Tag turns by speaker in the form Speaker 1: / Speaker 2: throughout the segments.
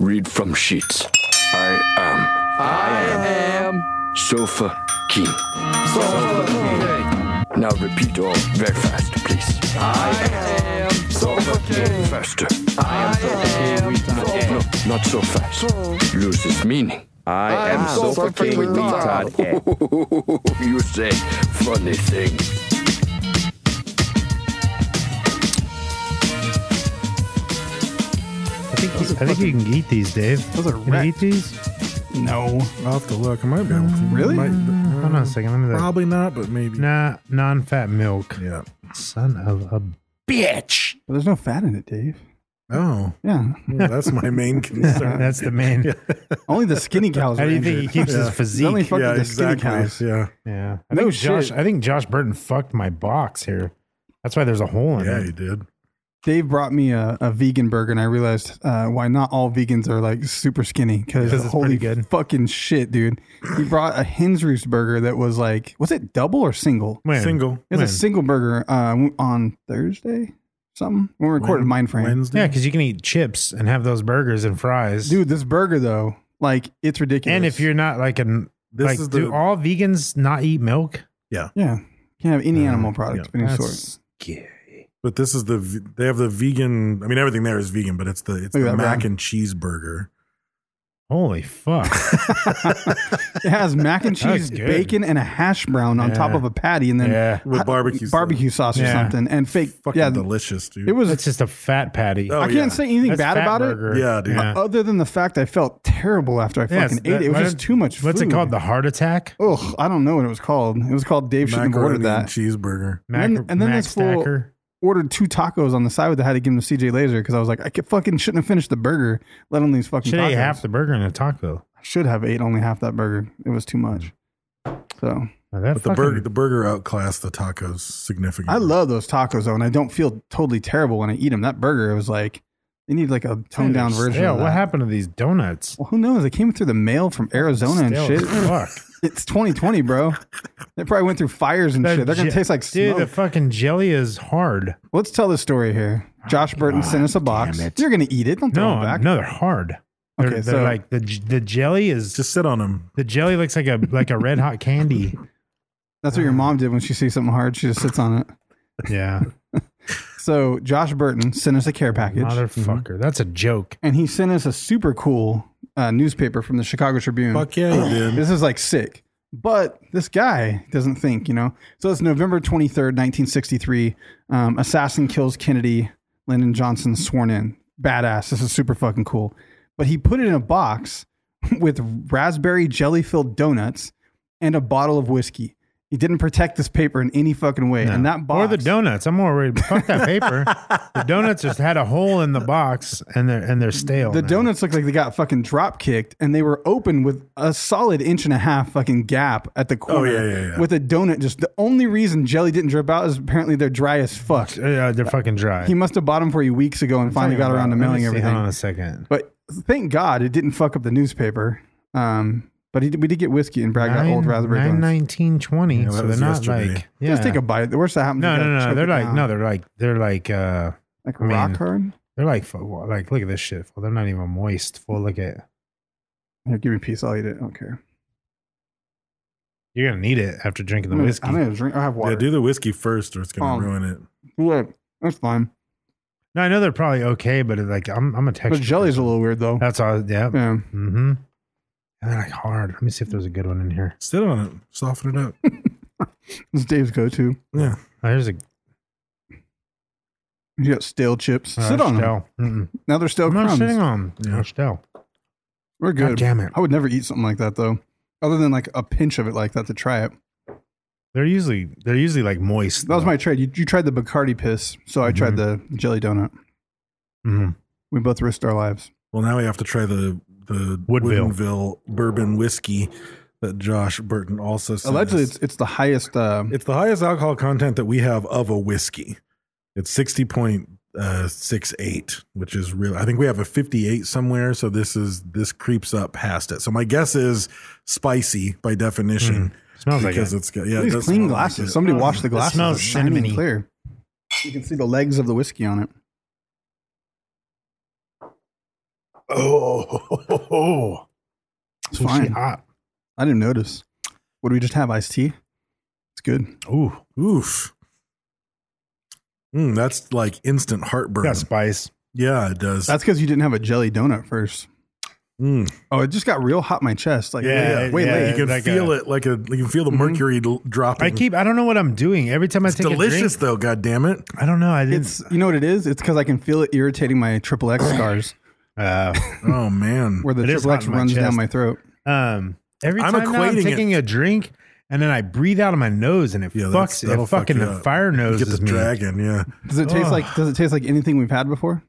Speaker 1: read from sheets. I am. I am. Sofa King. Sofa King. Now repeat all very fast, please. I am. Sofa King. Faster. I am Sofa King. No, no, not so fast. Loses meaning.
Speaker 2: I am so fucking with retarded.
Speaker 1: you say funny thing.
Speaker 3: I think, you, I think you can eat these, Dave.
Speaker 2: Those are
Speaker 3: can you eat
Speaker 2: wrecked.
Speaker 3: these?
Speaker 2: No.
Speaker 4: I'll have to look. I might be able to.
Speaker 2: Really?
Speaker 4: Might-
Speaker 2: Mm.
Speaker 3: Hold on a second. Let me look.
Speaker 4: Probably not, but maybe.
Speaker 3: Nah, non-fat milk.
Speaker 4: Yeah.
Speaker 3: Son of a bitch.
Speaker 2: But there's no fat in it, Dave.
Speaker 4: Oh,
Speaker 2: Yeah.
Speaker 4: well, that's my main concern.
Speaker 3: That's the main.
Speaker 2: Only the skinny cows.
Speaker 3: How
Speaker 2: are
Speaker 3: do you think he
Speaker 2: injured.
Speaker 3: keeps
Speaker 4: Yeah.
Speaker 3: his
Speaker 2: He's only
Speaker 3: physique?
Speaker 2: fucking
Speaker 4: yeah,
Speaker 2: the skinny
Speaker 4: exactly.
Speaker 2: cows.
Speaker 4: Yeah,
Speaker 3: Yeah. I
Speaker 2: No
Speaker 3: think Josh.
Speaker 2: shit.
Speaker 3: I think Josh Burton fucked my box here. That's why there's a hole in
Speaker 4: yeah,
Speaker 3: it.
Speaker 4: you did.
Speaker 2: Dave brought me a, a vegan burger, and I realized uh, why not all vegans are like super skinny. Because
Speaker 3: 'Cause it's
Speaker 2: holy
Speaker 3: pretty good.
Speaker 2: fucking shit, dude! He brought a hen's roost burger that was like, was it double or single?
Speaker 3: When?
Speaker 4: Single.
Speaker 2: It was
Speaker 3: When?
Speaker 2: a single burger uh, on Thursday, something. When we recorded Mind Frame,
Speaker 4: Wednesday.
Speaker 3: Yeah, because you can eat chips and have those burgers and fries.
Speaker 2: dude, this burger though, like it's ridiculous.
Speaker 3: and if you're not like an
Speaker 4: This
Speaker 3: like,
Speaker 4: is
Speaker 3: do
Speaker 4: the-
Speaker 3: all vegans not eat milk?
Speaker 2: yeah, can't have any
Speaker 4: Uh,
Speaker 2: animal product of any sort.
Speaker 3: That's gay.
Speaker 4: But this is the v- they have the vegan. I mean, everything there is vegan, but it's the it's
Speaker 2: Look at
Speaker 4: the
Speaker 2: that,
Speaker 4: mac
Speaker 2: man.
Speaker 4: and cheese burger.
Speaker 3: Holy fuck.
Speaker 2: It has mac and
Speaker 3: That's
Speaker 2: cheese,
Speaker 3: good.
Speaker 2: bacon, and a hash brown on top
Speaker 3: Yeah.
Speaker 2: of a patty, and then
Speaker 3: yeah.
Speaker 4: With
Speaker 2: ha-
Speaker 4: barbecue sauce.
Speaker 2: barbecue sauce or
Speaker 3: Yeah.
Speaker 2: something, and fake.
Speaker 4: Fucking
Speaker 2: Yeah,
Speaker 4: delicious, dude.
Speaker 2: it was.
Speaker 3: It's just a fat patty.
Speaker 4: Oh,
Speaker 2: I can't
Speaker 4: yeah.
Speaker 2: say anything
Speaker 3: That's
Speaker 2: bad
Speaker 3: fat
Speaker 2: about it.
Speaker 3: burger.
Speaker 4: Yeah, dude.
Speaker 3: Yeah.
Speaker 2: Other than the fact I felt terrible after I
Speaker 3: Yeah,
Speaker 2: fucking
Speaker 3: it's
Speaker 2: ate
Speaker 3: that-
Speaker 2: it. It was
Speaker 3: why
Speaker 2: just
Speaker 3: don't-
Speaker 2: too much food.
Speaker 3: What's it called? The heart attack?
Speaker 2: Ugh, I don't know what it was called. It was called Dave shouldn't have
Speaker 4: macaroni
Speaker 2: ordered
Speaker 4: and
Speaker 2: that.
Speaker 4: cheeseburger.
Speaker 3: Mac,
Speaker 2: And then- and then
Speaker 3: Mac
Speaker 2: this fool-
Speaker 3: Stacker?
Speaker 2: Ordered two tacos on the side with it. I had to give him to CJ Laser because I was like, I could- fucking shouldn't have finished the burger. Let him these fucking
Speaker 3: Should
Speaker 2: tacos.
Speaker 3: ate half the burger and a taco.
Speaker 2: I should have ate only half that burger. It was too much. So
Speaker 3: Now, that
Speaker 4: But the
Speaker 3: fucking-
Speaker 4: burger the burger outclassed the tacos significantly.
Speaker 2: I love those tacos though, and I don't feel totally terrible when I eat them. That burger, it was like they need like a toned down
Speaker 3: They're
Speaker 2: version.
Speaker 3: stale.
Speaker 2: of that.
Speaker 3: What happened to these donuts?
Speaker 2: Well, who knows? They came through the mail from Arizona and
Speaker 3: Stale
Speaker 2: shit.
Speaker 3: as Fuck.
Speaker 2: It's 2020, bro. They probably went through fires and shit. They're gonna
Speaker 3: That je-
Speaker 2: taste like
Speaker 3: dude.
Speaker 2: smoke.
Speaker 3: The fucking jelly is hard.
Speaker 2: Let's tell the story here.
Speaker 3: Oh,
Speaker 2: Josh Burton sent us a box. You're gonna eat it. Don't throw
Speaker 3: No,
Speaker 2: it back.
Speaker 3: no, they're hard. They're,
Speaker 2: Okay,
Speaker 3: they're
Speaker 2: so-
Speaker 3: like the j- the jelly is
Speaker 4: Just sit on them.
Speaker 3: the jelly looks like a like a red hot candy.
Speaker 2: That's
Speaker 3: uh,
Speaker 2: what your mom did when she sees something hard. She just sits on it.
Speaker 3: Yeah,
Speaker 2: So Josh Burton sent us a care package,
Speaker 3: motherfucker, that's a joke.
Speaker 2: and he sent us a super cool uh, newspaper from the Chicago Tribune.
Speaker 4: Fuck yeah, you did.
Speaker 2: This is like sick. But this guy doesn't think, you know. So it's November 23rd, 1963. Um, assassin kills Kennedy, Lyndon Johnson sworn in. Badass. This is super fucking cool. But he put it in a box with raspberry jelly filled donuts and a bottle of whiskey. He didn't protect this paper in any fucking way. And that box.
Speaker 3: Or the donuts. I'm more worried. Fuck that paper. the donuts just had a hole in the box and they're and they're stale.
Speaker 2: The
Speaker 3: now.
Speaker 2: donuts looked like they got fucking drop kicked, and they were open with a solid inch and a half fucking gap at
Speaker 3: Oh,
Speaker 2: the corner.
Speaker 4: yeah, yeah, yeah.
Speaker 2: With a donut, just the only reason jelly didn't drip out is apparently they're dry as fuck.
Speaker 3: Yeah, they're fucking dry.
Speaker 2: He must have bought them for you weeks ago and finally got around
Speaker 3: uh,
Speaker 2: to
Speaker 3: Let me
Speaker 2: mailing
Speaker 3: see.
Speaker 2: everything.
Speaker 3: Hold on a second.
Speaker 2: But thank God it didn't fuck up the newspaper. Um, but he, we did get whiskey and brag about old raspberry
Speaker 3: nine,
Speaker 2: donuts.
Speaker 3: 19, 20.
Speaker 4: Yeah, that
Speaker 3: so they're
Speaker 4: was
Speaker 3: not
Speaker 4: yesterday.
Speaker 3: like yeah.
Speaker 2: Just take a bite. The worst that happens.
Speaker 3: no,
Speaker 2: you gotta
Speaker 3: no, no.
Speaker 2: choke
Speaker 3: They're
Speaker 2: it
Speaker 3: like
Speaker 2: down.
Speaker 3: no. They're like they're like uh
Speaker 2: like
Speaker 3: I mean-
Speaker 2: rock hard.
Speaker 3: they're like fu- like look at this shit. Well, they're not even moist. Full look at
Speaker 2: Here, give me a piece. I'll eat it. I don't care.
Speaker 3: you're gonna need it after drinking the
Speaker 2: I'm gonna-
Speaker 3: whiskey.
Speaker 2: I'm gonna drink. I have water.
Speaker 4: Yeah, do the whiskey first, or it's gonna
Speaker 2: Um,
Speaker 4: ruin it.
Speaker 2: Look, that's fine.
Speaker 3: no, I know they're probably okay, but it, like I'm I'm a texture.
Speaker 2: But jelly's a little weird though.
Speaker 3: That's all. Yeah.
Speaker 2: Yeah.
Speaker 3: Mm-hmm. And they're like hard. Let me see if there's a good one in here.
Speaker 4: Sit on it. Soften it up.
Speaker 2: It's Dave's go-to.
Speaker 4: yeah.
Speaker 3: Oh, here's a
Speaker 2: You got stale chips.
Speaker 3: uh,
Speaker 2: Sit on them.
Speaker 3: them.
Speaker 2: Now they're stale
Speaker 3: I'm not
Speaker 2: crumbs.
Speaker 3: sitting on them.
Speaker 4: Yeah.
Speaker 3: They're stale.
Speaker 2: We're good.
Speaker 3: God damn it.
Speaker 2: I would never eat something like that though. Other than like a pinch of it like that to try it.
Speaker 3: They're usually they're usually like moist.
Speaker 2: That was my trade. You, you tried the Bacardi piss, so I tried
Speaker 3: Mm-hmm.
Speaker 2: the jelly donut.
Speaker 3: hmm
Speaker 2: We both risked our lives.
Speaker 4: Well, now we have to try the the the
Speaker 3: Woodville.
Speaker 4: Woodville bourbon whiskey that Josh Burton also says.
Speaker 2: Allegedly, it's, it's the highest. Uh,
Speaker 4: It's the highest alcohol content that we have of a whiskey. It's sixty point uh, six eight, which is real. I think we have a fifty eight somewhere, so this is this creeps up past it. So my guess is spicy by definition.
Speaker 3: Mm. Hmm. Smells like
Speaker 4: because
Speaker 3: it.
Speaker 4: it's got- yeah, it
Speaker 2: these
Speaker 4: does
Speaker 2: clean
Speaker 4: smell like
Speaker 2: glasses.
Speaker 4: it. Um,
Speaker 2: Somebody washed the glasses.
Speaker 3: smells
Speaker 2: It's shiny and
Speaker 3: cinnamony.
Speaker 2: clear. You can see the legs of the whiskey on it.
Speaker 4: Oh,
Speaker 2: It's
Speaker 3: Ooh, she
Speaker 2: fine.
Speaker 3: hot.
Speaker 2: I didn't notice. What do we just have? Iced tea. It's good.
Speaker 4: ooh, oof. Mm, that's like instant heartburn.
Speaker 3: Got spice.
Speaker 4: Yeah, it does.
Speaker 2: That's because you didn't have a jelly donut first.
Speaker 4: Mm.
Speaker 2: Oh, it just got real hot in my chest. Like
Speaker 3: Yeah,
Speaker 2: yeah, wait,
Speaker 3: yeah.
Speaker 4: you
Speaker 2: late.
Speaker 4: can
Speaker 3: like
Speaker 4: feel
Speaker 3: a-
Speaker 4: it like a you can feel the mercury l- dropping.
Speaker 3: I keep. I don't know what I'm doing every time
Speaker 4: it's
Speaker 3: I take
Speaker 4: delicious
Speaker 3: a drink.
Speaker 4: though. God damn it!
Speaker 3: I don't know. I didn't.
Speaker 2: It's you know what it is. It's because I can feel it irritating my triple X scars
Speaker 3: uh,
Speaker 4: Oh man,
Speaker 2: where the
Speaker 3: It is
Speaker 2: triple X
Speaker 3: hot in my
Speaker 2: runs
Speaker 3: chest.
Speaker 2: down my throat.
Speaker 3: um, every
Speaker 4: I'm
Speaker 3: time now I'm,
Speaker 4: equating it-
Speaker 3: taking a drink, and then I breathe out of my nose, and it
Speaker 4: Yeah, that's-
Speaker 3: fucks. It
Speaker 4: that'll fuck
Speaker 3: fucking
Speaker 4: you up.
Speaker 3: fire nose.
Speaker 4: You get the
Speaker 3: me.
Speaker 4: dragon. Yeah,
Speaker 2: Does it taste
Speaker 3: Ugh.
Speaker 2: like? Does it taste like anything we've had before?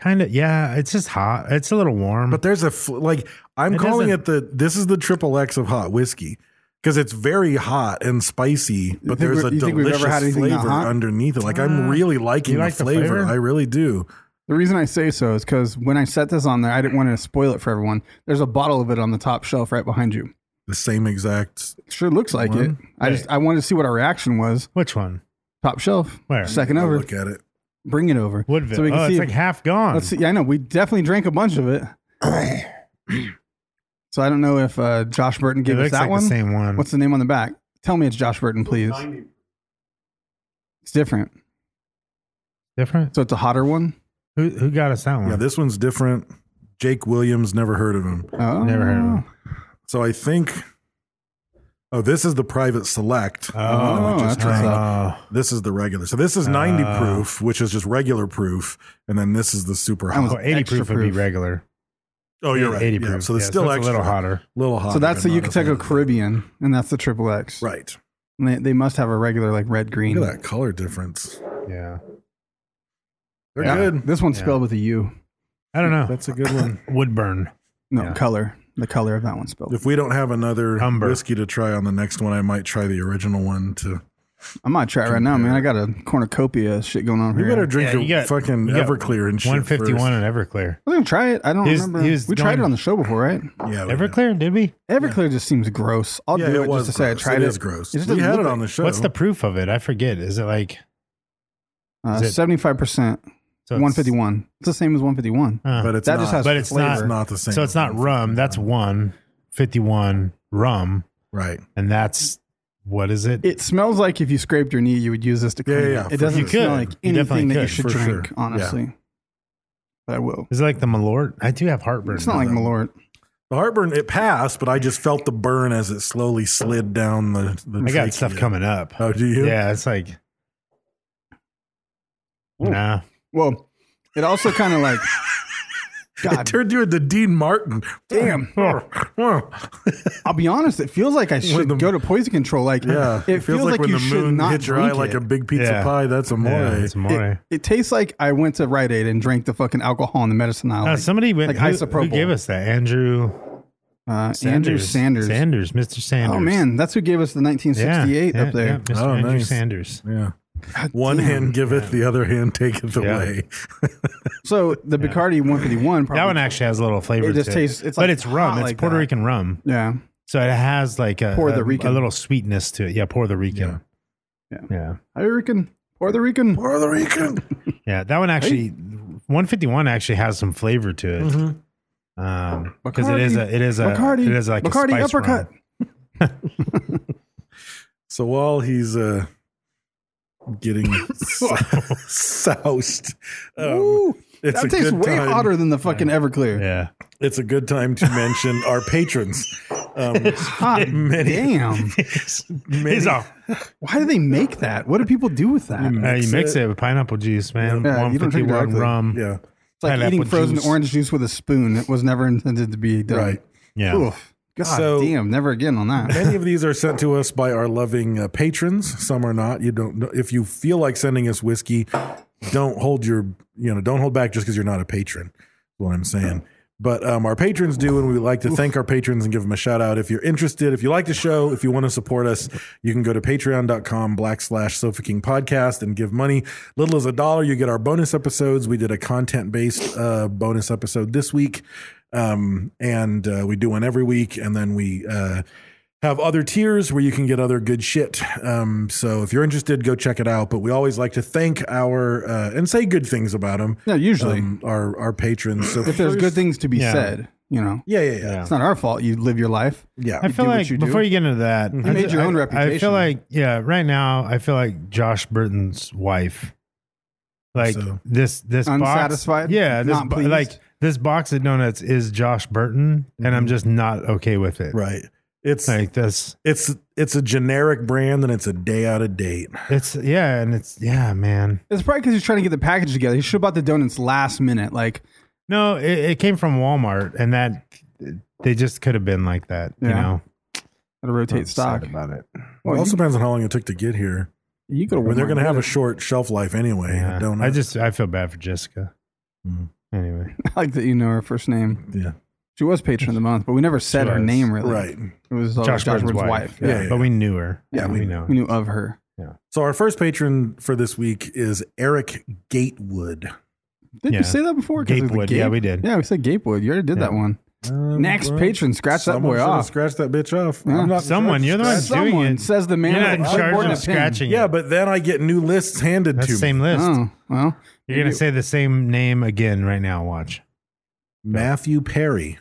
Speaker 3: Kind of. Yeah, it's just hot. It's a little warm.
Speaker 4: but
Speaker 3: But
Speaker 4: there's a fl- like I'm
Speaker 3: It
Speaker 4: calling
Speaker 3: doesn't-
Speaker 4: it the this is the triple X of hot whiskey because it's very hot and spicy, but
Speaker 2: think
Speaker 4: there's
Speaker 2: we're-
Speaker 4: a
Speaker 2: you think we've ever
Speaker 4: delicious
Speaker 2: had anything that
Speaker 4: flavor
Speaker 2: hot?
Speaker 4: underneath it. Like I'm really liking
Speaker 3: you
Speaker 4: the,
Speaker 3: like the
Speaker 4: flavor.
Speaker 3: flavor?
Speaker 4: I really do.
Speaker 2: The reason I say so is because when I set this on there, I didn't want to spoil it for everyone. There's a bottle of it on the top shelf right behind you.
Speaker 4: The same exact.
Speaker 2: Sure looks like it.
Speaker 4: One.
Speaker 2: I just I wanted to see what our reaction was.
Speaker 3: which one?
Speaker 2: Top shelf.
Speaker 3: Where?
Speaker 2: Second over.
Speaker 4: Look at it.
Speaker 2: Bring it over.
Speaker 3: Woodville.
Speaker 2: So we can
Speaker 3: oh,
Speaker 2: see.
Speaker 3: it's like half gone.
Speaker 2: let's see. Yeah, I know. We definitely drank a bunch of it. so I don't know if uh, Josh Burton
Speaker 3: It
Speaker 2: gave us
Speaker 3: looks
Speaker 2: that
Speaker 3: like
Speaker 2: one.
Speaker 3: the same
Speaker 4: Mm-hmm.
Speaker 3: one.
Speaker 2: What's the name on the back? Tell me it's Josh Burton, please. It's different.
Speaker 3: different?
Speaker 2: So it's a hotter one.
Speaker 3: Who who got us that one?
Speaker 4: Yeah, this one's different. Jake Williams, never heard of him.
Speaker 2: Oh.
Speaker 3: Never heard of it.
Speaker 4: So I think. Oh, this is the private select.
Speaker 2: Oh,
Speaker 4: which is
Speaker 2: that's what's
Speaker 4: drank.
Speaker 2: up.
Speaker 4: This is the regular. So this is 90
Speaker 3: Oh.
Speaker 4: proof, which is just regular proof, and then this is the super
Speaker 2: That
Speaker 4: hot.
Speaker 2: was
Speaker 3: Oh, 80
Speaker 2: extra
Speaker 3: proof, would be
Speaker 2: proof.
Speaker 3: regular.
Speaker 4: oh, you're right.
Speaker 3: 80
Speaker 4: Yeah,
Speaker 3: proof.
Speaker 4: So it's
Speaker 3: Yeah,
Speaker 4: still
Speaker 3: so it's a
Speaker 4: extra,
Speaker 3: little hotter.
Speaker 4: little hotter.
Speaker 2: So that's the
Speaker 4: but not as hot
Speaker 2: Yucateco
Speaker 4: as-
Speaker 2: Caribbean, and that's the triple X.
Speaker 4: Right.
Speaker 2: And they, they must have a regular like red green.
Speaker 4: Look at that color difference.
Speaker 3: Yeah.
Speaker 4: They're
Speaker 3: Yeah.
Speaker 4: good.
Speaker 2: This one's
Speaker 3: Yeah.
Speaker 2: spelled with a U.
Speaker 3: I don't know.
Speaker 4: That's a good one.
Speaker 3: Woodburn.
Speaker 2: No
Speaker 3: Yeah.
Speaker 2: color. The color of that one's spelled.
Speaker 4: If we don't have another
Speaker 3: Umber.
Speaker 4: whiskey to try on the next one, I might try the original one to.
Speaker 2: I'm gonna try it right now, man. I got a cornucopia of shit going on
Speaker 4: We
Speaker 2: here.
Speaker 4: better drink
Speaker 3: Yeah,
Speaker 4: your
Speaker 3: you got-
Speaker 4: fucking
Speaker 3: you got
Speaker 4: Everclear and shit.
Speaker 3: 151 and Everclear.
Speaker 2: I was gonna try it. I don't
Speaker 3: He was-
Speaker 2: remember.
Speaker 3: he was
Speaker 2: we tried it
Speaker 3: going-
Speaker 2: on the show before, right?
Speaker 4: first. Oh, Yeah, we did.
Speaker 3: Everclear, did we?
Speaker 2: Everclear just seems gross. I'll
Speaker 4: Yeah,
Speaker 2: do
Speaker 4: it
Speaker 2: it,
Speaker 4: was
Speaker 2: just to say I
Speaker 4: gross. It
Speaker 2: tried it.
Speaker 4: is gross.
Speaker 2: just
Speaker 4: We
Speaker 2: doesn't
Speaker 4: had it
Speaker 2: look
Speaker 4: on the show.
Speaker 3: What's the proof of it? I forget. Is it like is
Speaker 2: like- uh,
Speaker 3: it-
Speaker 2: 75%,
Speaker 3: so it's-
Speaker 2: 151. It's the same as 151.
Speaker 3: Huh.
Speaker 4: But it's
Speaker 2: That
Speaker 4: not.
Speaker 2: just has
Speaker 3: but it's
Speaker 2: flavor.
Speaker 3: not,
Speaker 4: It's not the same
Speaker 3: So it's not
Speaker 4: as
Speaker 3: rum. That's one fifty-one rum,
Speaker 4: right.
Speaker 3: and that's what is it?
Speaker 2: It smells like if you scraped your knee, you would use this to
Speaker 4: Yeah,
Speaker 2: clean
Speaker 4: yeah,
Speaker 2: it.
Speaker 4: yeah, for
Speaker 2: It doesn't
Speaker 3: sure. You
Speaker 2: smell
Speaker 3: could.
Speaker 2: like
Speaker 3: You definitely
Speaker 2: anything that you
Speaker 3: could,
Speaker 2: should
Speaker 4: for
Speaker 2: drink,
Speaker 4: sure.
Speaker 2: honestly. But I will.
Speaker 3: Is it like the Malort? I do have heartburn.
Speaker 2: It's not like Malort.
Speaker 4: The heartburn it passed, but I just felt the burn as it slowly slid down the. the
Speaker 3: I got stuff
Speaker 4: trachea.
Speaker 3: coming up.
Speaker 4: Oh, do you?
Speaker 3: Yeah, it's like nah.
Speaker 2: Well, it also kind of like.
Speaker 4: It
Speaker 2: God,
Speaker 4: turned you into Dean Martin.
Speaker 2: Damn. I'll be honest. It feels like I should
Speaker 4: the-
Speaker 2: go to poison control. Like,
Speaker 4: yeah,
Speaker 2: it, feels, like,
Speaker 4: when
Speaker 2: you
Speaker 4: the
Speaker 2: should
Speaker 4: moon
Speaker 2: not
Speaker 4: hits your eye
Speaker 2: drink
Speaker 4: like
Speaker 2: it.
Speaker 4: a big pizza
Speaker 3: Yeah.
Speaker 4: pie. That's amore.
Speaker 3: Yeah, it's more.
Speaker 2: It, it tastes like I went to Rite Aid and drank the fucking alcohol in the medicine aisle.
Speaker 3: Uh,
Speaker 2: Like,
Speaker 3: somebody went.
Speaker 2: like
Speaker 3: who,
Speaker 2: isopropyl.
Speaker 3: who gave us that? Andrew
Speaker 2: uh,
Speaker 3: Sanders.
Speaker 2: Andrew Sanders.
Speaker 3: Sanders, Mr. Sanders.
Speaker 2: Oh man, that's who gave us the 1968
Speaker 3: Yeah,
Speaker 2: up there.
Speaker 3: yeah, Mr.
Speaker 4: Oh,
Speaker 3: Andrew
Speaker 4: nice.
Speaker 3: Sanders.
Speaker 4: Yeah. One hand giveth, the other hand taketh
Speaker 3: Yeah.
Speaker 4: away.
Speaker 2: So the Bacardi 151. Probably,
Speaker 3: That one actually has a little flavor.
Speaker 2: It just
Speaker 3: to
Speaker 2: tastes- it's
Speaker 3: but
Speaker 2: like
Speaker 3: it's rum.
Speaker 2: hot
Speaker 3: It's
Speaker 2: like
Speaker 3: Puerto
Speaker 2: that.
Speaker 3: Rican rum,
Speaker 2: Yeah,
Speaker 3: so it has like a
Speaker 2: Puerto
Speaker 3: a,
Speaker 2: Rican.
Speaker 3: a little sweetness to it. Yeah, Puerto Rican.
Speaker 2: Yeah.
Speaker 3: yeah,
Speaker 2: Puerto Rican. Puerto Rican.
Speaker 4: Puerto Rican.
Speaker 3: Yeah, That one actually, one fifty one actually has some flavor to it. Um, because it is a, it is a,
Speaker 2: Mm-hmm. Bacardi.
Speaker 3: it is like
Speaker 2: Bacardi
Speaker 3: a spice
Speaker 2: uppercut.
Speaker 3: rum.
Speaker 4: So while he's uh, getting sou- soused, um, it's a
Speaker 2: that tastes
Speaker 4: good
Speaker 2: way
Speaker 4: time.
Speaker 2: hotter than the fucking Everclear.
Speaker 3: Yeah,
Speaker 4: It's a good time to mention our patrons. Um,
Speaker 2: Hot damn!
Speaker 3: he's all.
Speaker 2: Why do they make that? What do people do with that?
Speaker 3: Uh, you mix it with pineapple juice, man.
Speaker 2: Yeah,
Speaker 3: one
Speaker 2: you don't
Speaker 3: fifty
Speaker 2: drink
Speaker 3: one
Speaker 2: directly.
Speaker 3: rum.
Speaker 4: yeah,
Speaker 2: It's like
Speaker 3: Pineapple
Speaker 2: eating frozen
Speaker 3: juice.
Speaker 2: orange juice with a spoon. It was never intended to be done.
Speaker 4: right.
Speaker 3: Yeah.
Speaker 2: Oof. God
Speaker 4: So-
Speaker 2: damn! Never again on that.
Speaker 4: Many of these are sent to us by our loving uh, patrons. Some are not. You don't. know- If you feel like sending us whiskey, don't hold your. You know, don't hold back just because you're not a patron. Is what I'm saying. but um, our patrons do, and we would like to thank our patrons and give them a shout out. If you're interested, if you like the show, if you want to support us, you can go to patreon.com backslash Sofa King Podcast and give money. Little as a dollar, you get our bonus episodes. We did a content based uh, bonus episode this week, um, and uh, we do one every week, and then we. Uh, have other tiers where you can get other good shit. Um, so if you're interested, go check it out. But we always like to thank our uh, and say good things about them.
Speaker 2: Yeah, usually.
Speaker 4: our our patrons. So
Speaker 2: If there's good things to be
Speaker 3: Um, Yeah.
Speaker 2: said, you know,
Speaker 4: yeah, yeah, yeah,
Speaker 2: it's not our fault. You live your life.
Speaker 4: yeah.
Speaker 3: I feel
Speaker 2: do what
Speaker 3: like
Speaker 2: you do.
Speaker 3: before you get into that, I
Speaker 2: made
Speaker 3: ju-
Speaker 2: your own
Speaker 3: I- I
Speaker 2: reputation.
Speaker 3: feel like yeah, right now I feel like Josh Burton's wife, like
Speaker 4: So-
Speaker 3: this this
Speaker 2: Unsatisfied?
Speaker 3: Box, yeah, this
Speaker 2: Not
Speaker 3: bo-
Speaker 2: pleased? Mm-hmm.
Speaker 3: like this box of donuts is Josh Burton, and I'm just not okay with it.
Speaker 4: right. It's
Speaker 3: like this.
Speaker 4: it's it's a generic brand and it's a day out of date.
Speaker 3: It's yeah, and it's yeah, man.
Speaker 2: It's probably because he's trying to get the package together. He should have bought the donuts last minute. Like,
Speaker 3: No, it, it came from Walmart, and that they just could have been like that. You
Speaker 2: Yeah.
Speaker 3: know,
Speaker 2: gotta rotate stock.
Speaker 3: Sad about it.
Speaker 4: Well, it also depends on how long it took to get here.
Speaker 2: You could.
Speaker 4: Well, they're going to have a short shelf life anyway.
Speaker 3: Yeah.
Speaker 4: Don't
Speaker 3: I just I feel bad for Jessica.
Speaker 4: Mm.
Speaker 3: Anyway,
Speaker 2: I like that you know her first name.
Speaker 4: yeah
Speaker 2: She was patron of the month, but we never said her
Speaker 3: was.
Speaker 2: name really.
Speaker 4: right.
Speaker 2: It was always Josh, Burton's wife.
Speaker 3: Yeah,
Speaker 4: yeah.
Speaker 3: but we knew her.
Speaker 4: Yeah,
Speaker 3: we,
Speaker 4: we-
Speaker 3: know.
Speaker 2: We knew of her.
Speaker 4: So our first patron for this week is Eric Gatewood.
Speaker 2: Did
Speaker 3: Yeah.
Speaker 2: we say that before? 'Cause of the
Speaker 3: Gapewood. Yeah, we did.
Speaker 2: Yeah, we said Gapewood. You already did that one.
Speaker 4: Um,
Speaker 2: Next
Speaker 4: well,
Speaker 2: patron, scratch that
Speaker 4: someone
Speaker 2: boy
Speaker 4: should have
Speaker 2: off.
Speaker 4: Scratched that bitch off.
Speaker 2: Yeah.
Speaker 4: I'm not
Speaker 3: Someone, you're the one
Speaker 4: scratch-
Speaker 3: doing
Speaker 2: Someone
Speaker 3: it.
Speaker 2: says the man
Speaker 3: You're not
Speaker 2: with
Speaker 3: in
Speaker 2: a clipboard
Speaker 3: charge
Speaker 2: and
Speaker 3: of
Speaker 2: a pen.
Speaker 3: scratching.
Speaker 4: Yeah,
Speaker 3: it.
Speaker 4: but then I get new lists handed
Speaker 3: that's
Speaker 4: to
Speaker 3: the same
Speaker 4: me.
Speaker 3: list.
Speaker 2: Oh well,
Speaker 3: You're gonna say the same name again right now. Watch
Speaker 4: Matthew Perry.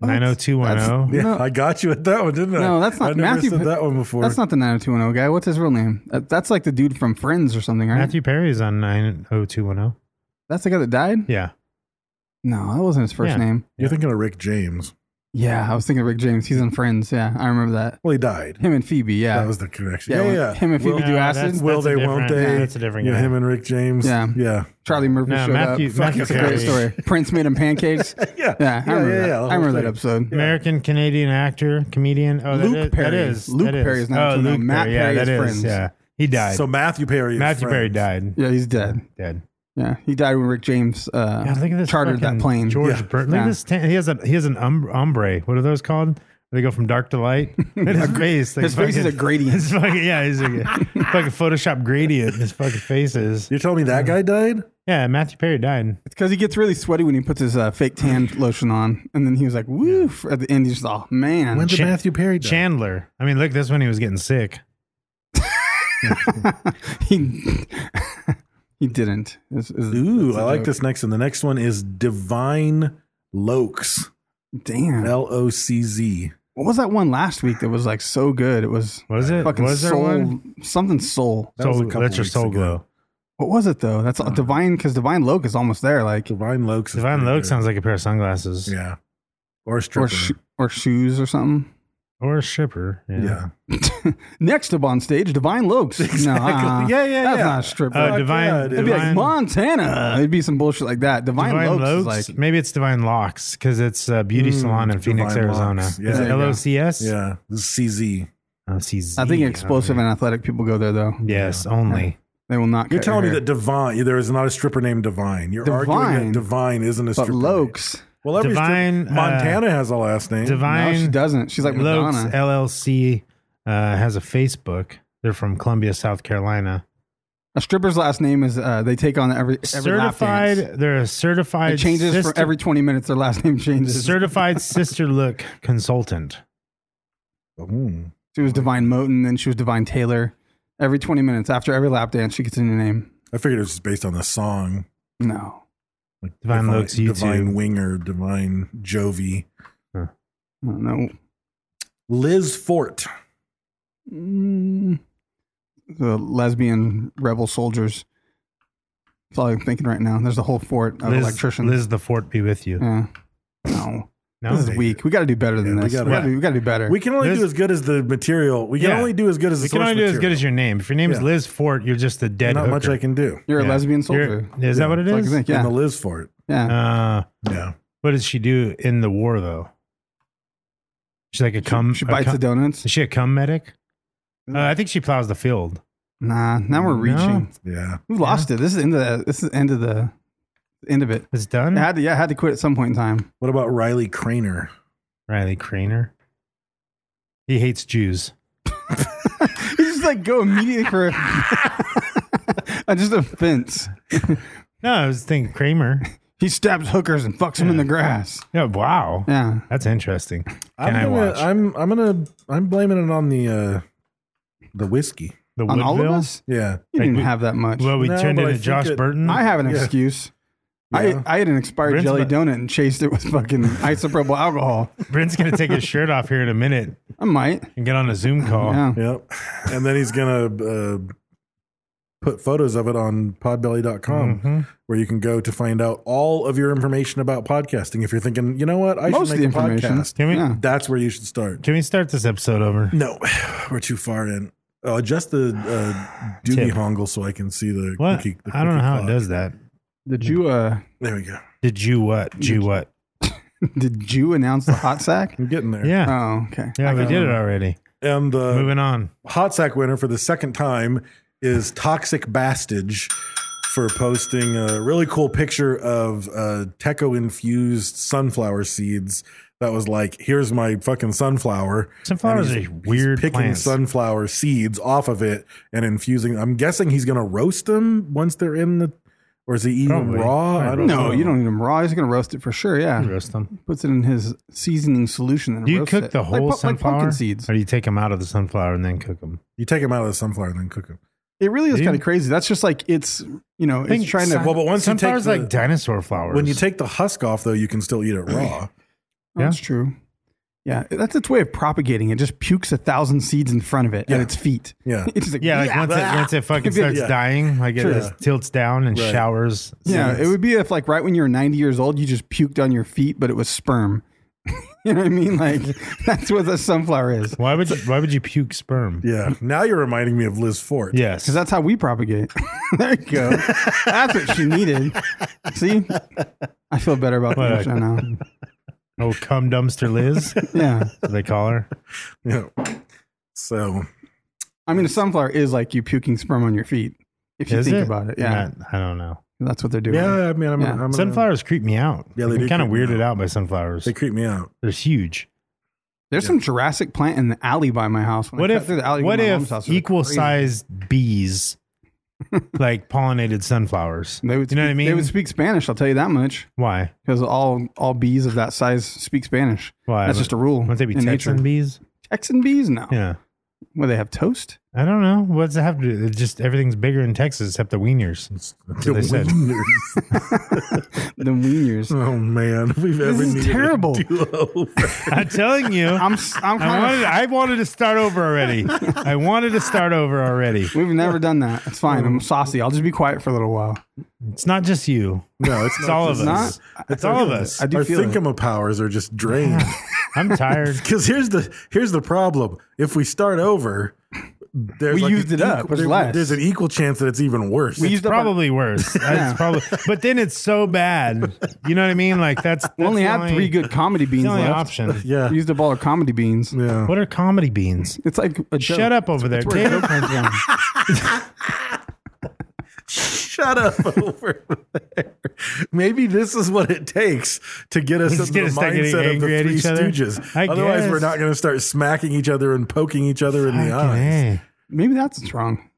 Speaker 3: nine zero two one oh. zero.
Speaker 4: Yeah,
Speaker 2: Oh, No.
Speaker 4: I got you at that one, didn't I?
Speaker 2: No, that's not
Speaker 4: I never
Speaker 2: Matthew
Speaker 4: Said
Speaker 2: Pe-
Speaker 4: that one before.
Speaker 2: that's not the 90210 guy. What's his real name? That- That's like the dude from Friends or something, right?
Speaker 3: Matthew Perry is on nine zero two one zero.
Speaker 2: That's the guy that died.
Speaker 3: Yeah,
Speaker 2: No, that wasn't his first
Speaker 3: Yeah.
Speaker 2: name.
Speaker 4: You're thinking of Rick James.
Speaker 2: Yeah, I was thinking of Rick James. He's in Friends. Yeah, I remember that.
Speaker 4: Well, he died.
Speaker 2: Him and Phoebe. Yeah,
Speaker 4: That was the connection.
Speaker 2: Yeah,
Speaker 4: Yeah, yeah.
Speaker 2: when him and Phoebe
Speaker 4: Will,
Speaker 2: do
Speaker 3: No,
Speaker 2: acid?
Speaker 3: that's-
Speaker 4: will
Speaker 3: that's a
Speaker 4: they? Won't
Speaker 3: different-
Speaker 4: they?
Speaker 3: That's a different
Speaker 4: Yeah,
Speaker 3: guy.
Speaker 4: him and Rick James.
Speaker 2: Yeah.
Speaker 4: yeah,
Speaker 2: Charlie Murphy
Speaker 3: No,
Speaker 2: showed
Speaker 3: Matthew-
Speaker 2: up.
Speaker 3: Matthew
Speaker 2: That's a great
Speaker 3: Perry.
Speaker 2: story. Prince made him pancakes.
Speaker 4: yeah.
Speaker 2: Yeah, I
Speaker 4: yeah,
Speaker 2: remember
Speaker 4: yeah, yeah,
Speaker 2: that.
Speaker 4: the
Speaker 2: I remember
Speaker 4: whole
Speaker 2: that
Speaker 4: thing.
Speaker 2: episode.
Speaker 3: American Canadian actor, comedian. Oh, that
Speaker 2: Luke
Speaker 3: is- that
Speaker 2: Perry.
Speaker 3: is
Speaker 2: Luke
Speaker 3: that
Speaker 2: Perry is
Speaker 3: oh,
Speaker 2: 90210.
Speaker 3: Luke
Speaker 2: Matt
Speaker 3: Perry. Yeah,
Speaker 2: Perry
Speaker 3: that
Speaker 2: is
Speaker 3: is.
Speaker 2: Friends.
Speaker 3: Yeah, he died.
Speaker 4: So Matthew Perry. Is
Speaker 3: Matthew Perry
Speaker 4: friends.
Speaker 3: died.
Speaker 2: Yeah, he's dead.
Speaker 3: Dead.
Speaker 2: Yeah, he died when Rick James uh,
Speaker 3: God, look at this.
Speaker 2: chartered that
Speaker 3: fucking
Speaker 2: plane.
Speaker 3: George
Speaker 4: Yeah.
Speaker 3: Burton. Look
Speaker 2: Yeah.
Speaker 3: at this. Tan- he has a he has an um, ombre. What are those called? They go from dark to light. And his face. like
Speaker 2: His face is a gradient.
Speaker 3: His fucking, yeah, he's like a fucking Photoshop gradient. His fucking face is.
Speaker 4: You're telling me that guy died?
Speaker 3: Yeah, Matthew Perry died.
Speaker 2: It's because he gets really sweaty when he puts his uh, fake tan lotion on, and then he was like, "Woof!" At the end, he's like, "Oh man."
Speaker 4: When did
Speaker 3: Chan-
Speaker 4: Matthew Perry die?
Speaker 3: Chandler. I mean, look, this when he was getting sick.
Speaker 2: he he didn't. Is- is-
Speaker 4: Ooh,
Speaker 2: that's a
Speaker 4: I like
Speaker 2: joke.
Speaker 4: this next one. The next one is Divine Lokes.
Speaker 2: Damn.
Speaker 4: L O C Z.
Speaker 2: What was that one last week that was like so good? It was
Speaker 3: Was it?
Speaker 2: fucking
Speaker 3: was there
Speaker 2: soul
Speaker 3: one?
Speaker 2: something soul.
Speaker 4: That was a
Speaker 3: Soul,
Speaker 4: couple
Speaker 3: that's your
Speaker 4: weeks
Speaker 3: soul
Speaker 4: ago.
Speaker 3: glow.
Speaker 2: What was it though? That's divine because divine Loke is almost there. Like
Speaker 4: Divine Lokes. is
Speaker 3: Divine
Speaker 4: pretty
Speaker 3: Loke
Speaker 4: good.
Speaker 3: sounds like a pair of sunglasses.
Speaker 4: Yeah. Or a stripper.
Speaker 2: or sho- or shoes or something.
Speaker 3: Or a stripper. Yeah.
Speaker 4: yeah.
Speaker 2: Next up on stage, Divine Lokes. No, uh-uh.
Speaker 4: Yeah, yeah,
Speaker 2: that's
Speaker 4: yeah.
Speaker 2: not a stripper.
Speaker 3: Oh,
Speaker 4: Fuck
Speaker 3: divine.
Speaker 4: yeah, dude.
Speaker 2: It'd be like
Speaker 3: divine-
Speaker 2: Montana. It'd be some bullshit like that. Divine,
Speaker 3: Divine
Speaker 2: Lokes, is
Speaker 3: Lokes?
Speaker 2: like
Speaker 3: Maybe it's Divine Locks because it's a beauty
Speaker 4: Mm,
Speaker 3: salon in Phoenix,
Speaker 4: Divine
Speaker 3: Arizona.
Speaker 4: Locks. Yeah.
Speaker 3: Is
Speaker 4: There
Speaker 3: it
Speaker 4: you go.
Speaker 3: LOCS?
Speaker 4: Yeah. This is CZ.
Speaker 3: LOCZ.
Speaker 2: I think
Speaker 3: Oh,
Speaker 2: explosive
Speaker 3: yeah.
Speaker 2: and athletic people go there though.
Speaker 3: Yes, only.
Speaker 2: They will not.
Speaker 4: You're
Speaker 2: cut
Speaker 4: telling me
Speaker 2: your
Speaker 4: that
Speaker 2: hair.
Speaker 4: Divine, there is not a stripper named Divine. You're arguing that
Speaker 2: Divine.
Speaker 4: Divine isn't a
Speaker 2: but
Speaker 4: stripper. name.
Speaker 2: Lokes.
Speaker 4: Well, every
Speaker 3: Divine, uh,
Speaker 4: stripper- Montana has a last name.
Speaker 3: Divine
Speaker 2: No, she doesn't. She's like
Speaker 3: Lokes
Speaker 2: Madonna.
Speaker 3: LLC uh, has a Facebook. They're from Columbia, South Carolina.
Speaker 2: A stripper's last name is. Uh, they take on every every Lap dance.
Speaker 3: certified. They're a certified.
Speaker 2: It changes
Speaker 3: sister,
Speaker 2: for every 20 minutes. Their last name changes.
Speaker 3: certified sister look consultant.
Speaker 4: Mm.
Speaker 2: she was Divine Moten, then she was Divine Taylor. Every 20 minutes, after every lap dance, she gets a new name.
Speaker 4: I figured it was just based on the song.
Speaker 2: No.
Speaker 4: Like
Speaker 3: Divine Lokes YouTube.
Speaker 4: Divine Winger, Divine Jovi.
Speaker 2: I don't know.
Speaker 4: Liz Fort.
Speaker 2: Mm, the lesbian rebel soldiers. That's all I'm thinking right now. There's the whole fort of
Speaker 3: Liz,
Speaker 2: electricians.
Speaker 3: Liz the Fort be with
Speaker 4: Hmm.
Speaker 3: you.
Speaker 2: Yeah. No.
Speaker 3: No,
Speaker 2: This is weak. We got to do better than
Speaker 4: Yeah, we
Speaker 2: this. We
Speaker 4: gotta-
Speaker 2: got to do better.
Speaker 4: We can only
Speaker 3: Liz-
Speaker 4: do as good as the material. We can
Speaker 3: Yeah.
Speaker 4: only do as good as the
Speaker 3: you can
Speaker 4: source
Speaker 3: only do as good
Speaker 4: material.
Speaker 3: as your name. If your name is
Speaker 4: Yeah.
Speaker 3: Liz Fort, you're just a dead.
Speaker 4: Not
Speaker 3: hooker.
Speaker 4: much I can do.
Speaker 2: You're a
Speaker 3: Yeah.
Speaker 2: lesbian
Speaker 3: You're-
Speaker 2: soldier.
Speaker 3: is
Speaker 4: Yeah.
Speaker 3: that what it
Speaker 2: That's what I
Speaker 3: is?
Speaker 2: think. Yeah.
Speaker 4: And the Liz Fort.
Speaker 2: yeah.
Speaker 3: Uh,
Speaker 4: Yeah.
Speaker 3: what does she do in the war though? She's like a cum.
Speaker 2: she
Speaker 3: a
Speaker 2: bites
Speaker 3: cum-
Speaker 2: the donuts.
Speaker 3: Is she a cum medic?
Speaker 4: Mm.
Speaker 3: Uh, I think she plows the field.
Speaker 2: Nah. Now we're
Speaker 3: No.
Speaker 2: reaching.
Speaker 4: Yeah.
Speaker 2: We lost it. This is the end of the. This is the end of the the end of it.
Speaker 3: It's done?
Speaker 2: I had to, yeah, I had to quit at some point in time.
Speaker 4: What about Riley Craner?
Speaker 3: Riley Craner. He hates Jews.
Speaker 2: You just like go immediately for uh, just a fence.
Speaker 3: No, I was thinking Kramer.
Speaker 2: He stabs hookers and fucks them in the grass.
Speaker 3: Yeah, wow.
Speaker 2: Yeah.
Speaker 3: That's interesting. Can i
Speaker 4: I'm gonna,
Speaker 3: watch
Speaker 4: I'm I'm gonna I'm blaming it on the uh the whiskey.
Speaker 3: the
Speaker 2: On
Speaker 3: Woodville?
Speaker 2: all of us?
Speaker 4: Yeah.
Speaker 2: You
Speaker 3: Like
Speaker 2: didn't
Speaker 3: we-
Speaker 2: have that much.
Speaker 3: Well, we
Speaker 4: No,
Speaker 3: turned
Speaker 4: but I
Speaker 3: into
Speaker 4: think
Speaker 3: Josh
Speaker 4: it-
Speaker 3: Burton.
Speaker 2: I have an
Speaker 4: Yeah.
Speaker 2: excuse.
Speaker 4: Yeah.
Speaker 2: I, I had an expired
Speaker 3: Brent's
Speaker 2: jelly
Speaker 3: about-
Speaker 2: donut and chased it with fucking isopropyl alcohol.
Speaker 3: Brent's gonna take his shirt off here in a minute
Speaker 2: I might.
Speaker 3: and get on a Zoom call.
Speaker 2: Yeah.
Speaker 4: Yep. And then he's gonna uh, put photos of it on podbelly.com
Speaker 3: Mm-hmm.
Speaker 4: where you can go to find out all of your information about podcasting. If you're thinking, you know what, I
Speaker 2: Most of
Speaker 4: should
Speaker 2: the
Speaker 4: make a
Speaker 2: information.
Speaker 4: podcast.
Speaker 3: Can we-
Speaker 2: Yeah.
Speaker 4: That's where you should start.
Speaker 3: Can we start this episode over?
Speaker 4: No, we're too far in. Oh, adjust the uh, doogie
Speaker 3: Tip.
Speaker 4: hongle so I can see the
Speaker 3: What?
Speaker 4: cookie. The
Speaker 3: I don't know
Speaker 4: cookie
Speaker 3: how it
Speaker 4: clock.
Speaker 3: does that.
Speaker 2: Did you uh
Speaker 4: There we go.
Speaker 3: Did you what? Jew what?
Speaker 2: did you announce the hot sack?
Speaker 4: I'm getting there.
Speaker 3: Yeah.
Speaker 2: Oh, okay.
Speaker 3: yeah, we did it already.
Speaker 4: And uh, the
Speaker 3: Moving on.
Speaker 4: hot sack winner for the second time is Toxic Bastage for posting a really cool picture of uh, techo infused sunflower seeds. That was like, here's my fucking sunflower.
Speaker 3: Sunflowers
Speaker 4: And he's-
Speaker 3: are weird
Speaker 4: He's picking
Speaker 3: plants.
Speaker 4: sunflower seeds off of it and infusing. I'm guessing he's gonna roast them once they're in the, or is he eating them
Speaker 3: Probably.
Speaker 4: raw? I don't
Speaker 2: No,
Speaker 4: know.
Speaker 2: you don't need him raw. He's gonna roast it for sure. Yeah,
Speaker 3: Roast them.
Speaker 2: puts it in his seasoning solution. And
Speaker 3: Do you
Speaker 2: roasts
Speaker 3: cook
Speaker 2: it.
Speaker 3: the
Speaker 2: Like
Speaker 3: whole
Speaker 2: pu- like,
Speaker 3: sunflower,
Speaker 2: pumpkin seeds.
Speaker 3: or do you take them out of the sunflower and then cook them?
Speaker 4: You take them out of the sunflower and then cook them.
Speaker 2: It really is
Speaker 3: Do you-
Speaker 2: kind of crazy. That's just like it's you know it's
Speaker 3: think
Speaker 2: trying to.
Speaker 4: Well, but once you take
Speaker 3: sunflowers
Speaker 4: the-
Speaker 3: like dinosaur flowers.
Speaker 4: When you take the husk off, though, you can still eat it raw.
Speaker 2: Oh, That's true. Yeah, that's its way of propagating. It just pukes a thousand seeds in front of it at
Speaker 4: Yeah.
Speaker 2: its feet.
Speaker 4: Yeah.
Speaker 2: it's just like,
Speaker 3: yeah, like once it
Speaker 2: blah.
Speaker 3: once it fucking starts
Speaker 4: Yeah.
Speaker 3: dying, like it
Speaker 4: Sure.
Speaker 3: just tilts down and
Speaker 4: Right.
Speaker 3: showers.
Speaker 2: Yeah,
Speaker 4: Yes.
Speaker 2: it would be if like right when you were 90 years old, you just puked on your feet, but it was sperm. you know what I mean? Like that's what the sunflower is.
Speaker 3: Why would you, why would you puke sperm?
Speaker 4: Yeah. Now you're reminding me of Liz Fort.
Speaker 3: Yes,
Speaker 2: Because that's how we propagate. there you go. That's what she needed. See? I feel better about
Speaker 3: What
Speaker 2: the
Speaker 3: a-
Speaker 2: show now.
Speaker 3: oh cum dumpster Liz,
Speaker 2: Yeah.
Speaker 3: they call her.
Speaker 4: Yeah. So
Speaker 2: I mean, a sunflower is like you puking sperm on your feet, if you
Speaker 3: Is
Speaker 2: think
Speaker 3: it?
Speaker 2: about it. Yeah.
Speaker 3: Not- I don't know.
Speaker 2: That's what they're doing.
Speaker 4: yeah, I mean, I'm,
Speaker 2: Yeah.
Speaker 4: I'm
Speaker 3: sunflowers creep me out.
Speaker 4: Yeah, they
Speaker 3: I'm
Speaker 4: do
Speaker 3: kind of
Speaker 4: creep me
Speaker 3: weirded
Speaker 4: out.
Speaker 3: out by sunflowers.
Speaker 4: They creep me out.
Speaker 3: They're huge.
Speaker 2: There's some Jurassic plant in the alley by my house. When
Speaker 3: What
Speaker 2: I cut
Speaker 3: if
Speaker 2: through the alley to
Speaker 3: what
Speaker 2: my mom's
Speaker 3: if
Speaker 2: house, it was
Speaker 3: equal
Speaker 2: crazy.
Speaker 3: sized bees like pollinated sunflowers?
Speaker 2: They would
Speaker 3: you know what I
Speaker 2: speak-
Speaker 3: mean?
Speaker 2: They would speak Spanish. I'll tell you that much.
Speaker 3: Why?
Speaker 2: because all all bees of that size speak Spanish.
Speaker 3: Why?
Speaker 2: That's just a rule.
Speaker 3: Wouldn't they be
Speaker 2: in
Speaker 3: Texan
Speaker 2: nature.
Speaker 3: bees?
Speaker 2: Texan bees? No.
Speaker 3: Yeah.
Speaker 2: Well, they have toast.
Speaker 3: I don't know. What does it have to do? It's just everything's bigger in Texas except the wieners. That's what they said.
Speaker 2: The wieners.
Speaker 4: oh man, we've ever
Speaker 2: is
Speaker 4: needed a
Speaker 2: terrible.
Speaker 4: duo.
Speaker 3: I'm telling you.
Speaker 2: I'm
Speaker 3: i
Speaker 2: s- I'm kind
Speaker 3: wanted,
Speaker 2: of.
Speaker 3: I wanted to start over already. I wanted to start over already.
Speaker 2: We've never done that. It's fine. I'm saucy. I'll just be quiet for a little while.
Speaker 3: It's not just you.
Speaker 4: no, it's,
Speaker 3: It's
Speaker 4: not
Speaker 3: all of
Speaker 4: just-
Speaker 2: Not-
Speaker 3: us. It's all of us.
Speaker 2: I do
Speaker 4: Our
Speaker 2: feel it.
Speaker 4: thinkama powers are just drained.
Speaker 3: I'm tired.
Speaker 4: Because here's the here's the problem. If we start over, there's
Speaker 2: We
Speaker 4: like
Speaker 2: used
Speaker 4: an
Speaker 2: it up.
Speaker 4: equal-
Speaker 2: There's
Speaker 4: there-
Speaker 2: less.
Speaker 4: There's an equal chance that it's even worse.
Speaker 2: We
Speaker 3: It's
Speaker 2: used up our-
Speaker 3: probably worse. It's probably, but then it's so bad. You know what I mean? Like that's, that's
Speaker 2: We only
Speaker 3: the
Speaker 2: had
Speaker 3: only-
Speaker 2: three good comedy
Speaker 3: the
Speaker 2: beans
Speaker 3: only
Speaker 2: left.
Speaker 3: option.
Speaker 4: yeah,
Speaker 2: We used up all our comedy beans.
Speaker 4: yeah.
Speaker 3: What are comedy beans?
Speaker 2: It's like a joke.
Speaker 3: Shut up over there,
Speaker 2: That's where a
Speaker 3: Dave.
Speaker 2: joke comes from.
Speaker 4: Shut up over there. Maybe this is what it takes to get us
Speaker 3: Just
Speaker 4: into
Speaker 3: get
Speaker 4: the
Speaker 3: us start getting
Speaker 4: mindset of the
Speaker 3: angry at
Speaker 4: Three
Speaker 3: each other?
Speaker 4: Stooges.
Speaker 3: I
Speaker 4: Otherwise,
Speaker 3: guess.
Speaker 4: we're not going to start smacking each other and poking each other in the
Speaker 3: Fucking
Speaker 4: eyes.
Speaker 3: A.
Speaker 2: Maybe that's what's wrong.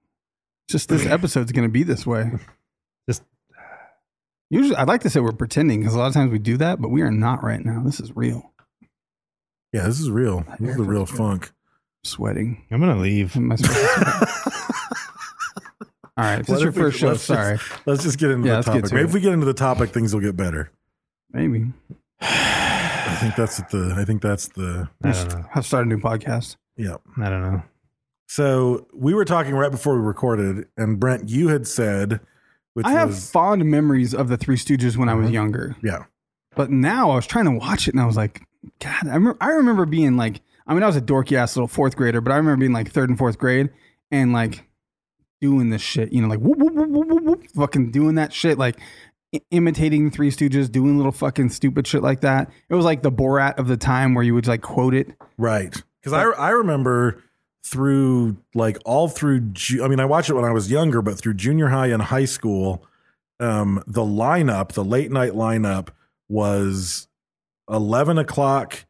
Speaker 2: Just this episode's going to be this way.
Speaker 3: Just-
Speaker 2: usually, I'd like to say we're pretending because a lot of times we do that, but we are not right now. This is real.
Speaker 4: Yeah, this is real. This is the real funk.
Speaker 2: Sweating.
Speaker 3: I'm gonna leave.
Speaker 2: Am I supposed to sweat? All right, this
Speaker 4: What
Speaker 2: is your
Speaker 4: if we-
Speaker 2: first show.
Speaker 4: let's just-
Speaker 2: Sorry,
Speaker 4: Let's just get into
Speaker 2: Yeah,
Speaker 4: the
Speaker 2: let's get
Speaker 4: topic.
Speaker 2: to
Speaker 4: Maybe
Speaker 2: it.
Speaker 4: if we get into the topic, things will get better.
Speaker 2: maybe
Speaker 4: I think that's what the. I think that's the.
Speaker 3: I don't know.
Speaker 2: I'll start a new podcast.
Speaker 4: Yeah.
Speaker 3: I don't know.
Speaker 4: So we were talking right before we recorded, and Brent, you had said, which
Speaker 2: I have
Speaker 4: was
Speaker 2: fond memories of the Three Stooges when I
Speaker 4: Uh-huh.
Speaker 2: was younger,
Speaker 4: yeah,
Speaker 2: but now I was trying to watch it and I was like, God, I remember, I remember being like, I mean, I was a dorky ass little fourth grader, but I remember being like third and fourth grade and like doing this shit, you know, like whoop, whoop, whoop, whoop, whoop, whoop, fucking doing that shit, like i- imitating the Three Stooges, doing little fucking stupid shit like that. It was like the Borat of the time where you would like quote it.
Speaker 4: Right. Because I, I remember through like all through, ju- I mean, I watched it when I was younger, but through junior high and high school, um, the lineup, the late night lineup was 11 o'clock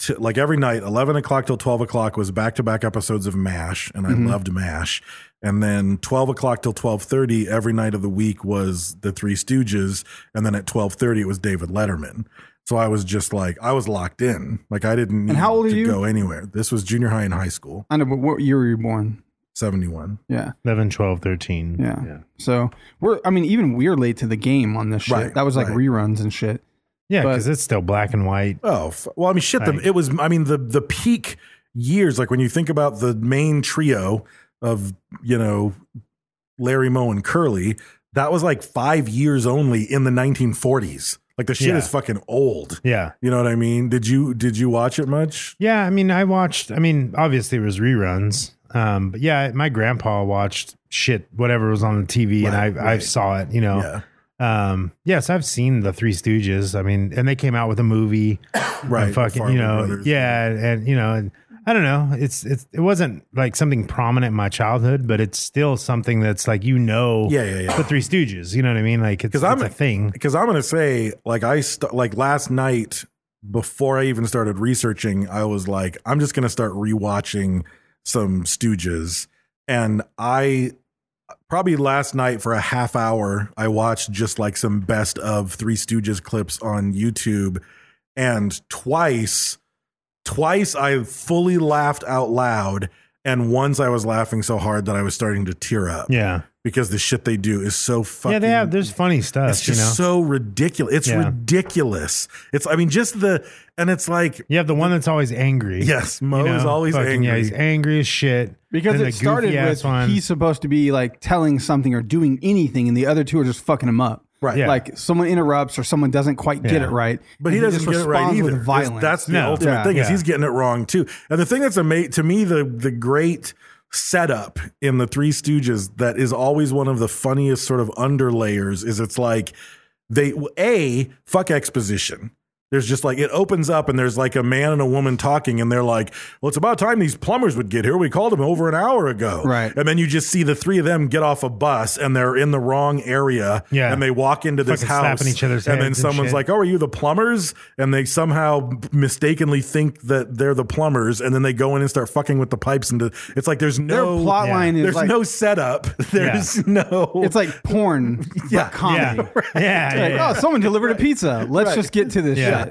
Speaker 4: to like every night, 11 o'clock till 12 o'clock was back to back episodes of MASH. And I
Speaker 2: Mm-hmm.
Speaker 4: loved MASH. And then 12 o'clock till 1230 every night of the week was the three Stooges. And then at 1230 it was David Letterman. So I was just like, I was locked in. Like I didn't need
Speaker 2: how old are
Speaker 4: to
Speaker 2: you?
Speaker 4: go anywhere. This was junior high and high school,
Speaker 2: I know, but what year were you born?
Speaker 4: 71.
Speaker 2: Yeah.
Speaker 3: 11, 12, 13.
Speaker 2: Yeah. So we're, I mean, even we're late to the game on this shit.
Speaker 4: Right,
Speaker 2: that was like
Speaker 4: right.
Speaker 2: reruns and shit.
Speaker 3: Yeah,
Speaker 2: But-
Speaker 3: because it's still black and white.
Speaker 4: Oh f- well, I mean, shit. The,
Speaker 3: Right.
Speaker 4: it was. I mean, the the peak years. Like when you think about the main trio of you know Larry Moe and Curly, that was like five years only in the 1940s. Like the shit
Speaker 3: Yeah.
Speaker 4: is fucking old.
Speaker 3: Yeah.
Speaker 4: You know what I mean? Did you did you watch it much?
Speaker 3: Yeah, I mean, I watched. I mean, obviously it was reruns. Um, but yeah, my grandpa watched shit, whatever was on the TV, and I
Speaker 4: Right,
Speaker 3: I
Speaker 4: right.
Speaker 3: saw it. You know. Um. Yes, I've seen the Three Stooges. I mean, and they came out with a movie.
Speaker 4: right.
Speaker 3: And fucking, you
Speaker 4: Farmer
Speaker 3: know.
Speaker 4: Brothers.
Speaker 3: Yeah, and you know, and I don't know. It's it's it wasn't like something prominent in my childhood, but it's still something that's like you know.
Speaker 4: Yeah, yeah, yeah.
Speaker 3: The Three Stooges. You know what I mean? Like it's,
Speaker 4: because I'm
Speaker 3: it's a thing.
Speaker 4: Because I'm gonna say, like I st- like last night before I even started researching, I was like, I'm just gonna start rewatching some Stooges, and I probably last night for a half hour I watched just like some best of Three Stooges clips on YouTube, and twice, twice I fully laughed out loud. And once I was laughing so hard that I was starting to tear up
Speaker 3: Yeah.
Speaker 4: because the shit they do is so fucking
Speaker 3: Yeah, they have. There's funny stuff.
Speaker 4: it's just
Speaker 3: you know?
Speaker 4: so ridiculous. It's
Speaker 3: Yeah.
Speaker 4: ridiculous. It's I mean just the and it's like
Speaker 3: You have the one that's always angry.
Speaker 4: Yes, Mo is always
Speaker 3: Yeah,
Speaker 4: angry.
Speaker 3: he's angry as shit.
Speaker 2: Because
Speaker 3: Then the
Speaker 2: it started
Speaker 3: goofy-ass
Speaker 2: with he's supposed to be like telling something or doing anything, and the other two are just fucking him up.
Speaker 4: Right. Yeah.
Speaker 2: Like someone interrupts or someone doesn't quite get
Speaker 3: Yeah.
Speaker 2: it right,
Speaker 4: but he
Speaker 2: and
Speaker 4: doesn't
Speaker 2: just
Speaker 4: get it right
Speaker 2: responds
Speaker 4: either.
Speaker 2: With
Speaker 4: It's-
Speaker 2: violence.
Speaker 4: That's the
Speaker 3: No.
Speaker 4: ultimate
Speaker 2: Yeah.
Speaker 4: thing is
Speaker 3: Yeah.
Speaker 4: he's getting it wrong too. And the thing that's amazing to me the the great setup in the Three Stooges that is always one of the funniest sort of underlayers is it's like they a fuck exposition. There's just like it opens up and there's like a man and a woman talking and they're like, "Well, it's about time these plumbers would get here. We called them over an hour ago."
Speaker 2: Right.
Speaker 4: And then you just see the three of them get off a bus and they're in the wrong area.
Speaker 3: Yeah.
Speaker 4: And they walk into this
Speaker 3: Fucking
Speaker 4: house
Speaker 3: slapping each other's
Speaker 4: and then
Speaker 3: heads and
Speaker 4: someone's
Speaker 3: shit.
Speaker 4: like, "Oh, are you the plumbers?" And they somehow mistakenly think that they're the plumbers and then they go in and start fucking with the pipes and the, it's like there's
Speaker 2: their
Speaker 4: no
Speaker 2: plot
Speaker 3: yeah.
Speaker 2: line is
Speaker 4: there's
Speaker 2: like
Speaker 4: no setup. There's no
Speaker 2: it's like porn,
Speaker 4: Yeah.
Speaker 2: but comedy.
Speaker 3: Yeah. yeah, yeah,
Speaker 2: Like,
Speaker 3: yeah.
Speaker 2: oh, someone delivered a pizza. Let's just get to this
Speaker 3: Yeah.
Speaker 2: shit.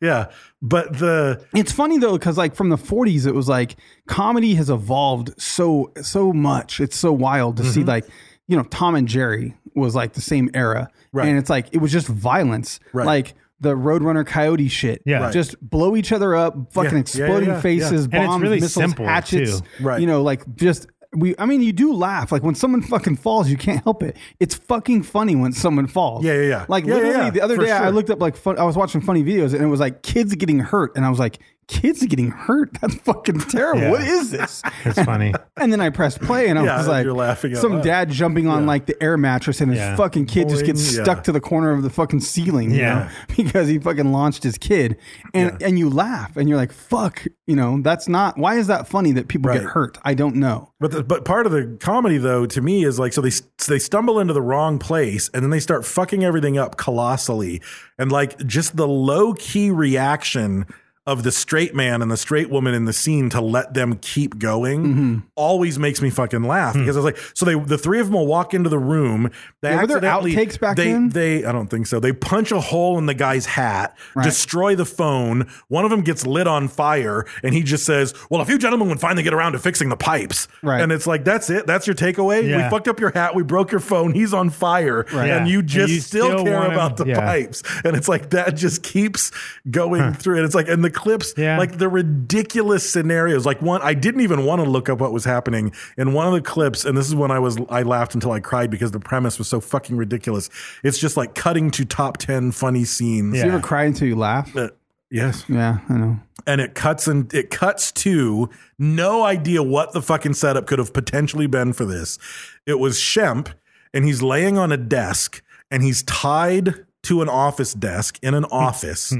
Speaker 4: yeah, but the
Speaker 2: It's funny though, because like from the 40s, it was like comedy has evolved so so much. It's so wild to
Speaker 4: Mm-hmm.
Speaker 2: see like you know Tom and Jerry was like the same era,
Speaker 4: Right.
Speaker 2: and it's like it was just violence,
Speaker 4: Right.
Speaker 2: like the Roadrunner Coyote shit.
Speaker 3: Yeah. Right.
Speaker 2: just blow each other up, fucking
Speaker 4: Yeah, yeah,
Speaker 2: exploding
Speaker 4: yeah, yeah.
Speaker 2: faces,
Speaker 3: it's
Speaker 2: bombs,
Speaker 3: really
Speaker 2: missiles,
Speaker 3: simple,
Speaker 2: hatchets.
Speaker 3: too.
Speaker 4: Right.
Speaker 2: You know, like just. We, I mean, you do laugh. Like when someone fucking falls, you can't help it. It's fucking funny when someone falls.
Speaker 4: Yeah, yeah, yeah.
Speaker 2: Like
Speaker 4: Yeah, yeah,
Speaker 2: literally,
Speaker 4: yeah,
Speaker 2: the other
Speaker 4: for
Speaker 2: day I
Speaker 4: sure.
Speaker 2: looked up like fun, I was watching funny videos and it was like kids getting hurt, and I was like, kids getting hurt? That's fucking terrible.
Speaker 3: Yeah.
Speaker 2: What is this?
Speaker 3: it's funny.
Speaker 2: And then I pressed play, and I
Speaker 4: Yeah,
Speaker 2: was like,
Speaker 4: you're laughing out
Speaker 2: some
Speaker 4: loud.
Speaker 2: dad jumping on like the air mattress, and his
Speaker 3: Yeah.
Speaker 2: fucking kid just gets
Speaker 4: Boing, yeah.
Speaker 2: stuck to the corner of the fucking ceiling, you
Speaker 3: Yeah.
Speaker 2: know, because he fucking launched his kid, and and you laugh, and you're like, fuck, you know, that's not why is that funny that people get
Speaker 4: Right.
Speaker 2: hurt? I don't know.
Speaker 4: But the, but part of the comedy though to me is like so they so they stumble into the wrong place and then they start fucking everything up colossally and like just the low key reaction of the straight man and the straight woman in the scene to let them keep going
Speaker 2: Mm-hmm.
Speaker 4: always makes me fucking laugh because I was like so they the three of them will walk into the room they
Speaker 2: Hmm. Yeah, were there
Speaker 4: accidentally-
Speaker 2: outtakes back
Speaker 4: they,
Speaker 2: then?
Speaker 4: they I don't think so they punch a hole in the guy's hat
Speaker 2: Right.
Speaker 4: destroy the phone one of them gets lit on fire and he just says well if you gentlemen would finally get around to fixing the pipes
Speaker 2: Right.
Speaker 4: and it's like, that's it. That's your takeaway.
Speaker 3: Yeah.
Speaker 4: We fucked up your hat. We broke your phone. He's on fire. And
Speaker 3: Yeah.
Speaker 4: you just
Speaker 3: And you
Speaker 4: still,
Speaker 3: still
Speaker 4: care
Speaker 3: want him-
Speaker 4: about the
Speaker 3: yeah.
Speaker 4: pipes. And it's like, that just keeps going through. And it's like, and the clips,
Speaker 3: Yeah.
Speaker 4: like the ridiculous scenarios. Like one, I didn't even want to look up what was happening in one of the clips. And this is when I was, I laughed until I cried because the premise was so fucking ridiculous. It's just like cutting to top 10 funny scenes.
Speaker 3: Yeah.
Speaker 2: Do you ever cry until you laugh?
Speaker 4: Uh, Yes
Speaker 2: Yeah, I know.
Speaker 4: and it cuts and it cuts to no idea what the fucking setup could have potentially been for this. It was Shemp, and he's laying on a desk and he's tied to an office desk in an office,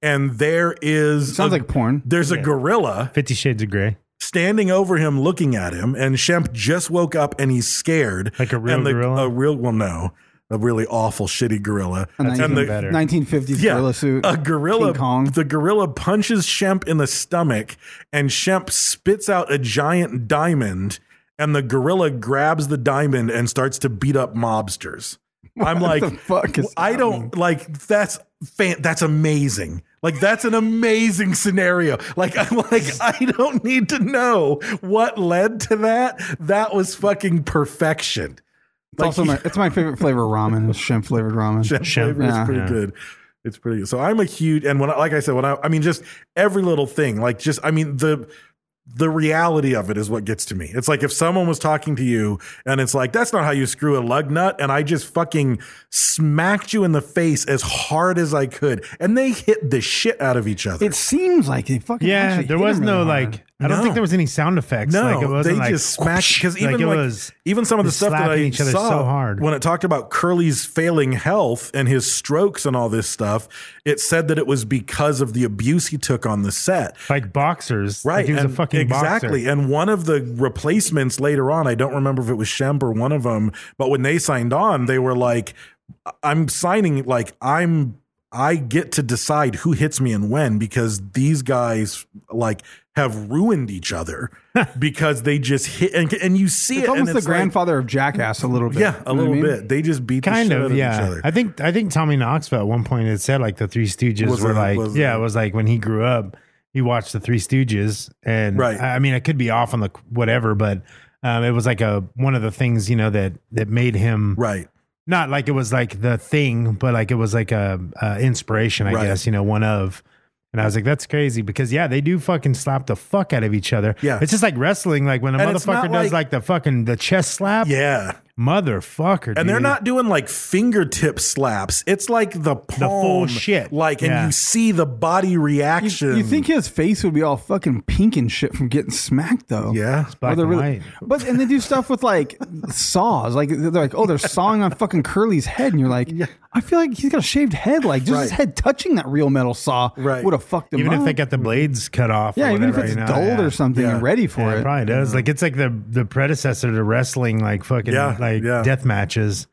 Speaker 4: and there is
Speaker 2: Sounds
Speaker 4: a-
Speaker 2: like porn.
Speaker 4: There's a gorilla
Speaker 3: Fifty Shades of Grey.
Speaker 4: standing over him, looking at him, and Shemp just woke up and he's scared.
Speaker 3: Like a real
Speaker 4: and the,
Speaker 3: gorilla?
Speaker 4: A real, well, no. a really awful, shitty gorilla.
Speaker 3: That's even
Speaker 4: and the-
Speaker 3: better.
Speaker 2: 1950s gorilla suit.
Speaker 4: A gorilla.
Speaker 2: King Kong.
Speaker 4: The gorilla punches Shemp in the stomach, and Shemp spits out a giant diamond, and the gorilla grabs the diamond and starts to beat up mobsters. I'm like,
Speaker 2: the fuck is
Speaker 4: I don't like that's fan, that's amazing. Like that's an amazing scenario. Like I'm like I don't need to know what led to that. That was fucking perfection.
Speaker 2: It's also my, it's my favorite flavor of ramen. It's shrimp flavored ramen.
Speaker 4: Chef flavor
Speaker 2: Yeah.
Speaker 4: is pretty
Speaker 3: Yeah.
Speaker 4: good. It's pretty good. So I'm a huge and when I, like I said when I I mean just every little thing like just I mean the the reality of it is what gets to me. It's like if someone was talking to you and it's like that's not how you screw a lug nut and I just fucking smacked you in the face as hard as I could and they hit the shit out of each other.
Speaker 2: It seems like they fucking.
Speaker 3: Yeah,
Speaker 2: actually
Speaker 3: there
Speaker 2: hit
Speaker 3: was
Speaker 2: him
Speaker 3: no
Speaker 2: really hard.
Speaker 3: like. I don't
Speaker 4: No.
Speaker 3: think there was any sound effects.
Speaker 4: No,
Speaker 3: like, it wasn't
Speaker 4: they
Speaker 3: like,
Speaker 4: just smacked because even
Speaker 3: it
Speaker 4: like,
Speaker 3: was-
Speaker 4: even some of the
Speaker 3: just
Speaker 4: stuff that I
Speaker 3: slapping each other
Speaker 4: saw
Speaker 3: so hard.
Speaker 4: when it talked about Curly's failing health and his strokes and all this stuff, it said that it was because of the abuse he took on the set.
Speaker 3: like boxers.
Speaker 4: Right,
Speaker 3: Like he was
Speaker 4: and
Speaker 3: a fucking
Speaker 4: exactly.
Speaker 3: boxer.
Speaker 4: And one of the replacements later on, I don't remember if it was Shemp or one of them, but when they signed on, they were like, "I'm signing. Like I'm, I get to decide who hits me and when because these guys like have ruined each other because they just hit and and you see
Speaker 2: It's
Speaker 4: it. and
Speaker 2: almost the
Speaker 4: like-
Speaker 2: grandfather of Jackass a little bit.
Speaker 4: yeah, a
Speaker 2: You know
Speaker 4: little
Speaker 2: what I mean?
Speaker 4: bit. They just beat
Speaker 3: Kind
Speaker 4: the shit out
Speaker 3: of,
Speaker 4: of
Speaker 3: yeah.
Speaker 4: each other.
Speaker 3: I think I think Tommy Knoxville at one point had said like the Three Stooges
Speaker 4: Was
Speaker 3: were
Speaker 4: it-
Speaker 3: like,
Speaker 4: was
Speaker 3: yeah,
Speaker 4: it-
Speaker 3: it was like when he grew up, he watched the Three Stooges, and
Speaker 4: Right.
Speaker 3: I, I mean, I could be off on the whatever, but um, it was like a one of the things you know that that made him
Speaker 4: right.
Speaker 3: not like it was like the thing, but like it was like a, a inspiration, I
Speaker 4: Right.
Speaker 3: guess, you know, one of. And I was like, that's crazy because yeah, they do fucking slap the fuck out of each other.
Speaker 4: Yeah.
Speaker 3: It's just like wrestling, like when a
Speaker 4: And it's
Speaker 3: motherfucker
Speaker 4: not like-
Speaker 3: does like the fucking the chest slap.
Speaker 4: Yeah.
Speaker 3: Motherfucker.
Speaker 4: And they're
Speaker 3: dude.
Speaker 4: not doing like fingertip slaps. It's like the palm,
Speaker 3: full shit.
Speaker 4: Like, and
Speaker 3: Yeah.
Speaker 4: you see the body
Speaker 2: You-
Speaker 4: reaction.
Speaker 2: You, think his face would be all fucking pink and shit from getting smacked though?
Speaker 4: Yeah.
Speaker 2: Or
Speaker 3: black
Speaker 2: they're
Speaker 3: and
Speaker 2: really-
Speaker 3: white.
Speaker 2: But and they do stuff with like saws, like they're like, oh, they're sawing on fucking Curly's head, and you're like, I feel like he's got a shaved head, like just his
Speaker 4: Right.
Speaker 2: head touching that real metal saw
Speaker 4: Right.
Speaker 2: would have fucked him
Speaker 3: even
Speaker 2: up.
Speaker 3: if they got the blades cut off.
Speaker 2: yeah,
Speaker 3: or
Speaker 2: even if
Speaker 3: whatever,
Speaker 2: it's
Speaker 3: you know,
Speaker 2: dulled
Speaker 3: yeah.
Speaker 2: or something,
Speaker 4: Yeah.
Speaker 2: and ready for
Speaker 3: Yeah,
Speaker 2: it.
Speaker 3: it probably does. Like it's like the the predecessor to wrestling, like fucking
Speaker 4: Yeah,
Speaker 3: like
Speaker 4: yeah.
Speaker 3: death matches.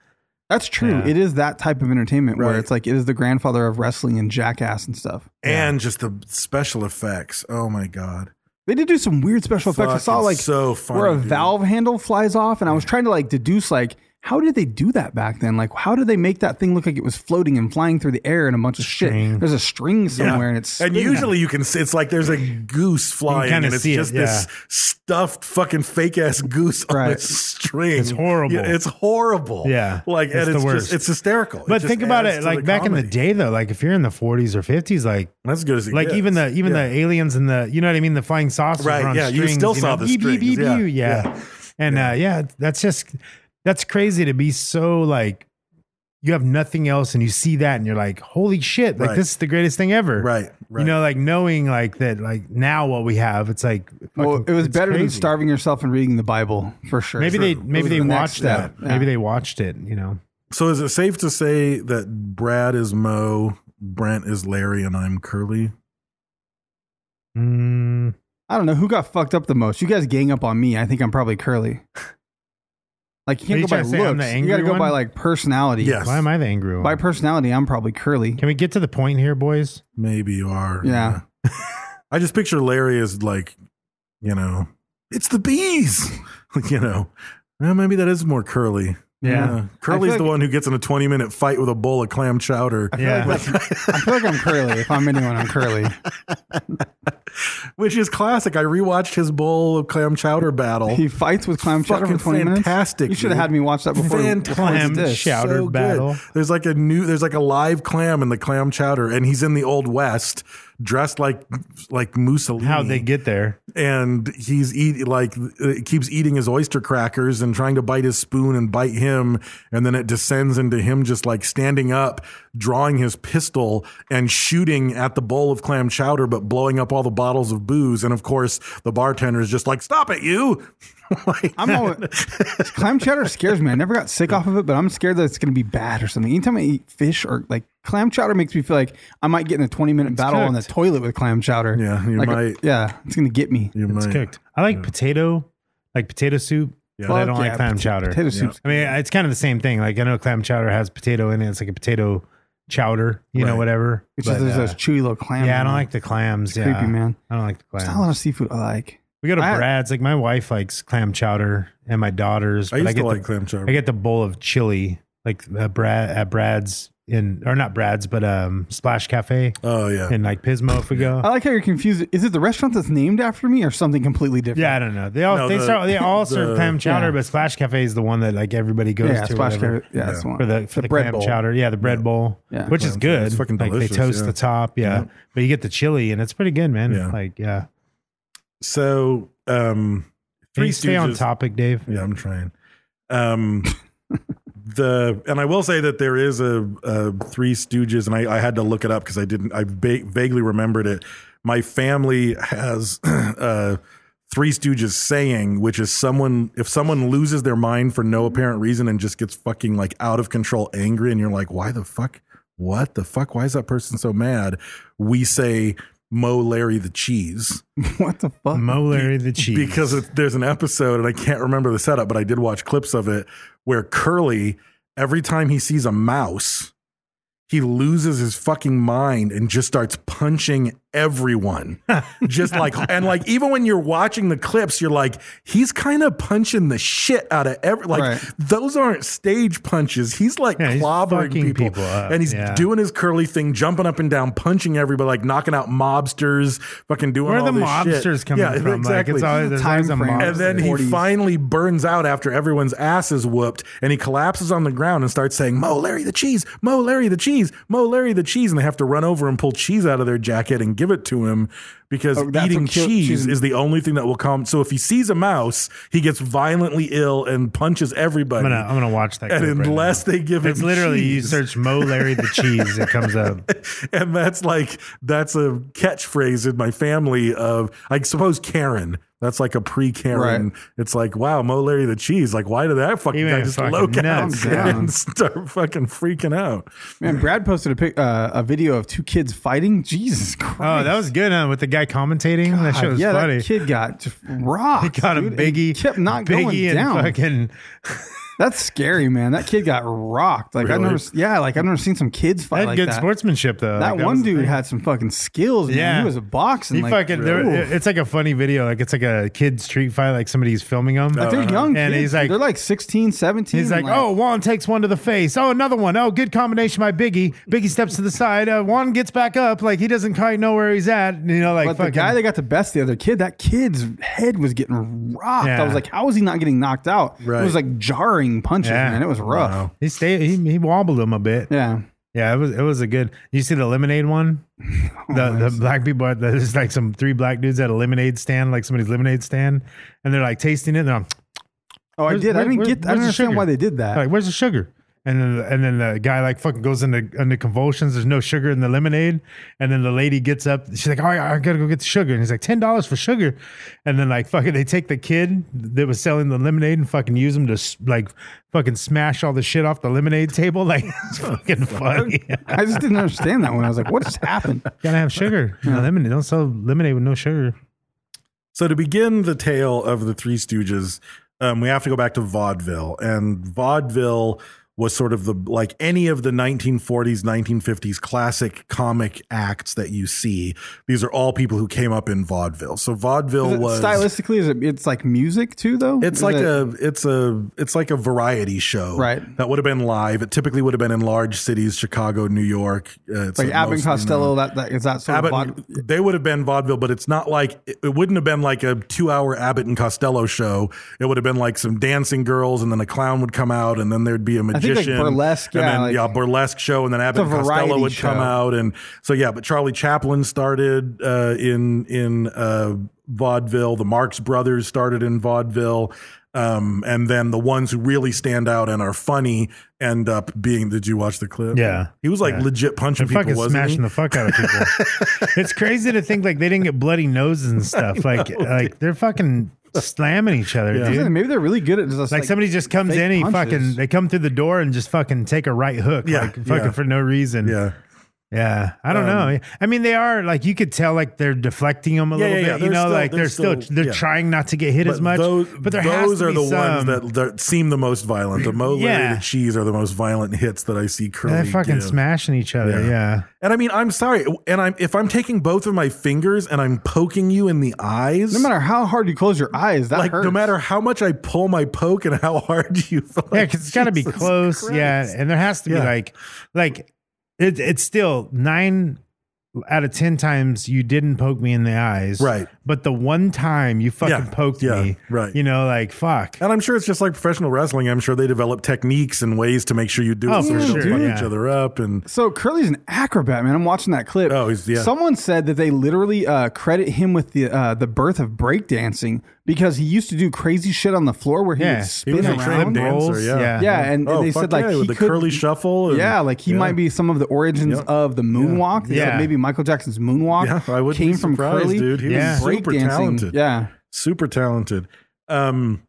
Speaker 2: That's true.
Speaker 3: Yeah.
Speaker 2: It is that type of entertainment
Speaker 4: Right.
Speaker 2: where it's like it is the grandfather of wrestling and jackass and stuff.
Speaker 4: And just the special effects. Oh my God.
Speaker 2: They did do some weird special effects. I
Speaker 4: Fuck,
Speaker 2: saw
Speaker 4: it's
Speaker 2: like
Speaker 4: so funny,
Speaker 2: where a
Speaker 4: dude.
Speaker 2: valve handle flies off, and I was trying to like deduce like how did they do that back then? Like how did they make that thing look like it was floating and flying through the air and a bunch of
Speaker 3: String.
Speaker 2: shit? There's a string
Speaker 4: Yeah.
Speaker 2: somewhere, and it's
Speaker 4: and
Speaker 2: spinning.
Speaker 4: usually you can see it's like there's a goose flying
Speaker 3: kinda
Speaker 4: and it's
Speaker 3: see it,
Speaker 4: just this
Speaker 3: yeah.
Speaker 4: stuffed fucking fake ass goose on
Speaker 2: Right.
Speaker 4: a string.
Speaker 3: It's horrible.
Speaker 4: Yeah, it's horrible.
Speaker 3: Yeah.
Speaker 4: Like and
Speaker 3: It's the
Speaker 4: it's just
Speaker 3: worst.
Speaker 4: it's hysterical. It
Speaker 3: But
Speaker 4: just
Speaker 3: think about
Speaker 4: adds
Speaker 3: it,
Speaker 4: to
Speaker 3: like back in the
Speaker 4: comedy.
Speaker 3: day though, like if you're in the 40s or 50s, like
Speaker 4: That's good as it
Speaker 3: like
Speaker 4: gets.
Speaker 3: even the even
Speaker 4: Yeah.
Speaker 3: the aliens and the you know what I mean, the flying saucers
Speaker 4: Right,
Speaker 3: were on
Speaker 4: yeah, you
Speaker 3: strings.
Speaker 4: still saw the
Speaker 3: beep, beep,
Speaker 4: strings,
Speaker 3: beep,
Speaker 4: yeah,
Speaker 3: beep, yeah.
Speaker 4: yeah.
Speaker 3: and uh, yeah, that's just that's crazy to be so like you have nothing else and you see that and you're like, holy shit, like
Speaker 4: Right.
Speaker 3: this is the greatest thing ever,
Speaker 4: Right, right.
Speaker 3: You know, like knowing like that, like now what we have, it's like
Speaker 2: well,
Speaker 3: fucking-
Speaker 2: it was
Speaker 3: it's
Speaker 2: better than
Speaker 3: crazy.
Speaker 2: starving yourself and reading the Bible for sure.
Speaker 3: Maybe they
Speaker 2: It
Speaker 3: maybe
Speaker 2: was
Speaker 3: they
Speaker 2: the next
Speaker 3: watched that.
Speaker 2: step. Yeah.
Speaker 3: Maybe they watched it. You know,
Speaker 4: So is it safe to say that Brad is Mo, Brent is Larry, and I'm Curly?
Speaker 3: Mm,
Speaker 2: I don't know who got fucked up the most. You guys gang up on me. I think I'm probably curly. Like you
Speaker 3: Are
Speaker 2: can't
Speaker 3: you
Speaker 2: go by
Speaker 3: trying to say I'm
Speaker 2: looks.
Speaker 3: the
Speaker 2: You gotta
Speaker 3: angry
Speaker 2: go by
Speaker 3: one?
Speaker 2: like personality.
Speaker 4: Yes.
Speaker 3: why am I the angry one?
Speaker 2: By personality, I'm probably curly.
Speaker 3: Can we get to the point here, boys?
Speaker 4: Maybe you are.
Speaker 2: Yeah.
Speaker 4: I just picture Larry as like, you know, it's the bees. you know. Well, maybe that is more curly.
Speaker 3: Yeah.
Speaker 4: Curly's
Speaker 2: I feel
Speaker 4: the
Speaker 2: like-
Speaker 4: one who gets in a 20 minute fight with a bowl of clam chowder,
Speaker 3: Yeah,
Speaker 2: I feel like I'm curly. If I'm anyone, I'm curly.
Speaker 4: which is classic. I rewatched his bowl of clam chowder
Speaker 3: Oh.
Speaker 4: battle.
Speaker 2: He fights with clam chowder for
Speaker 4: Fucking
Speaker 2: 20
Speaker 4: fantastic,
Speaker 2: minutes. You should have
Speaker 4: dude.
Speaker 2: had me watch that before. before we did
Speaker 4: Fantastic.
Speaker 3: Clam
Speaker 2: this.
Speaker 3: chowder.
Speaker 4: good.
Speaker 3: battle.
Speaker 4: There's like a new there's like a live clam in the clam chowder and he's in the old west dressed like like Mussolini.
Speaker 3: how'd they get there?
Speaker 4: and he's eat like uh, keeps eating his oyster crackers and trying to bite his spoon and bite him and then it descends into him just like standing up drawing his pistol and shooting at the bowl of clam chowder but blowing up all the bottles of booze and of course the bartender is just like stop it you like,
Speaker 2: I'm always, clam chowder scares me. I never got sick off of it, but I'm scared that it's going to be bad or something. Anytime I eat fish or like clam chowder makes me feel like I might get in a 20 minute battle on the
Speaker 3: cooked.
Speaker 2: toilet with clam chowder.
Speaker 4: Yeah, you
Speaker 2: Like,
Speaker 4: might.
Speaker 2: Yeah, it's going to get me.
Speaker 4: you
Speaker 3: It's
Speaker 4: might-
Speaker 3: cooked. I like potato, like potato soup. but I
Speaker 2: Fuck
Speaker 3: don't like
Speaker 2: yeah,
Speaker 3: clam
Speaker 2: pota-
Speaker 3: chowder.
Speaker 2: Potato
Speaker 4: Yeah.
Speaker 2: soup's
Speaker 3: I mean, it's kind of the same thing. Like I know clam chowder has potato in it. It's like a potato chowder, you know,
Speaker 4: Right.
Speaker 3: whatever.
Speaker 2: It's
Speaker 3: But,
Speaker 2: just there's
Speaker 3: uh,
Speaker 2: those chewy little clams.
Speaker 3: yeah, I
Speaker 2: in
Speaker 3: don't
Speaker 2: it.
Speaker 3: like the clams.
Speaker 2: It's
Speaker 3: yeah,
Speaker 2: creepy, man.
Speaker 3: I don't like the
Speaker 2: There's not a lot
Speaker 3: clams.
Speaker 2: of seafood I like.
Speaker 3: We go to
Speaker 2: I-
Speaker 3: Brad's. Like my wife likes clam chowder, and my daughters.
Speaker 4: I
Speaker 3: but
Speaker 4: used
Speaker 3: get
Speaker 4: to
Speaker 3: the-
Speaker 4: like clam chowder.
Speaker 3: I get the bowl of chili, like uh, Brad at Brad's in, or not Brad's, but um Splash Cafe
Speaker 4: oh yeah, Oh.
Speaker 3: in like Pismo. If we go,
Speaker 2: I like how you're confused. Is it the restaurant that's named after me or something completely different?
Speaker 3: yeah, I don't know. They all
Speaker 4: No,
Speaker 3: they
Speaker 4: the-
Speaker 3: start, they all
Speaker 4: the-
Speaker 3: serve clam chowder,
Speaker 2: Yeah.
Speaker 3: but Splash Cafe is the one that like everybody goes
Speaker 2: yeah,
Speaker 3: to.
Speaker 2: splash
Speaker 3: whatever.
Speaker 2: Cafe. Yeah, that's the one.
Speaker 3: for the, for the, clam
Speaker 2: bowl.
Speaker 3: chowder. Yeah, the bread bowl,
Speaker 2: Yeah.
Speaker 3: which is
Speaker 4: Clam chowder.
Speaker 3: good.
Speaker 4: It's fucking
Speaker 3: like
Speaker 4: delicious,
Speaker 3: They toast
Speaker 4: yeah.
Speaker 3: the top, yeah.
Speaker 4: Yeah.
Speaker 3: But you get the chili, and it's pretty good, man.
Speaker 4: Yeah.
Speaker 3: Like, yeah.
Speaker 4: so um,
Speaker 3: Can
Speaker 4: three
Speaker 3: you stay on
Speaker 4: Stooges-
Speaker 3: topic, Dave.
Speaker 4: Yeah, I'm trying. Um, the and I will say that there is a, a Three Stooges, and I, I had to look it up because I didn't. I va- vaguely remembered it. My family has a Three Stooges saying, which is someone if someone loses their mind for no apparent reason and just gets fucking like out of control, angry, and you're like, why the fuck? What the fuck? Why is that person so mad? We say, "Mo Larry the cheese."
Speaker 2: What the fuck?
Speaker 3: Mo Larry the cheese.
Speaker 4: because it, there's an episode and I can't remember the setup, but I did watch clips of it where Curly, every time he sees a mouse, he loses his fucking mind and just starts punching everyone. just like and like even when you're watching the clips, you're like, he's kind of punching the shit out of every like
Speaker 2: Right.
Speaker 4: those aren't stage punches. He's like
Speaker 3: Yeah, he's
Speaker 4: clobbering
Speaker 3: fucking
Speaker 4: people.
Speaker 3: people up,
Speaker 4: and he's
Speaker 3: yeah.
Speaker 4: doing his curly thing, jumping up and down, punching everybody, like knocking out mobsters, fucking doing
Speaker 3: Where are
Speaker 4: all
Speaker 3: the
Speaker 4: this shit.
Speaker 3: mobsters coming
Speaker 4: Yeah,
Speaker 3: from? Like, it's always, there's always a
Speaker 2: Time frame.
Speaker 3: mobster.
Speaker 4: and then he
Speaker 2: 40s.
Speaker 4: finally burns out after everyone's ass is whooped and he collapses on the ground and starts saying, Mo Larry the cheese, Mo Larry the cheese, Mo Larry the cheese. And they have to run over and pull cheese out of their jacket and give it to him because
Speaker 2: Oh, that's
Speaker 4: eating
Speaker 2: what kill-
Speaker 4: cheese
Speaker 2: cheese-
Speaker 4: is the only thing that will come. So if he sees a mouse, he gets violently ill and punches everybody.
Speaker 3: I'm gonna I'm gonna watch that.
Speaker 4: and
Speaker 3: clip right
Speaker 4: unless
Speaker 3: now.
Speaker 4: they give him
Speaker 3: it's literally you
Speaker 4: cheese-
Speaker 3: search Mo Larry the cheese, it comes up.
Speaker 4: and that's like that's a catchphrase in my family of I suppose Karen. That's like a pre-Karen. It's like wow, Mo Larry the cheese. Like why did that fucking
Speaker 3: He
Speaker 4: guy
Speaker 3: went
Speaker 4: just
Speaker 3: fucking
Speaker 4: look out
Speaker 3: nuts,
Speaker 2: yeah.
Speaker 4: and start fucking freaking out?
Speaker 2: Man, Brad posted a pic, uh, a video of two kids fighting. Jesus Christ!
Speaker 3: Oh, that was good, huh? With the guy commentating, that
Speaker 2: God,
Speaker 3: shit was
Speaker 2: yeah,
Speaker 3: funny.
Speaker 2: that kid got just rocked.
Speaker 3: he got a
Speaker 2: dude, and
Speaker 3: biggie,
Speaker 2: Kept not
Speaker 3: biggie
Speaker 2: going down.
Speaker 3: and fucking
Speaker 2: That's scary, man. That kid got rocked. Like I've
Speaker 4: Really?
Speaker 2: never, s- yeah, like I've never seen some kids
Speaker 3: I
Speaker 2: fight
Speaker 3: had
Speaker 2: like
Speaker 3: good
Speaker 2: that.
Speaker 3: sportsmanship though. Like,
Speaker 2: that
Speaker 3: Uh, was
Speaker 2: one
Speaker 3: the
Speaker 2: dude
Speaker 3: thing.
Speaker 2: had some fucking skills. Man.
Speaker 3: Yeah.
Speaker 2: he was a boxing.
Speaker 3: He
Speaker 2: like,
Speaker 3: fucking. there-
Speaker 2: ooh.
Speaker 3: It's like a funny video. Like it's like a kid street fight. Like somebody's filming him. Uh-huh.
Speaker 2: Like, they're young,
Speaker 3: uh, and
Speaker 2: kids.
Speaker 3: he's like,
Speaker 2: they're like 16, 17.
Speaker 3: He's like, oh, Juan takes one to the face. Oh, another one. Oh, good combination by Biggie. Biggie steps to the side. Uh, Juan gets back up. Like he doesn't quite know where he's at. You know, like
Speaker 2: But the
Speaker 3: fucking-
Speaker 2: guy that got the best the other kid, that kid's head was getting rocked.
Speaker 3: Yeah.
Speaker 2: I was like, how is he not getting knocked out? It
Speaker 4: Right.
Speaker 2: was like jarring punches,
Speaker 3: Yeah.
Speaker 2: man. It was rough.
Speaker 3: he stayed. He, he wobbled him a bit.
Speaker 2: Yeah.
Speaker 3: Yeah, it was it was a good. You see the lemonade one,
Speaker 2: Oh,
Speaker 3: the the black people. at- There's like some three black dudes at a lemonade stand, like somebody's lemonade stand, and they're like tasting it. And they're like,
Speaker 2: Oh, I
Speaker 3: Where's-
Speaker 2: did. I
Speaker 3: where-
Speaker 2: didn't
Speaker 3: where-
Speaker 2: get. I
Speaker 3: where's
Speaker 2: don't
Speaker 3: the
Speaker 2: understand
Speaker 3: sugar?
Speaker 2: why they did that.
Speaker 3: like, "Where's the sugar?" And then and then the guy like fucking goes into into convulsions. There's no sugar in the lemonade. And then the lady gets up. She's like, "All right, I gotta go get the sugar." And he's like, 10 dollars for sugar." And then like fucking, they take the kid that was selling the lemonade and fucking use him to s- like fucking smash all the shit off the lemonade table. Like it's fucking funny.
Speaker 2: I just didn't understand that one. I was like, what just happened?
Speaker 3: Gotta have sugar. in the Lemonade. Don't sell lemonade with no sugar.
Speaker 4: So to begin the tale of the Three Stooges, um, we have to go back to vaudeville, and vaudeville was sort of the like any of the 1940s, 1950s classic comic acts that you see. These are all people who came up in vaudeville. So vaudeville
Speaker 2: Is it-
Speaker 4: was
Speaker 2: stylistically, is it? It's like music too, though.
Speaker 4: It's
Speaker 2: Is
Speaker 4: like
Speaker 2: it-
Speaker 4: a it's a it's like a variety show,
Speaker 2: Right.
Speaker 4: That would have been live. It typically would have been in large cities, Chicago, New York. Uh, it's
Speaker 2: like
Speaker 4: a
Speaker 2: Abbott and
Speaker 4: mostly
Speaker 2: Costello.
Speaker 4: known-
Speaker 2: That, that is that sort
Speaker 4: Abbott,
Speaker 2: of. Bod-
Speaker 4: they would have been vaudeville, but it's not like it, it wouldn't have been like a two-hour Abbott and Costello show. It would have been like some dancing girls, and then a clown would come out, and then there'd be a
Speaker 2: think, like,
Speaker 4: magician,
Speaker 2: burlesque,
Speaker 4: and
Speaker 2: yeah,
Speaker 4: then
Speaker 2: like-
Speaker 4: yeah, burlesque show, and then Abbott
Speaker 2: a
Speaker 4: and Costello
Speaker 2: variety
Speaker 4: would come
Speaker 2: show.
Speaker 4: out, and so yeah. But Charlie Chaplin started uh, in in uh, vaudeville. The Marx Brothers started in vaudeville. Um, and then the ones who really stand out and are funny end up being. Did you watch the clip?
Speaker 3: Yeah.
Speaker 4: he was like
Speaker 3: Yeah.
Speaker 4: legit punching
Speaker 3: They're
Speaker 4: people.
Speaker 3: fucking
Speaker 4: wasn't
Speaker 3: smashing
Speaker 4: he?
Speaker 3: the fuck out of people. it's crazy to think like they didn't get bloody noses and stuff. Like like they're fucking slamming each other,
Speaker 4: Yeah.
Speaker 3: dude.
Speaker 2: Yeah, maybe they're really good at just
Speaker 3: like, somebody just comes
Speaker 2: fake
Speaker 3: in, he
Speaker 2: punches.
Speaker 3: fucking they come through the door and just fucking take a right hook,
Speaker 4: Yeah,
Speaker 3: like fucking
Speaker 4: yeah. Um,
Speaker 3: for no reason.
Speaker 4: Yeah.
Speaker 3: Yeah, I don't know. I mean, they are like you could tell like they're deflecting them a
Speaker 4: Yeah,
Speaker 3: little
Speaker 4: yeah,
Speaker 3: bit.
Speaker 4: yeah.
Speaker 3: You
Speaker 4: They're
Speaker 3: know,
Speaker 4: still-
Speaker 3: like they're,
Speaker 4: they're
Speaker 3: still,
Speaker 4: still-
Speaker 3: they're
Speaker 4: yeah.
Speaker 3: trying not to get hit as much.
Speaker 4: Those,
Speaker 3: but there has
Speaker 4: those
Speaker 3: to
Speaker 4: are
Speaker 3: be
Speaker 4: the
Speaker 3: some-
Speaker 4: ones that, that seem the most violent. The Mo,
Speaker 3: Yeah.
Speaker 4: Larry, the Cheese are the most violent hits that I see currently.
Speaker 3: they're fucking
Speaker 4: give.
Speaker 3: smashing each other. Yeah.
Speaker 4: Yeah. And I mean, I'm sorry. And I'm if I'm taking both of my fingers and I'm poking you in the eyes,
Speaker 2: No matter how hard you close your eyes, that
Speaker 4: like
Speaker 2: hurts.
Speaker 4: no matter how much I pull my poke and how hard you,
Speaker 3: Yeah, because it's got to be
Speaker 4: Jesus
Speaker 3: close. Yeah,
Speaker 4: Christ.
Speaker 3: and there has to be
Speaker 4: Yeah.
Speaker 3: like, like it, it's still nine out of ten times you didn't poke me in the eyes,
Speaker 4: Right.
Speaker 3: But the one time you fucking
Speaker 4: Yeah,
Speaker 3: poked
Speaker 4: yeah,
Speaker 3: me,
Speaker 4: right.
Speaker 3: You know, like fuck.
Speaker 4: And I'm sure it's just like professional wrestling. I'm sure they develop techniques and ways to make sure you do
Speaker 3: Oh,
Speaker 4: it so
Speaker 3: for
Speaker 4: you don't
Speaker 3: sure,
Speaker 4: fuck
Speaker 3: yeah.
Speaker 4: each other up. And
Speaker 2: So Curly's an acrobat, man. I'm watching that clip.
Speaker 4: Oh, he's- yeah.
Speaker 2: Someone said that they literally uh, credit him with the uh, the birth of breakdancing because he used to do crazy shit on the floor where he
Speaker 3: Yeah,
Speaker 2: would
Speaker 4: he
Speaker 2: spin
Speaker 4: was a
Speaker 3: Spin
Speaker 4: trained
Speaker 2: around.
Speaker 3: down.
Speaker 4: dancer.
Speaker 3: rolls,
Speaker 4: Yeah,
Speaker 3: yeah.
Speaker 2: Yeah, and, and
Speaker 4: Oh,
Speaker 2: they
Speaker 4: fuck
Speaker 2: said like
Speaker 4: yeah,
Speaker 2: he
Speaker 4: with the
Speaker 2: could-
Speaker 4: curly shuffle. and-
Speaker 2: yeah, like he
Speaker 4: yeah.
Speaker 2: might be some of the origins
Speaker 4: Yep.
Speaker 2: of the moonwalk. They said
Speaker 3: Yeah.
Speaker 2: maybe Michael Jackson's moonwalk
Speaker 4: Yeah, I wouldn't
Speaker 2: came
Speaker 4: be
Speaker 2: from
Speaker 4: surprised,
Speaker 2: Curly.
Speaker 4: dude. He was
Speaker 2: and
Speaker 4: super
Speaker 2: breakdancing.
Speaker 4: talented.
Speaker 2: Yeah,
Speaker 4: super talented. Um,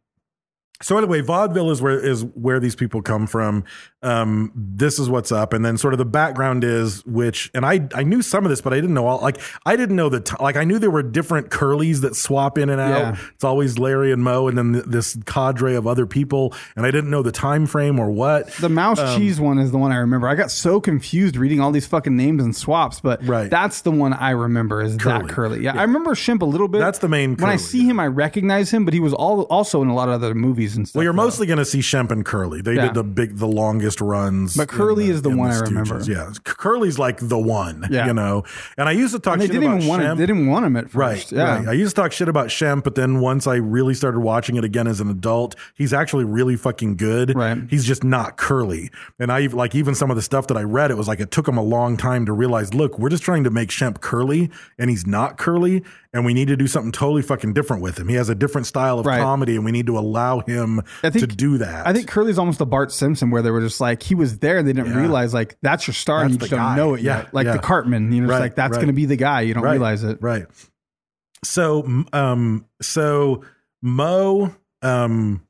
Speaker 4: so anyway, vaudeville is where is where these people come from. Um, this is what's up, and then sort of the background is which, and I I knew some of this, but I didn't know all. Like I didn't know that. Like I knew there were different curlies that swap in and out.
Speaker 2: Yeah.
Speaker 4: It's always Larry and Mo, and then th- this cadre of other people. And I didn't know the time frame or what.
Speaker 2: the mouse
Speaker 4: Um,
Speaker 2: cheese one is the one I remember. I got so confused reading all these fucking names and swaps, but
Speaker 4: Right.
Speaker 2: that's the one I remember is that
Speaker 4: Curly.
Speaker 2: Curly. Yeah, I remember Shimp a little bit.
Speaker 4: That's the main
Speaker 2: When I
Speaker 4: Curly,
Speaker 2: see
Speaker 4: yeah.
Speaker 2: him, I recognize him, but he was all also in a lot of other movies and stuff.
Speaker 4: Well, you're
Speaker 2: though.
Speaker 4: mostly going to see Shemp and Curly. They
Speaker 2: Yeah.
Speaker 4: did the big, the longest runs.
Speaker 2: But Curly
Speaker 4: in
Speaker 2: is the
Speaker 4: in
Speaker 2: one I
Speaker 4: Stooges.
Speaker 2: remember.
Speaker 4: Yeah, C- Curly's like the one.
Speaker 2: Yeah.
Speaker 4: you know. And I used to talk.
Speaker 2: And they
Speaker 4: shit
Speaker 2: didn't
Speaker 4: about
Speaker 2: even want
Speaker 4: Shemp.
Speaker 2: him. They didn't want him at
Speaker 4: Right,
Speaker 2: first. yeah.
Speaker 4: right. I used to talk shit about Shemp, but then once I really started watching it again as an adult, he's actually really fucking good.
Speaker 2: Right.
Speaker 4: He's just not curly. And I like even some of the stuff that I read, it was like it took him a long time to realize, look, we're just trying to make Shemp curly and he's not curly, and we need to do something totally fucking different with him. He has a different style of
Speaker 2: Right.
Speaker 4: comedy, and we need to allow him
Speaker 2: I
Speaker 4: to
Speaker 2: think-
Speaker 4: do that.
Speaker 2: I think Curly's almost a Bart Simpson where they were just like he was there and they didn't
Speaker 4: Yeah.
Speaker 2: realize like that's your star and
Speaker 4: That's
Speaker 2: you
Speaker 4: the
Speaker 2: just don't
Speaker 4: guy.
Speaker 2: know it
Speaker 4: Yeah,
Speaker 2: yet. Like
Speaker 4: yeah.
Speaker 2: the Cartman, you know,
Speaker 4: Right,
Speaker 2: it's like that's
Speaker 4: right.
Speaker 2: going to be the guy. You don't
Speaker 4: Right,
Speaker 2: realize it.
Speaker 4: Right. So, m- um, so Mo, um,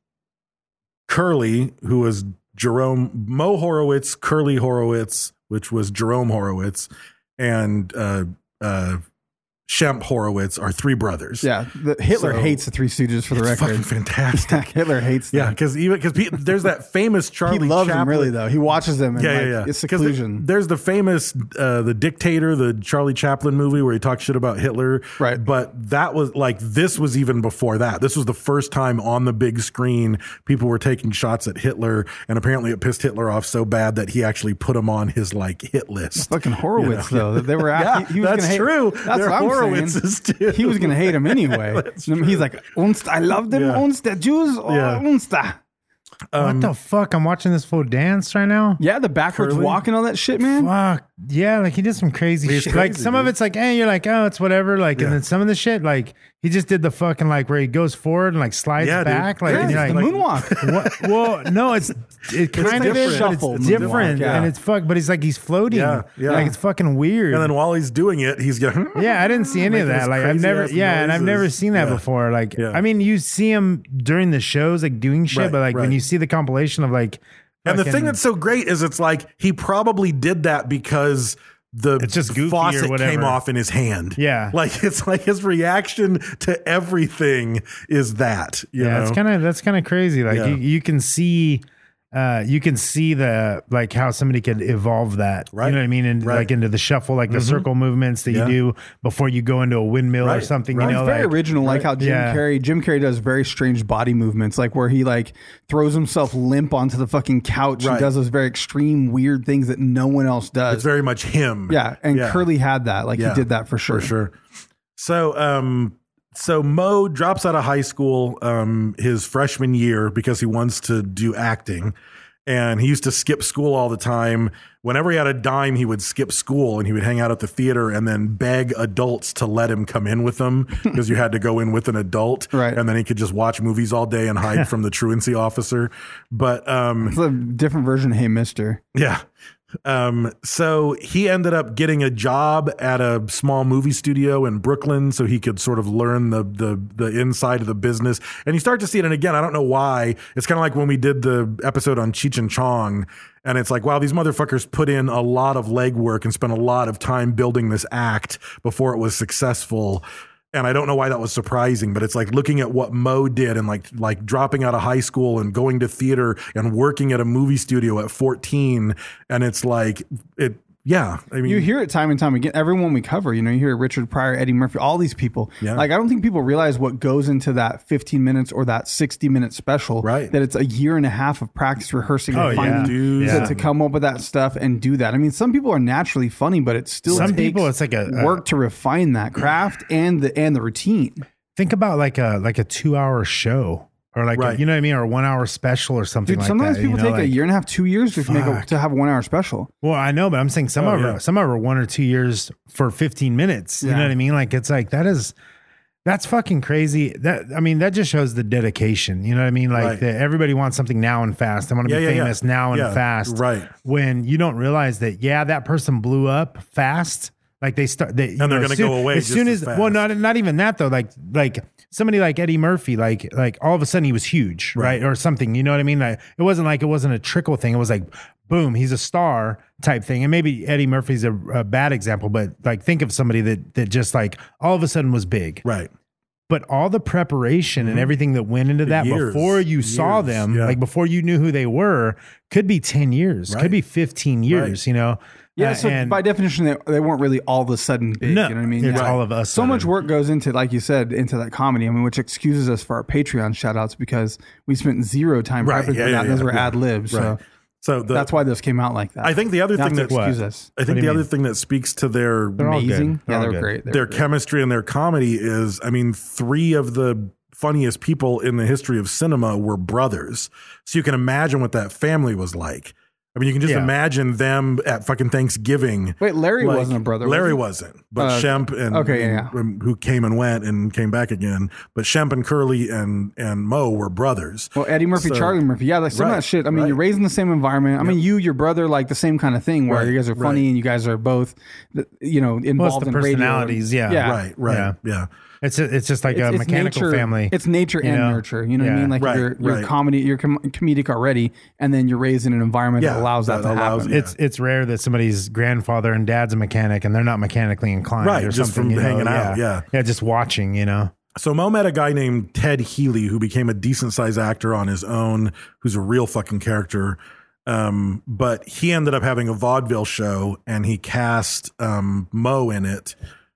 Speaker 4: Curly, who was Jerome Mo Horowitz, Curly Horowitz, which was Jerome Horowitz, and uh, uh, Shemp Horowitz are three brothers.
Speaker 2: Yeah, the, Hitler
Speaker 4: So-
Speaker 2: hates the Three Stooges for the
Speaker 4: It's
Speaker 2: record.
Speaker 4: fucking fantastic.
Speaker 2: Hitler hates them.
Speaker 4: Yeah, because even because there's that famous Charlie.
Speaker 2: he loves
Speaker 4: Chaplin.
Speaker 2: them really though. He watches them. And,
Speaker 4: yeah,
Speaker 2: like,
Speaker 4: yeah, yeah.
Speaker 2: It's
Speaker 4: 'Cause
Speaker 2: seclusion.
Speaker 4: th- There's the famous uh, the dictator, the Charlie Chaplin movie where he talks shit about Hitler.
Speaker 2: Right.
Speaker 4: But that was like this was even before that. This was the first time on the big screen people were taking shots at Hitler, and apparently it pissed Hitler off so bad that he actually put him on his like hit list.
Speaker 2: Fucking Horowitz though. That they were at,
Speaker 4: Yeah,
Speaker 2: he, he was
Speaker 4: that's
Speaker 2: gonna hate,
Speaker 4: true.
Speaker 2: That's
Speaker 4: They're
Speaker 2: what I'm
Speaker 4: Horowitzes,
Speaker 2: saying.
Speaker 4: too.
Speaker 2: He was gonna hate him anyway.
Speaker 4: That's
Speaker 2: And He's like, Unst, I love them.
Speaker 4: Yeah.
Speaker 2: Unst, the Jews. Oh,
Speaker 4: Yeah.
Speaker 2: Unst.
Speaker 4: Um,
Speaker 3: what the fuck? I'm watching this fool dance right now.
Speaker 2: Yeah, the backwards
Speaker 4: Curly?
Speaker 2: walk and all that shit, man.
Speaker 3: Fuck yeah! Like he did some crazy
Speaker 4: He's
Speaker 3: shit.
Speaker 4: crazy,
Speaker 3: like some of
Speaker 4: dude.
Speaker 3: it's like, hey, you're like, oh, it's whatever. Like,
Speaker 4: Yeah.
Speaker 3: and then some of the shit, like he just did the fucking like where he goes forward and like slides
Speaker 4: Yeah, dude.
Speaker 3: back. Like,
Speaker 4: Yeah,
Speaker 3: and
Speaker 2: Yes,
Speaker 3: you're
Speaker 2: the
Speaker 3: like,
Speaker 2: moonwalk.
Speaker 3: what? Well, no, it's it kind of is, but
Speaker 2: different.
Speaker 3: it's
Speaker 2: Shuffle
Speaker 3: different,
Speaker 2: moonwalk, yeah.
Speaker 3: and it's fuck. But he's like he's floating.
Speaker 4: Yeah, yeah.
Speaker 3: Like it's fucking weird.
Speaker 4: and then while he's doing it, he's "Hmm, going.
Speaker 3: yeah, I didn't see any
Speaker 4: Making
Speaker 3: of that.
Speaker 4: those
Speaker 3: Like I've
Speaker 4: crazy
Speaker 3: never,
Speaker 4: ass
Speaker 3: yeah, and I've never
Speaker 4: noises.
Speaker 3: seen that
Speaker 4: Yeah.
Speaker 3: before. Like
Speaker 4: Yeah.
Speaker 3: I mean, you see him during the shows, like doing shit,
Speaker 4: Right,
Speaker 3: but like when
Speaker 4: right.
Speaker 3: you see the compilation of like,
Speaker 4: And the
Speaker 3: fucking-
Speaker 4: thing that's so great is it's like he probably did that because the
Speaker 3: It's just goofy or
Speaker 4: faucet
Speaker 3: whatever.
Speaker 4: came off in his hand.
Speaker 3: Yeah.
Speaker 4: Like it's like his reaction to everything is that. You
Speaker 3: yeah,
Speaker 4: know?
Speaker 3: it's kind of that's kind of crazy. Like
Speaker 4: Yeah.
Speaker 3: you, you can see, uh, you can see the like how somebody could evolve that.
Speaker 4: Right.
Speaker 3: You know what I mean? And
Speaker 4: Right. Mm-hmm.
Speaker 3: like into the shuffle, like the circle movements that
Speaker 4: Yeah.
Speaker 3: you do before you go into a windmill or
Speaker 4: Right,
Speaker 3: something.
Speaker 4: right.
Speaker 3: You know,
Speaker 4: It's
Speaker 2: very
Speaker 3: like,
Speaker 2: original, like how Jim
Speaker 3: Yeah.
Speaker 2: Carrey. Jim Carrey does very strange body movements, like where he like throws himself limp onto the fucking couch and
Speaker 4: Right.
Speaker 2: does those very extreme, weird things that no one else
Speaker 4: it's
Speaker 2: does.
Speaker 4: very much him.
Speaker 2: yeah, and
Speaker 4: Yeah.
Speaker 2: Curly had that. Like
Speaker 4: Yeah,
Speaker 2: he did that for sure.
Speaker 4: For sure. So um so Mo drops out of high school um his freshman year because he wants to do acting. And he used to skip school all the time. Whenever he had a dime, he would skip school and he would hang out at the theater and then beg adults to let him come in with them because you had to go in with an adult.
Speaker 2: Right.
Speaker 4: And then he could just watch movies all day and hide from the truancy officer. But um,
Speaker 2: It's a different version of Hey Mister.
Speaker 4: yeah. Um, so he ended up getting a job at a small movie studio in Brooklyn, so he could sort of learn the the the inside of the business. And you start to see it. And again, I don't know why. It's kind of like when we did the episode on Cheech and Chong, and it's like, wow, these motherfuckers put in a lot of legwork and spent a lot of time building this act before it was successful and I don't know why that was surprising, but it's like looking at what Mo did and like like dropping out of high school and going to theater and working at a movie studio at 14 and it's like it yeah, I mean
Speaker 3: Mm.
Speaker 2: You hear it time and time again. Everyone we cover, you know, you hear Richard Pryor, Eddie Murphy, all these people.
Speaker 4: Yeah.
Speaker 2: Like I don't think people realize what goes into that 15 minutes or that 60 minute special.
Speaker 4: Right.
Speaker 2: That it's a year and a half of practice rehearsing
Speaker 3: Oh,
Speaker 2: and
Speaker 3: yeah.
Speaker 2: finding
Speaker 4: Dude.
Speaker 2: to-
Speaker 3: Yeah.
Speaker 2: to come up with that stuff and do that. I mean, some people are naturally funny, but it still
Speaker 3: Some
Speaker 2: takes
Speaker 3: people, it's like a- a-
Speaker 2: work to refine that craft and the and the routine.
Speaker 3: Think about like a like a two hour show or like a-
Speaker 4: Right.
Speaker 3: you know what I mean or a one hour special or something.
Speaker 2: Dude,
Speaker 3: like
Speaker 2: sometimes
Speaker 3: that,
Speaker 2: people
Speaker 3: you know,
Speaker 2: take a
Speaker 3: like-
Speaker 2: year and a half, two years to make a,
Speaker 3: Fuck.
Speaker 2: to have a one hour special.
Speaker 3: Well, I know, but I'm saying some
Speaker 4: Oh,
Speaker 3: of
Speaker 4: yeah.
Speaker 3: are some of are one or two years for 15 minutes. You
Speaker 2: Yeah.
Speaker 3: know what I mean? Like it's like that is that's fucking crazy. That I mean, that just shows the dedication. You know what I mean? Like
Speaker 4: Right.
Speaker 3: that everybody wants something now and fast. I want to
Speaker 4: Yeah,
Speaker 3: be
Speaker 4: yeah, yeah.
Speaker 3: famous now and
Speaker 4: Yeah,
Speaker 3: fast.
Speaker 4: right.
Speaker 3: When you don't realize that, yeah, that person blew up fast. Like they start, they,
Speaker 4: And they're gonna go away
Speaker 3: as
Speaker 4: just
Speaker 3: soon
Speaker 4: as
Speaker 3: as. Well,
Speaker 4: fast.
Speaker 3: not not even that though. Like like somebody like Eddie Murphy, like like all of a sudden he was huge,
Speaker 4: Right.
Speaker 3: right, or something. You know what I mean? Like it wasn't like it wasn't a trickle thing. It was like boom, he's a star type thing. And maybe Eddie Murphy's a, a bad example, but like think of somebody that that just like all of a sudden was big,
Speaker 4: right.
Speaker 3: but all the preparation and everything that went into that
Speaker 4: Mm-hmm. Years.
Speaker 3: before you saw
Speaker 4: Years.
Speaker 3: them,
Speaker 4: Yeah.
Speaker 3: like before you knew who they were, could be ten years,
Speaker 4: Right.
Speaker 3: could be fifteen years.
Speaker 4: Right.
Speaker 3: You know?
Speaker 2: Yeah,
Speaker 3: Uh,
Speaker 2: so
Speaker 3: and-
Speaker 2: by definition, they, they weren't really all of a sudden big.
Speaker 3: No,
Speaker 2: you know what I mean?
Speaker 3: it's all of a
Speaker 2: So much
Speaker 3: sudden.
Speaker 2: work goes into, like you said, into that comedy. I mean, which excuses us for our Patreon shout outs because we spent zero time
Speaker 4: Right,
Speaker 2: prepping
Speaker 4: yeah,
Speaker 2: for
Speaker 4: yeah,
Speaker 2: that. Those
Speaker 4: yeah,
Speaker 2: were
Speaker 4: yeah.
Speaker 2: ad libs. So
Speaker 4: Right. So the,
Speaker 2: that's why those came out like that.
Speaker 4: I think the other
Speaker 2: Not
Speaker 4: thing
Speaker 2: to
Speaker 4: that
Speaker 2: excuse us.
Speaker 4: I
Speaker 3: What
Speaker 4: think
Speaker 3: do
Speaker 4: the
Speaker 3: you
Speaker 4: other
Speaker 3: mean?
Speaker 4: thing that speaks to their
Speaker 3: all good.
Speaker 2: Amazing.
Speaker 3: They're
Speaker 2: Yeah,
Speaker 3: all
Speaker 2: they're
Speaker 3: good.
Speaker 2: great. They're
Speaker 4: their
Speaker 2: great.
Speaker 4: chemistry and their comedy is i mean three of the funniest people in the history of cinema were brothers so you can imagine what that family was like i mean you can just
Speaker 3: Yeah.
Speaker 4: imagine them at fucking thanksgiving
Speaker 2: Wait, Larry wasn't a brother, was
Speaker 4: larry
Speaker 2: he?
Speaker 4: wasn't but
Speaker 2: Uh,
Speaker 4: shemp and,
Speaker 2: okay,
Speaker 4: and-
Speaker 2: yeah, yeah.
Speaker 4: and who came and went and came back again but shemp and curly and and mo were brothers
Speaker 2: Well, Eddie Murphy,
Speaker 4: So-
Speaker 2: Charlie Murphy, yeah, like some of
Speaker 4: Right,
Speaker 2: that shit. I mean, you're
Speaker 4: right.
Speaker 2: raised in the same environment. I mean, you, your brother, like the same kind of thing where
Speaker 4: Right,
Speaker 2: you guys are funny
Speaker 4: right.
Speaker 2: and you guys are both, you know, involved
Speaker 3: Well, it's the
Speaker 2: in radio and-
Speaker 3: personalities, yeah.
Speaker 2: yeah,
Speaker 4: right right
Speaker 3: Yeah.
Speaker 4: yeah
Speaker 3: It's it's just like a
Speaker 2: it's- it's
Speaker 3: mechanical
Speaker 2: nature-
Speaker 3: family.
Speaker 2: It's nature
Speaker 3: you
Speaker 2: and
Speaker 3: know?
Speaker 2: nurture. You know what I
Speaker 3: Yeah.
Speaker 2: mean? Like
Speaker 4: Right,
Speaker 2: you're, you're
Speaker 4: right.
Speaker 2: comedy, you're com- comedic already, and then you're raised in an environment that
Speaker 4: Yeah,
Speaker 2: allows that,
Speaker 4: that
Speaker 2: to
Speaker 4: allows
Speaker 2: happen.
Speaker 4: it.
Speaker 3: it's it's rare that somebody's grandfather and dad's a mechanic and they're not mechanically inclined,
Speaker 4: Right,
Speaker 3: Or
Speaker 4: just
Speaker 3: something,
Speaker 4: from
Speaker 3: you know?
Speaker 4: hanging out, yeah.
Speaker 3: yeah, just watching, you know.
Speaker 4: So Mo met a guy named Ted Healy who became a decent sized actor on his own, who's a real fucking character. Um, but he ended up having a vaudeville show and he cast um, Mo in it,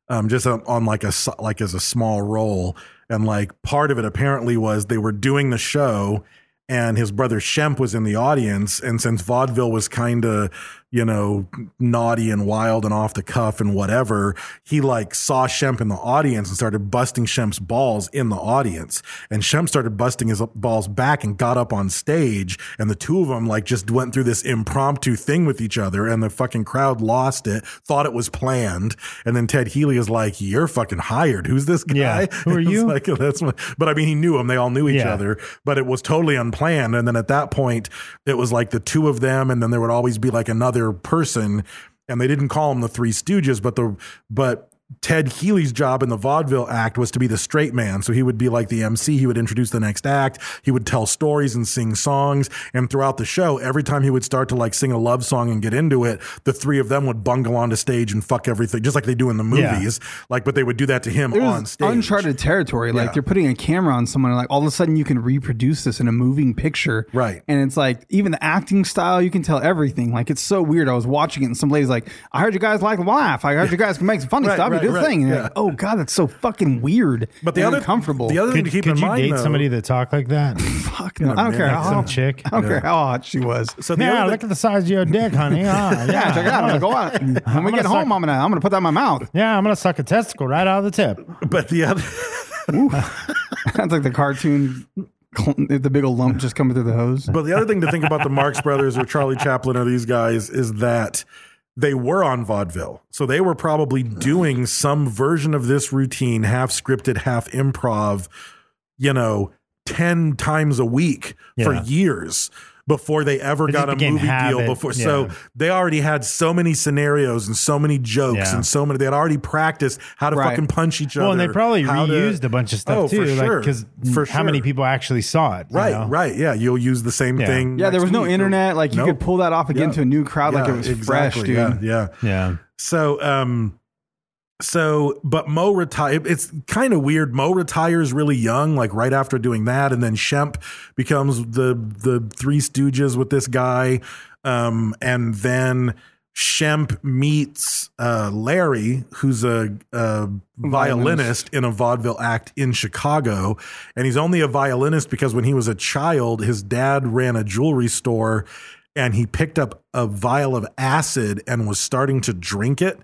Speaker 4: um, just on, on like a s- like as a small role. And like part of it apparently was they were doing the show and his brother Shemp was in the audience. And since vaudeville was kind of, you know, naughty and wild and off the cuff and whatever, he like saw Shemp in the audience and started busting Shemp's balls in the audience. And Shemp started busting his balls back and got up on stage. And the two of them like just went through this impromptu thing with each other. And the fucking crowd lost it, thought it was planned. And then Ted Healy is like, You're fucking hired. Who's this guy?
Speaker 3: Yeah. Who are
Speaker 4: It's
Speaker 3: you?
Speaker 4: like, that's my, but I mean, he knew him. They all knew each
Speaker 3: Yeah.
Speaker 4: other but it was totally unplanned. And then at that point, it was like the two of them, and then there would always be like another person. And they didn't call them the Three Stooges, but the but Ted Healy's job in the vaudeville act was to be the straight man. So he would be like the MC. He would introduce the next act. He would tell stories and sing songs. And throughout the show, every time he would start to like sing a love song and get into it, the three of them would bungle onto stage and fuck everything, just like they do in the
Speaker 3: Yeah.
Speaker 4: movies. Like, but they would do that to him
Speaker 2: There's
Speaker 4: on stage.
Speaker 2: uncharted territory. Like
Speaker 4: Yeah.
Speaker 2: you're putting a camera on someone, and like all of a sudden you can reproduce this in a moving picture.
Speaker 4: Right.
Speaker 2: And it's like even the acting style, you can tell everything. Like it's so weird. I was watching it, and some lady's like, "I heard you guys like to laugh. I heard you guys can make some funny
Speaker 4: Right,
Speaker 2: stuff.
Speaker 4: right,
Speaker 2: you do a
Speaker 4: right,
Speaker 2: thing." And you're
Speaker 4: yeah.
Speaker 2: like, "Oh God, that's so fucking weird."
Speaker 4: But the
Speaker 2: and
Speaker 4: other
Speaker 2: uncomfortable.
Speaker 4: the other thing
Speaker 3: Could,
Speaker 4: to keep
Speaker 3: could
Speaker 4: in
Speaker 3: you
Speaker 4: mind
Speaker 3: date
Speaker 4: though-
Speaker 3: somebody that talked like that?
Speaker 2: fuck no. I don't care.
Speaker 4: minute,
Speaker 2: How,
Speaker 3: some chick.
Speaker 2: I don't care how hot she was.
Speaker 4: So the
Speaker 3: yeah,
Speaker 4: other
Speaker 3: look at the size of your dick, honey. Ah,
Speaker 2: Yeah,
Speaker 3: yeah,
Speaker 2: check it out. I'm gonna go out. When we
Speaker 3: gonna
Speaker 2: get home,
Speaker 3: suck-
Speaker 2: I'm gonna I'm gonna put that in my mouth.
Speaker 3: yeah. I'm gonna suck a testicle right out of the tip.
Speaker 4: but the other
Speaker 2: That's like the cartoon, cl- the big old lump just coming through the hose.
Speaker 4: But the other thing to think about the Marx Brothers or Charlie Chaplin or these guys is that they were on vaudeville. So they were probably doing some version of this routine, half scripted, half improv, you know, 10 times a week for
Speaker 3: Yeah.
Speaker 4: years. before they ever
Speaker 3: It just
Speaker 4: got a
Speaker 3: became
Speaker 4: movie
Speaker 3: habit,
Speaker 4: deal. Before
Speaker 3: yeah.
Speaker 4: so they already had so many scenarios and so many jokes
Speaker 3: Yeah.
Speaker 4: and so many. They had already practiced how to
Speaker 2: Right.
Speaker 4: fucking punch each other.
Speaker 3: Well, and they probably
Speaker 4: how to-
Speaker 3: reused a bunch of stuff
Speaker 4: Oh,
Speaker 3: too,
Speaker 4: for sure.
Speaker 3: because
Speaker 4: for
Speaker 3: how many
Speaker 4: sure.
Speaker 3: people actually saw it? you
Speaker 4: Right,
Speaker 3: know?
Speaker 4: right. Yeah, you'll use the same
Speaker 3: Yeah.
Speaker 4: thing.
Speaker 2: Yeah, there
Speaker 4: next
Speaker 2: was no
Speaker 4: week.
Speaker 2: internet. Like, you could pull that off again to a new crowd like it was fresh, dude.
Speaker 4: Yeah, yeah.
Speaker 3: Yeah.
Speaker 4: So, um, so, but Mo retire. It's kind of weird. Mo retires really young, like right after doing that, and then Shemp becomes the the Three Stooges with this guy, um, and then Shemp meets uh, Larry, who's a, a violinist in a vaudeville act in Chicago, and he's only a violinist because when he was a child, his dad ran a jewelry store and he picked up a vial of acid and was starting to drink it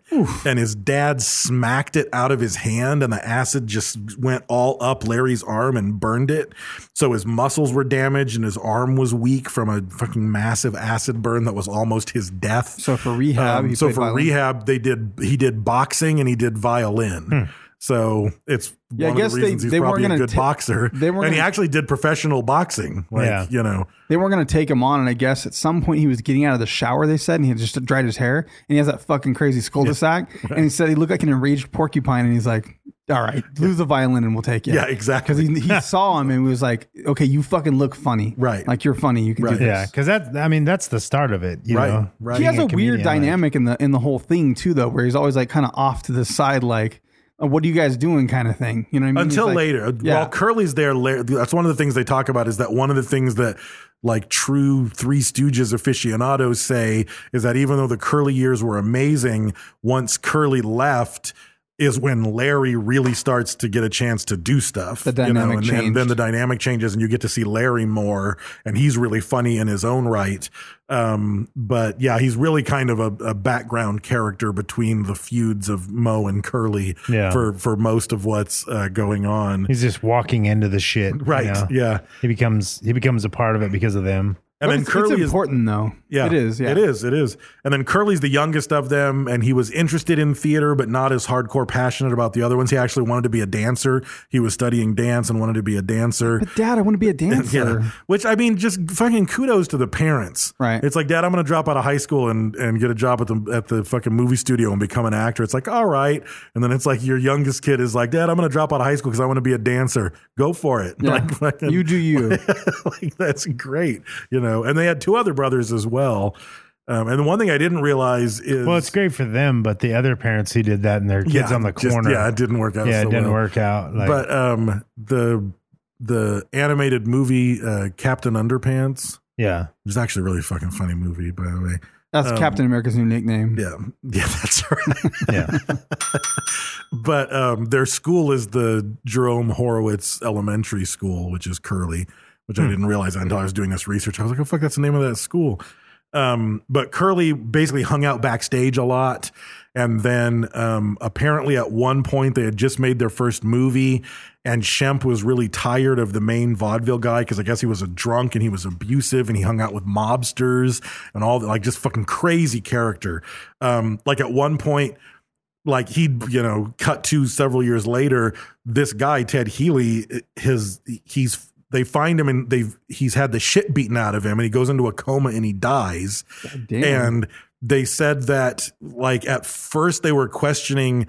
Speaker 4: and his dad smacked it out of his hand and the acid just went all up Larry's arm and burned it so his muscles were damaged and his arm was weak from a fucking massive acid burn that was almost his death
Speaker 2: So for rehab, he
Speaker 4: Um, so
Speaker 2: played
Speaker 4: for
Speaker 2: violin.
Speaker 4: rehab they did he did boxing and he did violin so it's
Speaker 2: Hmm. Yeah, I
Speaker 4: one
Speaker 2: guess
Speaker 4: of
Speaker 2: they-
Speaker 4: the reasons he's
Speaker 2: they weren't
Speaker 4: probably a
Speaker 2: gonna
Speaker 4: good
Speaker 2: ta-
Speaker 4: boxer
Speaker 2: they weren't
Speaker 4: and he
Speaker 2: gonna-
Speaker 4: actually did professional boxing like
Speaker 3: Yeah.
Speaker 4: you know
Speaker 2: They weren't going to take him on. And I guess at some point he was getting out of the shower, they said, and he had just dried his hair. And he has that fucking crazy cul de sac. And he said he looked like an enraged porcupine. And he's like, all right, lose the violin and we'll take you.
Speaker 4: Yeah, exactly.
Speaker 2: Because he, he saw him and was like, okay, you fucking look funny.
Speaker 4: Right.
Speaker 2: Like you're funny. You can do
Speaker 4: Right.
Speaker 2: this.
Speaker 3: Yeah, because that I mean that's the start of it. You
Speaker 4: Right,
Speaker 3: know?
Speaker 4: right.
Speaker 2: he
Speaker 3: Being
Speaker 2: has a,
Speaker 3: comedian,
Speaker 2: weird
Speaker 3: like-
Speaker 2: dynamic in the in the whole thing too, though, where he's always like kind of off to the side, like, "Uh, "What are you guys doing?" kind of thing. You know what I mean? He's
Speaker 4: until
Speaker 2: like-
Speaker 4: later. uh,
Speaker 2: Yeah.
Speaker 4: While Curly's there, Larry, that's one of the things they talk about is that one of the things that like true Three Stooges aficionados say is that even though the Curly years were amazing, once Curly left is when Larry really starts to get a chance to do stuff.
Speaker 2: The dynamic
Speaker 4: and, then-
Speaker 2: changed.
Speaker 4: then the dynamic changes and you get to see Larry more and he's really funny in his own right. Um, but yeah, he's really kind of a, a background character between the feuds of Mo and Curly
Speaker 3: Yeah.
Speaker 4: for for most of what's uh, going on.
Speaker 3: He's just walking into the shit. you
Speaker 4: right.
Speaker 3: know?
Speaker 4: Yeah.
Speaker 3: He becomes he becomes a part of it because of them.
Speaker 2: But
Speaker 4: And then
Speaker 2: it's, it's
Speaker 4: Curly is
Speaker 2: important though.
Speaker 4: yeah,
Speaker 2: it is. Yeah,
Speaker 4: It is. It is. And then Curly's the youngest of them, and he was interested in theater, but not as hardcore passionate about the other ones. He actually wanted to be a dancer. He was studying dance and wanted to be a dancer.
Speaker 2: But Dad, I want to be a dancer.
Speaker 4: Yeah. Which I mean, just fucking kudos to the parents.
Speaker 2: Right.
Speaker 4: It's like, Dad, I'm gonna drop out of high school and and get a job at the at the fucking movie studio and become an actor. It's like, all right. And then it's like your youngest kid is like, Dad, I'm gonna drop out of high school because I want to be a dancer. Go for it.
Speaker 2: Yeah.
Speaker 4: Like, fucking-
Speaker 2: you do you.
Speaker 4: like that's great, you know. And they had two other brothers as well. Um, and the one thing I didn't realize is
Speaker 3: Well, it's great for them, but the other parents who did that and their kids
Speaker 4: Yeah,
Speaker 3: on the
Speaker 4: just-
Speaker 3: corner.
Speaker 4: yeah, it didn't work out.
Speaker 3: Yeah,
Speaker 4: so
Speaker 3: it didn't
Speaker 4: well.
Speaker 3: work out. Like,
Speaker 4: but um, the the animated movie uh, Captain Underpants
Speaker 3: yeah,
Speaker 4: which is actually a really fucking funny movie, by the way.
Speaker 2: That's Captain America's new nickname.
Speaker 4: Um, Yeah, yeah, that's right.
Speaker 3: yeah,
Speaker 4: but um, their school is the Jerome Horowitz Elementary School, which is Curly, which I didn't realize until I was doing this research. I was like, oh fuck, that's the name of that school. Um, but Curly basically hung out backstage a lot. And then um, apparently at one point they had just made their first movie, and Shemp was really tired of the main vaudeville guy because I guess he was a drunk and he was abusive and he hung out with mobsters and all that, like just fucking crazy character. Um, like at one point, like he'd you know cut to several years later this guy ted healy his he's they find him and they've he's had the shit beaten out of him and he goes into a coma and he dies
Speaker 2: damn.
Speaker 4: and they said that like at first they were questioning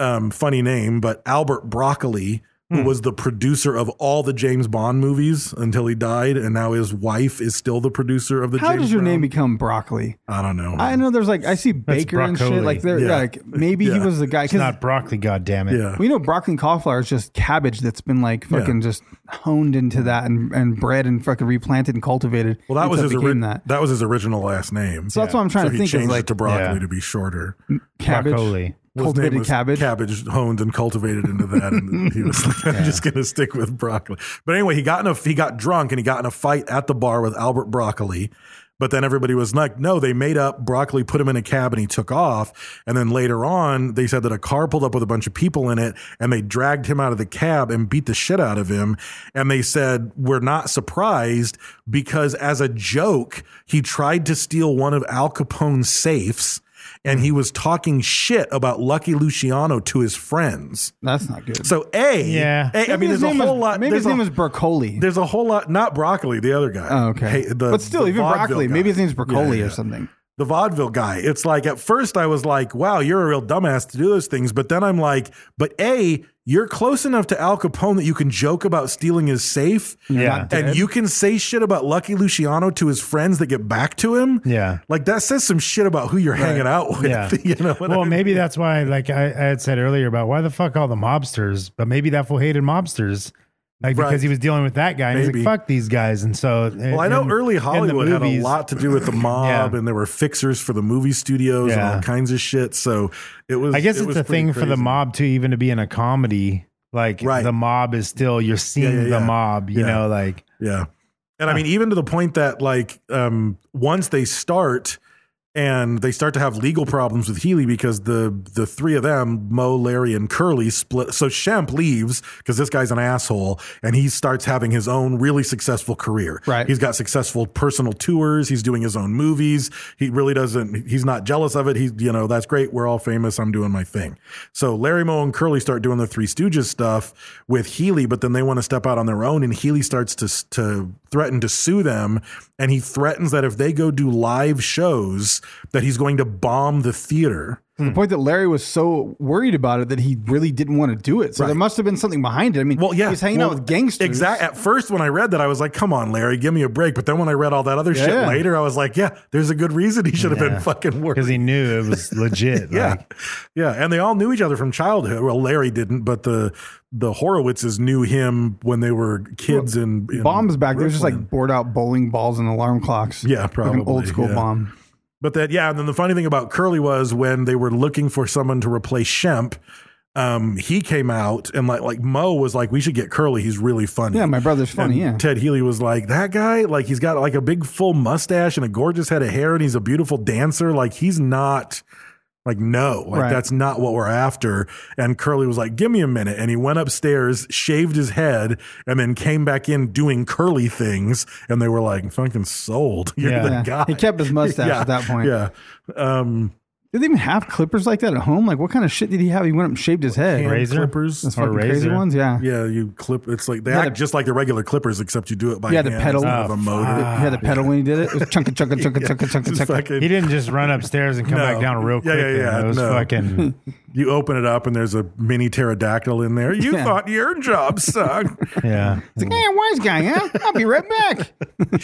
Speaker 4: um funny name but albert broccoli who
Speaker 2: Hmm.
Speaker 4: was the producer of all the james bond movies until he died and now his wife is still the producer of the
Speaker 2: How
Speaker 4: james
Speaker 2: does your
Speaker 4: Brown-
Speaker 2: name become broccoli?
Speaker 4: i don't know
Speaker 2: I know there's like I see Baker and shit.
Speaker 3: broccoli.
Speaker 2: Like they're
Speaker 4: Yeah.
Speaker 2: like maybe he
Speaker 4: Yeah.
Speaker 2: was the guy
Speaker 3: it's
Speaker 2: because
Speaker 3: not broccoli. God damn it!
Speaker 4: yeah
Speaker 2: we know broccoli and cauliflower is just cabbage that's been like fucking just honed into that and, and bred and fucking replanted and cultivated.
Speaker 4: well that was
Speaker 2: until
Speaker 4: his
Speaker 2: it became
Speaker 4: ori-
Speaker 2: that.
Speaker 4: that. was his original last name
Speaker 2: So that's what I'm trying
Speaker 4: so
Speaker 2: to
Speaker 4: he
Speaker 2: think
Speaker 4: changed
Speaker 2: is
Speaker 4: it
Speaker 2: like
Speaker 4: to broccoli
Speaker 3: Yeah.
Speaker 4: to be shorter.
Speaker 2: cabbage,
Speaker 3: Broccoli.
Speaker 4: His name
Speaker 2: cultivated
Speaker 4: was
Speaker 2: cabbage.
Speaker 4: cabbage honed and cultivated into that, and he was like, "I'm just going to stick with broccoli." But anyway, he got in a he got drunk and he got in a fight at the bar with Albert Broccoli. But then everybody was like, "No, they made up broccoli, put him in a cab, and he took off." And then later on, they said that a car pulled up with a bunch of people in it, and they dragged him out of the cab and beat the shit out of him. And they said, "We're not surprised because as a joke, he tried to steal one of Al Capone's safes." and
Speaker 2: Hmm.
Speaker 4: he was talking shit about Lucky Luciano to his friends.
Speaker 2: That's not good.
Speaker 4: So A,
Speaker 3: Yeah.
Speaker 4: A, I
Speaker 2: Maybe
Speaker 4: mean,
Speaker 2: his
Speaker 4: there's a
Speaker 2: name
Speaker 4: whole
Speaker 2: was-
Speaker 4: lot.
Speaker 2: Maybe
Speaker 4: there's
Speaker 2: his name
Speaker 4: a,
Speaker 2: was Broccoli.
Speaker 4: There's a whole lot. Not broccoli. The other guy.
Speaker 2: Oh, okay.
Speaker 4: Hey, the-
Speaker 2: but still,
Speaker 4: the
Speaker 2: even
Speaker 4: vaudeville
Speaker 2: broccoli,
Speaker 4: guy.
Speaker 2: maybe his name's Broccoli
Speaker 4: Yeah, yeah.
Speaker 2: or something.
Speaker 4: The vaudeville guy. It's like at first I was like, "Wow, you're a real dumbass to do those things," but then I'm like, "But A, you're close enough to Al Capone that you can joke about stealing his safe,
Speaker 3: Yeah.
Speaker 4: and you can say shit about Lucky Luciano to his friends that get back to him.
Speaker 3: Yeah.
Speaker 4: like that says some shit about who you're hanging out with.
Speaker 3: Yeah.
Speaker 4: you know. what
Speaker 3: well,
Speaker 4: I mean?
Speaker 3: maybe that's why, like I, I had said earlier about why the fuck all the mobsters, but maybe that fool hated mobsters. Like
Speaker 4: Right.
Speaker 3: because he was dealing with that guy, and he's
Speaker 4: Maybe.
Speaker 3: like, "Fuck these guys," and so. uh,
Speaker 4: Well, I know early Hollywood had a lot to do with the mob,
Speaker 3: Yeah.
Speaker 4: and there were fixers for the movie studios and
Speaker 3: Yeah.
Speaker 4: all kinds of shit. So it was.
Speaker 3: I guess
Speaker 4: it was
Speaker 3: it's a
Speaker 4: pretty
Speaker 3: thing for the
Speaker 4: crazy.
Speaker 3: mob too, even to be in a comedy. Like
Speaker 4: Right.
Speaker 3: the mob is still you're seeing
Speaker 4: yeah, yeah.
Speaker 3: the mob, you
Speaker 4: Yeah.
Speaker 3: know, like
Speaker 4: Yeah, and I mean, even to the point that like um, once they start and they start to have legal problems with Healy because the the three of them, Mo, Larry, and Curly, split. So Shemp leaves because this guy's an asshole, and he starts having his own really successful career.
Speaker 2: Right.
Speaker 4: he's got successful personal tours. He's doing his own movies. He really doesn't. He's not jealous of it. He's you know that's great. We're all famous. I'm doing my thing. So Larry, Mo, and Curly start doing the Three Stooges stuff with Healy, but then they want to step out on their own, and Healy starts to to threaten to sue them, and he threatens that if they go do live shows, that he's going to bomb the theater.
Speaker 2: The point that Larry was so worried about it that he really didn't want to do it. So
Speaker 4: Right.
Speaker 2: there must have been something behind it. I mean,
Speaker 4: Well, yeah,
Speaker 2: he's hanging out
Speaker 4: Well,
Speaker 2: with gangsters.
Speaker 4: Exact. At first, when I read that, I was like, "Come on, Larry, give me a break." But then when I read all that other shit
Speaker 2: Yeah.
Speaker 4: later, I was like, "Yeah, there's a good reason he should have
Speaker 3: Yeah.
Speaker 4: been fucking working."
Speaker 3: because he knew it was legit.
Speaker 4: Yeah,
Speaker 3: Like,
Speaker 4: yeah, and they all knew each other from childhood. Well, Larry didn't, but the the Horowitzes knew him when they were kids in, in
Speaker 2: Bombs back. They were just
Speaker 4: Brooklyn.
Speaker 2: like bored out bowling balls and alarm clocks.
Speaker 4: Yeah,
Speaker 2: Like an
Speaker 4: probably,
Speaker 2: old school
Speaker 4: yeah.
Speaker 2: bomb.
Speaker 4: But that, yeah. And then the funny thing about Curly was when they were looking for someone to replace Shemp, um, he came out and like like Mo was like, "We should get Curly. He's really funny."
Speaker 2: Yeah, my brother's
Speaker 4: And
Speaker 2: funny. Yeah.
Speaker 4: Ted Healy was like, that guy, like he's got like a big full mustache and a gorgeous head of hair and he's a beautiful dancer. Like he's not like, no, like
Speaker 2: Right.
Speaker 4: that's not what we're after. And Curly was like, give me a minute. And he went upstairs, shaved his head and then came back in doing curly things. And they were like, fucking sold. You're
Speaker 3: Yeah.
Speaker 4: the
Speaker 3: Yeah.
Speaker 4: guy.
Speaker 2: He kept his mustache
Speaker 4: Yeah.
Speaker 2: at that point.
Speaker 4: Yeah. Um,
Speaker 2: Did they even have clippers like that at home? Like, what kind of shit did he have? He went up and shaved his head.
Speaker 3: razor
Speaker 4: clippers.
Speaker 2: Those
Speaker 3: or
Speaker 2: fucking crazy
Speaker 3: razor.
Speaker 2: ones. Yeah.
Speaker 4: yeah, you clip. It's like they
Speaker 2: Uh. Yeah,
Speaker 4: act
Speaker 2: the-
Speaker 4: just like the regular clippers, except you do it by
Speaker 2: Yeah,
Speaker 4: hand
Speaker 2: the pedal.
Speaker 4: instead of a
Speaker 2: Oh,
Speaker 4: motor.
Speaker 2: He had a pedal when he did it. It was chunka, chunka, chunka, chunka, chunka,
Speaker 4: Just
Speaker 2: chunka.
Speaker 4: fucking-
Speaker 3: He didn't just run upstairs and come
Speaker 4: No.
Speaker 3: back down real
Speaker 4: Yeah,
Speaker 3: quick.
Speaker 4: yeah, yeah,
Speaker 3: It was
Speaker 4: no.
Speaker 3: fucking
Speaker 4: you open it up and there's a mini pterodactyl in there. You
Speaker 2: Yeah.
Speaker 4: thought your job sucked.
Speaker 3: yeah.
Speaker 2: It's like, hey, wise guy, huh? I'll be right back.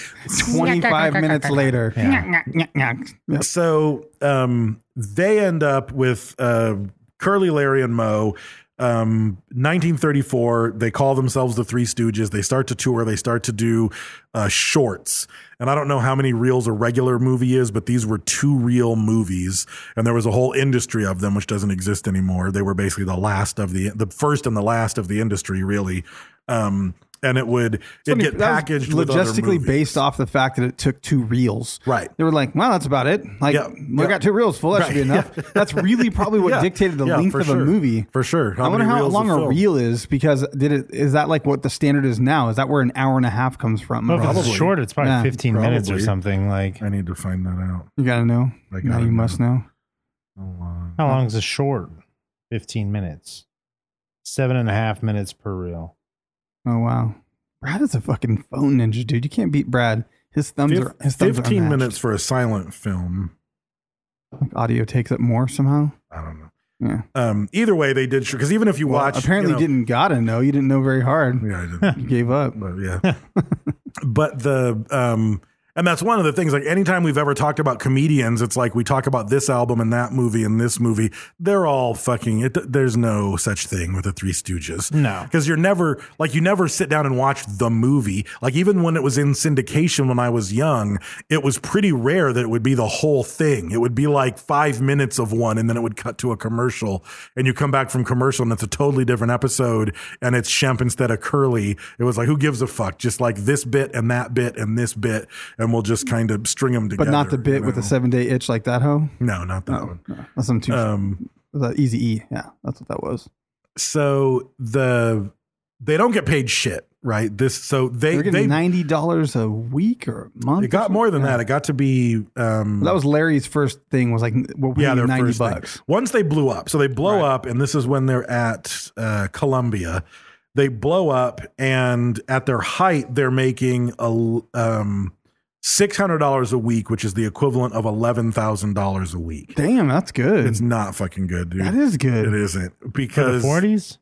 Speaker 2: 25 minutes later. Yep.
Speaker 4: so um, they end up with uh, Curly, Larry, and Mo. Um, 1934, they call themselves the Three Stooges. They start to tour. They start to do uh, shorts. And I don't know how many reels a regular movie is, but these were two reel movies, and there was a whole industry of them, which doesn't exist anymore. They were basically the last of the the first and the last of the industry, really. Um, and it would it
Speaker 2: Funny,
Speaker 4: get
Speaker 2: that was
Speaker 4: packaged with other
Speaker 2: logistically
Speaker 4: movies.
Speaker 2: based off the fact that it took two reels.
Speaker 4: Right.
Speaker 2: They were like, well, that's about it. Like,
Speaker 4: Yeah.
Speaker 2: we
Speaker 4: Yeah.
Speaker 2: got two reels full. That should be
Speaker 4: Right.
Speaker 2: enough. That's really probably what
Speaker 4: Yeah.
Speaker 2: dictated the
Speaker 4: Yeah,
Speaker 2: length
Speaker 4: for
Speaker 2: of
Speaker 4: sure.
Speaker 2: a movie.
Speaker 4: For sure. How
Speaker 2: I wonder
Speaker 4: many
Speaker 2: how
Speaker 4: reels
Speaker 2: long
Speaker 4: of
Speaker 2: a
Speaker 4: film?
Speaker 2: reel is because did it is that like what the standard is now? Is that where an hour and a half comes from?
Speaker 3: Well, if
Speaker 4: Probably.
Speaker 3: it's short, it's probably
Speaker 2: Yeah.
Speaker 3: 15 minutes or
Speaker 4: Probably.
Speaker 3: something. Like
Speaker 4: I need to find that out.
Speaker 2: You gotta know.
Speaker 4: I
Speaker 2: now
Speaker 4: gotta
Speaker 2: you must know.
Speaker 3: how long is a short? 15 minutes. Seven and a half minutes per reel.
Speaker 2: Oh wow, Brad is a fucking phone ninja, dude. You can't beat Brad. His thumbs
Speaker 4: Fif-
Speaker 2: are his thumbs are
Speaker 4: 15
Speaker 2: unmatched.
Speaker 4: minutes for a silent film.
Speaker 2: Like audio takes up more somehow.
Speaker 4: I don't know.
Speaker 2: Yeah.
Speaker 4: Um, either way, they did because even if you
Speaker 2: Well,
Speaker 4: watch,
Speaker 2: apparently
Speaker 4: you know-
Speaker 2: didn't gotta know. You didn't know very hard.
Speaker 4: Yeah, I didn't.
Speaker 2: You gave up.
Speaker 4: but yeah. but the um and that's one of the things like anytime we've ever talked about comedians it's like we talk about this album and that movie and this movie they're all fucking it there's no such thing with the three stooges
Speaker 3: No.
Speaker 4: because you're never like you never sit down and watch the movie like even when it was in syndication when i was young it was pretty rare that it would be the whole thing it would be like five minutes of one and then it would cut to a commercial and you come back from commercial and it's a totally different episode and it's shemp instead of curly it was like who gives a fuck just like this bit and that bit and this bit and we'll just kind of string them
Speaker 2: But
Speaker 4: together
Speaker 2: not the
Speaker 4: you
Speaker 2: bit with the
Speaker 4: know?
Speaker 2: seven day itch like that, ho.
Speaker 4: no not that one
Speaker 2: That's some too.
Speaker 4: um
Speaker 2: that easy E. Yeah, that's what that was.
Speaker 4: so the they don't get paid shit, right? This so they
Speaker 2: They're
Speaker 4: they
Speaker 2: getting ninety dollars a week or a month.
Speaker 4: it got more than that. It got to be um
Speaker 2: That was Larry's first thing. Was like, we'll pay
Speaker 4: yeah,
Speaker 2: you
Speaker 4: their
Speaker 2: ninety
Speaker 4: first thing.
Speaker 2: bucks.
Speaker 4: Once they blew up, so they blow up, and this is when they're at uh, Columbia. They blow up, and at their height, they're making a l- um, six hundred dollars a week, which is the equivalent of eleven thousand dollars a week.
Speaker 2: Damn, that's good.
Speaker 4: It's not fucking good, dude.
Speaker 2: that is good.
Speaker 4: It isn't
Speaker 3: For the
Speaker 4: because
Speaker 3: forties.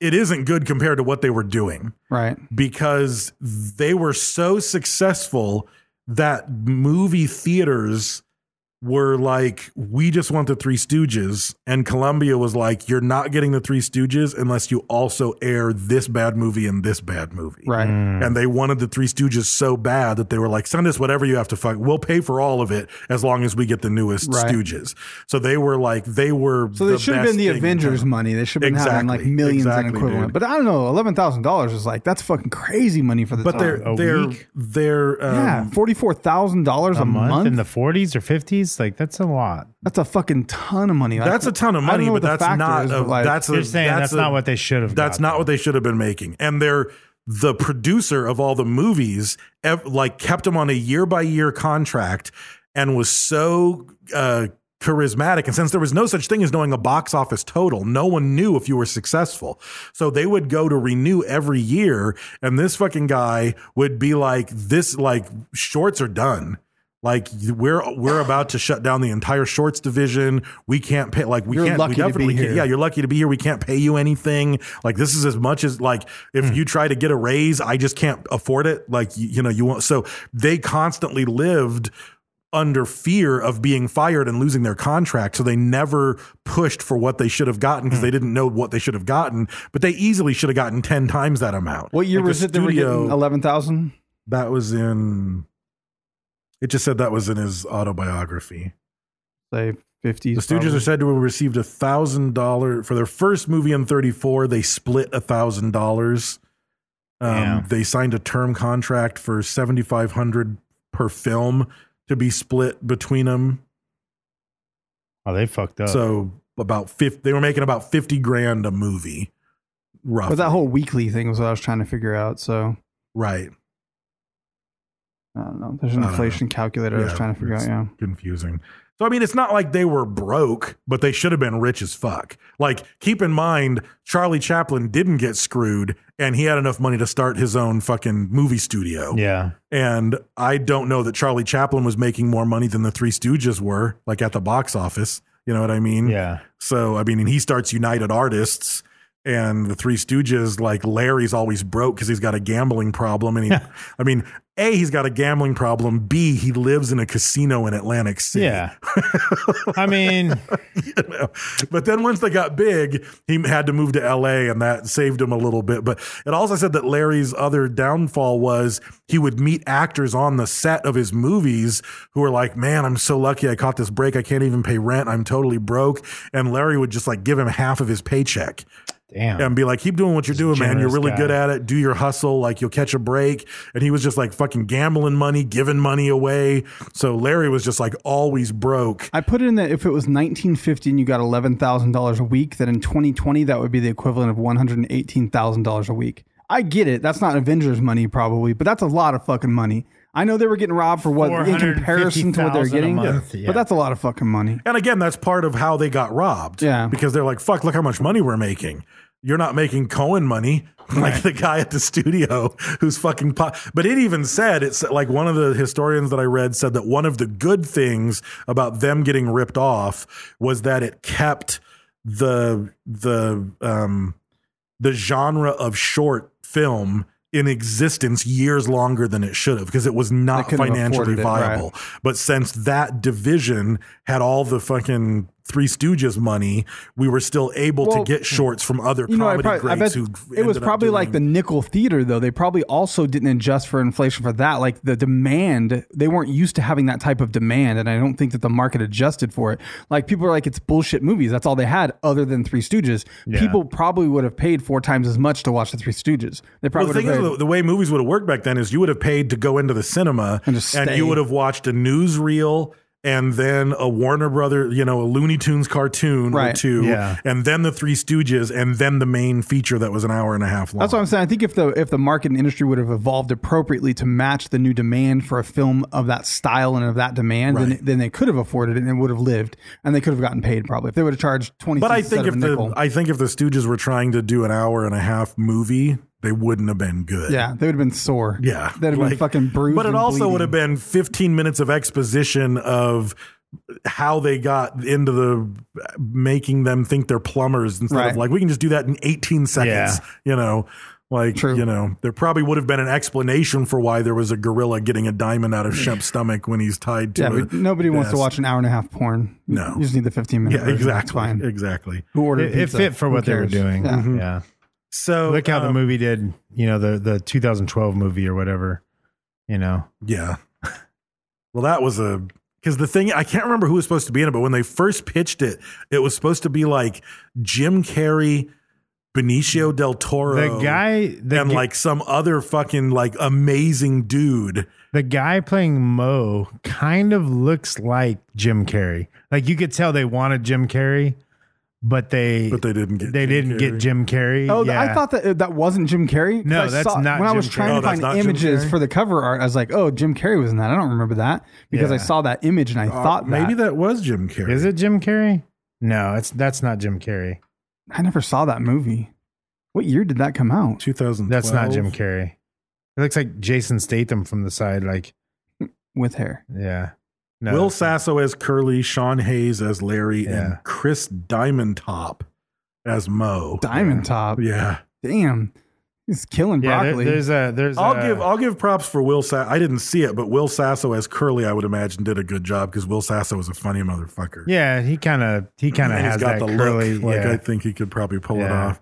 Speaker 4: it isn't good compared to what they were doing
Speaker 2: Right.
Speaker 4: because they were so successful that movie theaters were like, we just want the Three Stooges. And Columbia was like, you're not getting the Three Stooges unless you also air this bad movie and this bad movie.
Speaker 2: Right.
Speaker 4: And they wanted the Three Stooges so bad that they were like, send us whatever you have to fuck. We'll pay for all of it as long as we get the newest
Speaker 2: Right.
Speaker 4: Stooges. So they were like, they were.
Speaker 2: So they should have been
Speaker 4: best
Speaker 2: the
Speaker 4: thing in
Speaker 2: Avengers
Speaker 4: town.
Speaker 2: money. They should have been having like
Speaker 4: Exactly.
Speaker 2: millions in
Speaker 4: Exactly,
Speaker 2: equivalent.
Speaker 4: dude.
Speaker 2: But I don't know, eleven thousand dollars is like that's fucking crazy money for the
Speaker 4: But
Speaker 2: time.
Speaker 4: they're
Speaker 3: A
Speaker 4: they're
Speaker 3: week?
Speaker 4: they're um,
Speaker 2: yeah, forty four thousand dollars
Speaker 3: a
Speaker 2: a
Speaker 3: month,
Speaker 2: month.
Speaker 3: in the 40s or 50s like that's a lot
Speaker 2: that's a fucking ton of money. Like,
Speaker 4: That's a ton of
Speaker 2: I don't
Speaker 4: money,
Speaker 2: know
Speaker 4: but
Speaker 2: what the
Speaker 4: that's
Speaker 2: factor
Speaker 4: not.
Speaker 2: is,
Speaker 4: a,
Speaker 2: but, like,
Speaker 4: that's a-
Speaker 3: You're saying that's not what they should have
Speaker 4: That's
Speaker 3: got,
Speaker 4: not
Speaker 3: though.
Speaker 4: what they should have been making, and they're the producer of all the movies. Ev- like kept them on a year by year contract, and was so. Uh, charismatic and since there was no such thing as knowing a box office total no one knew if you were successful so they would go to renew every year and this fucking guy would be like this like shorts are done like we're we're about to shut down the entire shorts division we can't pay like we
Speaker 2: You're
Speaker 4: can't
Speaker 2: lucky
Speaker 4: we
Speaker 2: to be
Speaker 4: definitely can't
Speaker 2: here.
Speaker 4: yeah you're lucky to be here. We can't pay you anything. Like this is as much as like if
Speaker 2: Hmm.
Speaker 4: you try to get a raise, I just can't afford it. Like you, you know, you won't. So they constantly lived under fear of being fired and losing their contract. So they never pushed for what they should have gotten
Speaker 2: Hmm.
Speaker 4: because they didn't know what they should have gotten. But they easily should have gotten ten times that amount.
Speaker 2: what year
Speaker 4: Like, the
Speaker 2: was it that we're getting
Speaker 4: studio-
Speaker 2: eleven thousand?
Speaker 4: That was in. It just said that was in his autobiography.
Speaker 2: Say fifty.
Speaker 4: The Stooges are said to have received a thousand dollar for their first movie in thirty four. They split a thousand dollars. Um,
Speaker 3: Yeah.
Speaker 4: They signed a term contract for seventy five hundred per film to be split between them.
Speaker 3: oh they fucked up
Speaker 4: So about fifty, they were making about fifty grand a movie. Roughly,
Speaker 2: But that whole weekly thing was what I was trying to figure out. So
Speaker 4: right.
Speaker 2: I don't know. There's an
Speaker 4: I don't know.
Speaker 2: inflation calculator I was
Speaker 4: Yeah,
Speaker 2: trying to figure out.
Speaker 4: it's
Speaker 2: Yeah.
Speaker 4: confusing. So I mean, it's not like they were broke, but they should have been rich as fuck. Like, keep in mind, Charlie Chaplin didn't get screwed, and he had enough money to start his own fucking movie studio.
Speaker 3: yeah
Speaker 4: And I don't know that Charlie Chaplin was making more money than the Three Stooges were, like at the box office. You know what I mean?
Speaker 3: yeah
Speaker 4: So I mean, and he starts United Artists and the Three Stooges. Like Larry's always broke because he's got a gambling problem, and he, I mean, a he's got a gambling problem. B he lives in a casino in Atlantic City.
Speaker 3: yeah i mean
Speaker 4: You know? But then once they got big, he had to move to LA and that saved him a little bit. But it also said that Larry's other downfall was he would meet actors on the set of his movies who were like, Man, I'm so lucky I caught this break. I can't even pay rent. I'm totally broke. And Larry would just like give him half of his paycheck
Speaker 3: damn
Speaker 4: and be like, keep doing what you're doing, man. You're
Speaker 3: generous
Speaker 4: really
Speaker 3: guy.
Speaker 4: good at it. Do your hustle. Like you'll catch a break. And he was just like fucking gambling money, giving money away. So Larry was just like always broke.
Speaker 2: I put in that if it was 1950 and you got $11,000 a week, that in 2020 that would be the equivalent of $118,000 a week. I get it. That's not Avengers money probably, but that's a lot of fucking money. I know they were getting robbed for what in comparison to what they're
Speaker 3: $450,000 a
Speaker 2: getting,
Speaker 3: month, yeah.
Speaker 2: but that's a lot of fucking money.
Speaker 4: And again, that's part of how they got robbed.
Speaker 2: Yeah.
Speaker 4: Because they're like, fuck, look how much money we're making. You're not making Cohen money like the guy at the studio who's fucking po But it even said, it's like one of the historians that I read said that one of the good things about them getting ripped off was that it kept the, the, um, the genre of short film in existence years longer than it should have because it was not
Speaker 2: They couldn't have
Speaker 4: financially
Speaker 2: afforded it, right.
Speaker 4: viable. But since that division had all the fucking Three Stooges money, we were still able to
Speaker 2: Well,
Speaker 4: get shorts from other
Speaker 2: You know, I,
Speaker 4: comedy
Speaker 2: probably, I
Speaker 4: greats
Speaker 2: bet
Speaker 4: who
Speaker 2: it
Speaker 4: ended
Speaker 2: was
Speaker 4: up
Speaker 2: probably like the
Speaker 4: doing-
Speaker 2: nickel theater though. They probably also didn't adjust for inflation for that. Like the demand, they weren't used to having that type of demand, and I don't think that the market adjusted for it. Like people are like, it's bullshit movies. That's all they had other than Three Stooges. People probably would have paid four times as much to watch the Three Stooges. They
Speaker 4: Well,
Speaker 2: probably
Speaker 4: the thing
Speaker 2: would
Speaker 4: is,
Speaker 2: have
Speaker 4: the, the way movies would have worked back then is you would have paid to go into the cinema
Speaker 2: And just
Speaker 4: and
Speaker 2: stay.
Speaker 4: you would have watched a newsreel and then a Warner Brother, you know, a Looney Tunes cartoon or
Speaker 2: Right.
Speaker 4: two,
Speaker 3: Yeah.
Speaker 4: and then the Three Stooges, and then the main feature that was an hour and a half long.
Speaker 2: That's what I'm saying. I think if the if the market and industry would have evolved appropriately to match the new demand for a film of that style and of that demand, then,
Speaker 4: Right.
Speaker 2: then they could have afforded it and it would have lived, and they could have gotten paid probably if they would have charged twenty.
Speaker 4: But I
Speaker 2: cents
Speaker 4: think
Speaker 2: instead
Speaker 4: if
Speaker 2: of a
Speaker 4: the
Speaker 2: nickel.
Speaker 4: I think if the Stooges were trying to do an hour and a half movie, they wouldn't have been good.
Speaker 2: yeah, they would have been sore.
Speaker 4: Yeah.
Speaker 2: they'd have been
Speaker 4: Like,
Speaker 2: fucking bruised.
Speaker 4: But it
Speaker 2: and
Speaker 4: also
Speaker 2: bleeding.
Speaker 4: would have been 15 minutes of exposition of how they got into the making them think they're plumbers instead of
Speaker 2: Right.
Speaker 4: like we can just do that in 18 seconds,
Speaker 3: Yeah.
Speaker 4: you know. Like,
Speaker 2: True.
Speaker 4: you know, there probably would have been an explanation for why there was a gorilla getting a diamond out of Shemp's stomach when he's tied to
Speaker 2: Yeah,
Speaker 4: a
Speaker 2: but nobody wants to
Speaker 4: desk.
Speaker 2: watch an hour and a half porn.
Speaker 4: No.
Speaker 2: you just need the fifteen minutes.
Speaker 4: Yeah, exactly. Mm-hmm.
Speaker 2: fine.
Speaker 4: Exactly.
Speaker 2: Who
Speaker 3: It,
Speaker 2: ordered
Speaker 3: it
Speaker 2: pizza?
Speaker 3: fit for
Speaker 2: Who
Speaker 3: what they were
Speaker 2: cares? Mm-hmm.
Speaker 3: doing.
Speaker 2: Yeah.
Speaker 3: yeah.
Speaker 4: So
Speaker 3: Look how the
Speaker 4: um,
Speaker 3: movie did, you know, the, the 2012 movie or whatever, you know.
Speaker 4: Yeah. Well, that was a because the thing I can't remember who was supposed to be in it, but when they first pitched it, it was supposed to be like Jim Carrey, Benicio del Toro,
Speaker 3: The guy- the
Speaker 4: and
Speaker 3: gu-
Speaker 4: like some other fucking like amazing dude.
Speaker 3: The guy playing Mo kind of looks like Jim Carrey. Like you could tell they wanted Jim Carrey, but they
Speaker 4: But they didn't get
Speaker 3: they
Speaker 4: Jim
Speaker 3: didn't
Speaker 4: Carrey.
Speaker 3: get Jim Carrey.
Speaker 2: Oh, th-
Speaker 3: yeah.
Speaker 2: I thought that uh, that wasn't Jim Carrey. 'Cause
Speaker 3: No,
Speaker 2: I
Speaker 3: that's not
Speaker 2: When I
Speaker 3: Jim
Speaker 2: was
Speaker 3: Carrey.
Speaker 2: trying
Speaker 4: Oh,
Speaker 2: to
Speaker 4: that's
Speaker 2: find
Speaker 4: not Jim
Speaker 2: images
Speaker 4: Carrey?
Speaker 2: for the cover art, I was like, "Oh, Jim Carrey was in that." I don't remember that because I
Speaker 3: Yeah.
Speaker 2: saw that image and I thought
Speaker 4: Uh, Maybe
Speaker 2: that.
Speaker 4: that was Jim Carrey.
Speaker 3: Is it Jim Carrey? No, it's that's not Jim Carrey.
Speaker 2: I never saw that movie. What year did that come out?
Speaker 4: 2012?
Speaker 3: That's not Jim Carrey. It looks like Jason Statham from the side. Like,
Speaker 2: With hair.
Speaker 3: yeah. No,
Speaker 4: Will Sasso as Curly, Sean Hayes as Larry,
Speaker 3: Yeah.
Speaker 4: and Chris Diamond Top as Mo.
Speaker 2: Diamond Top.
Speaker 4: Yeah.
Speaker 2: Damn. He's killing
Speaker 3: yeah, there-
Speaker 2: broccoli.
Speaker 3: there's a there's. uh,
Speaker 4: I'll
Speaker 3: a-
Speaker 4: give I'll give props for Will Sasso. I didn't see it, but Will Sasso as Curly, I would imagine, did a good job because Will Sasso is a funny motherfucker.
Speaker 3: Yeah, he kind of he kind of
Speaker 4: And
Speaker 3: has
Speaker 4: he's got
Speaker 3: that
Speaker 4: the
Speaker 3: curly.
Speaker 4: look. Like
Speaker 3: yeah.
Speaker 4: I think he could probably pull it
Speaker 3: Yeah.
Speaker 4: off.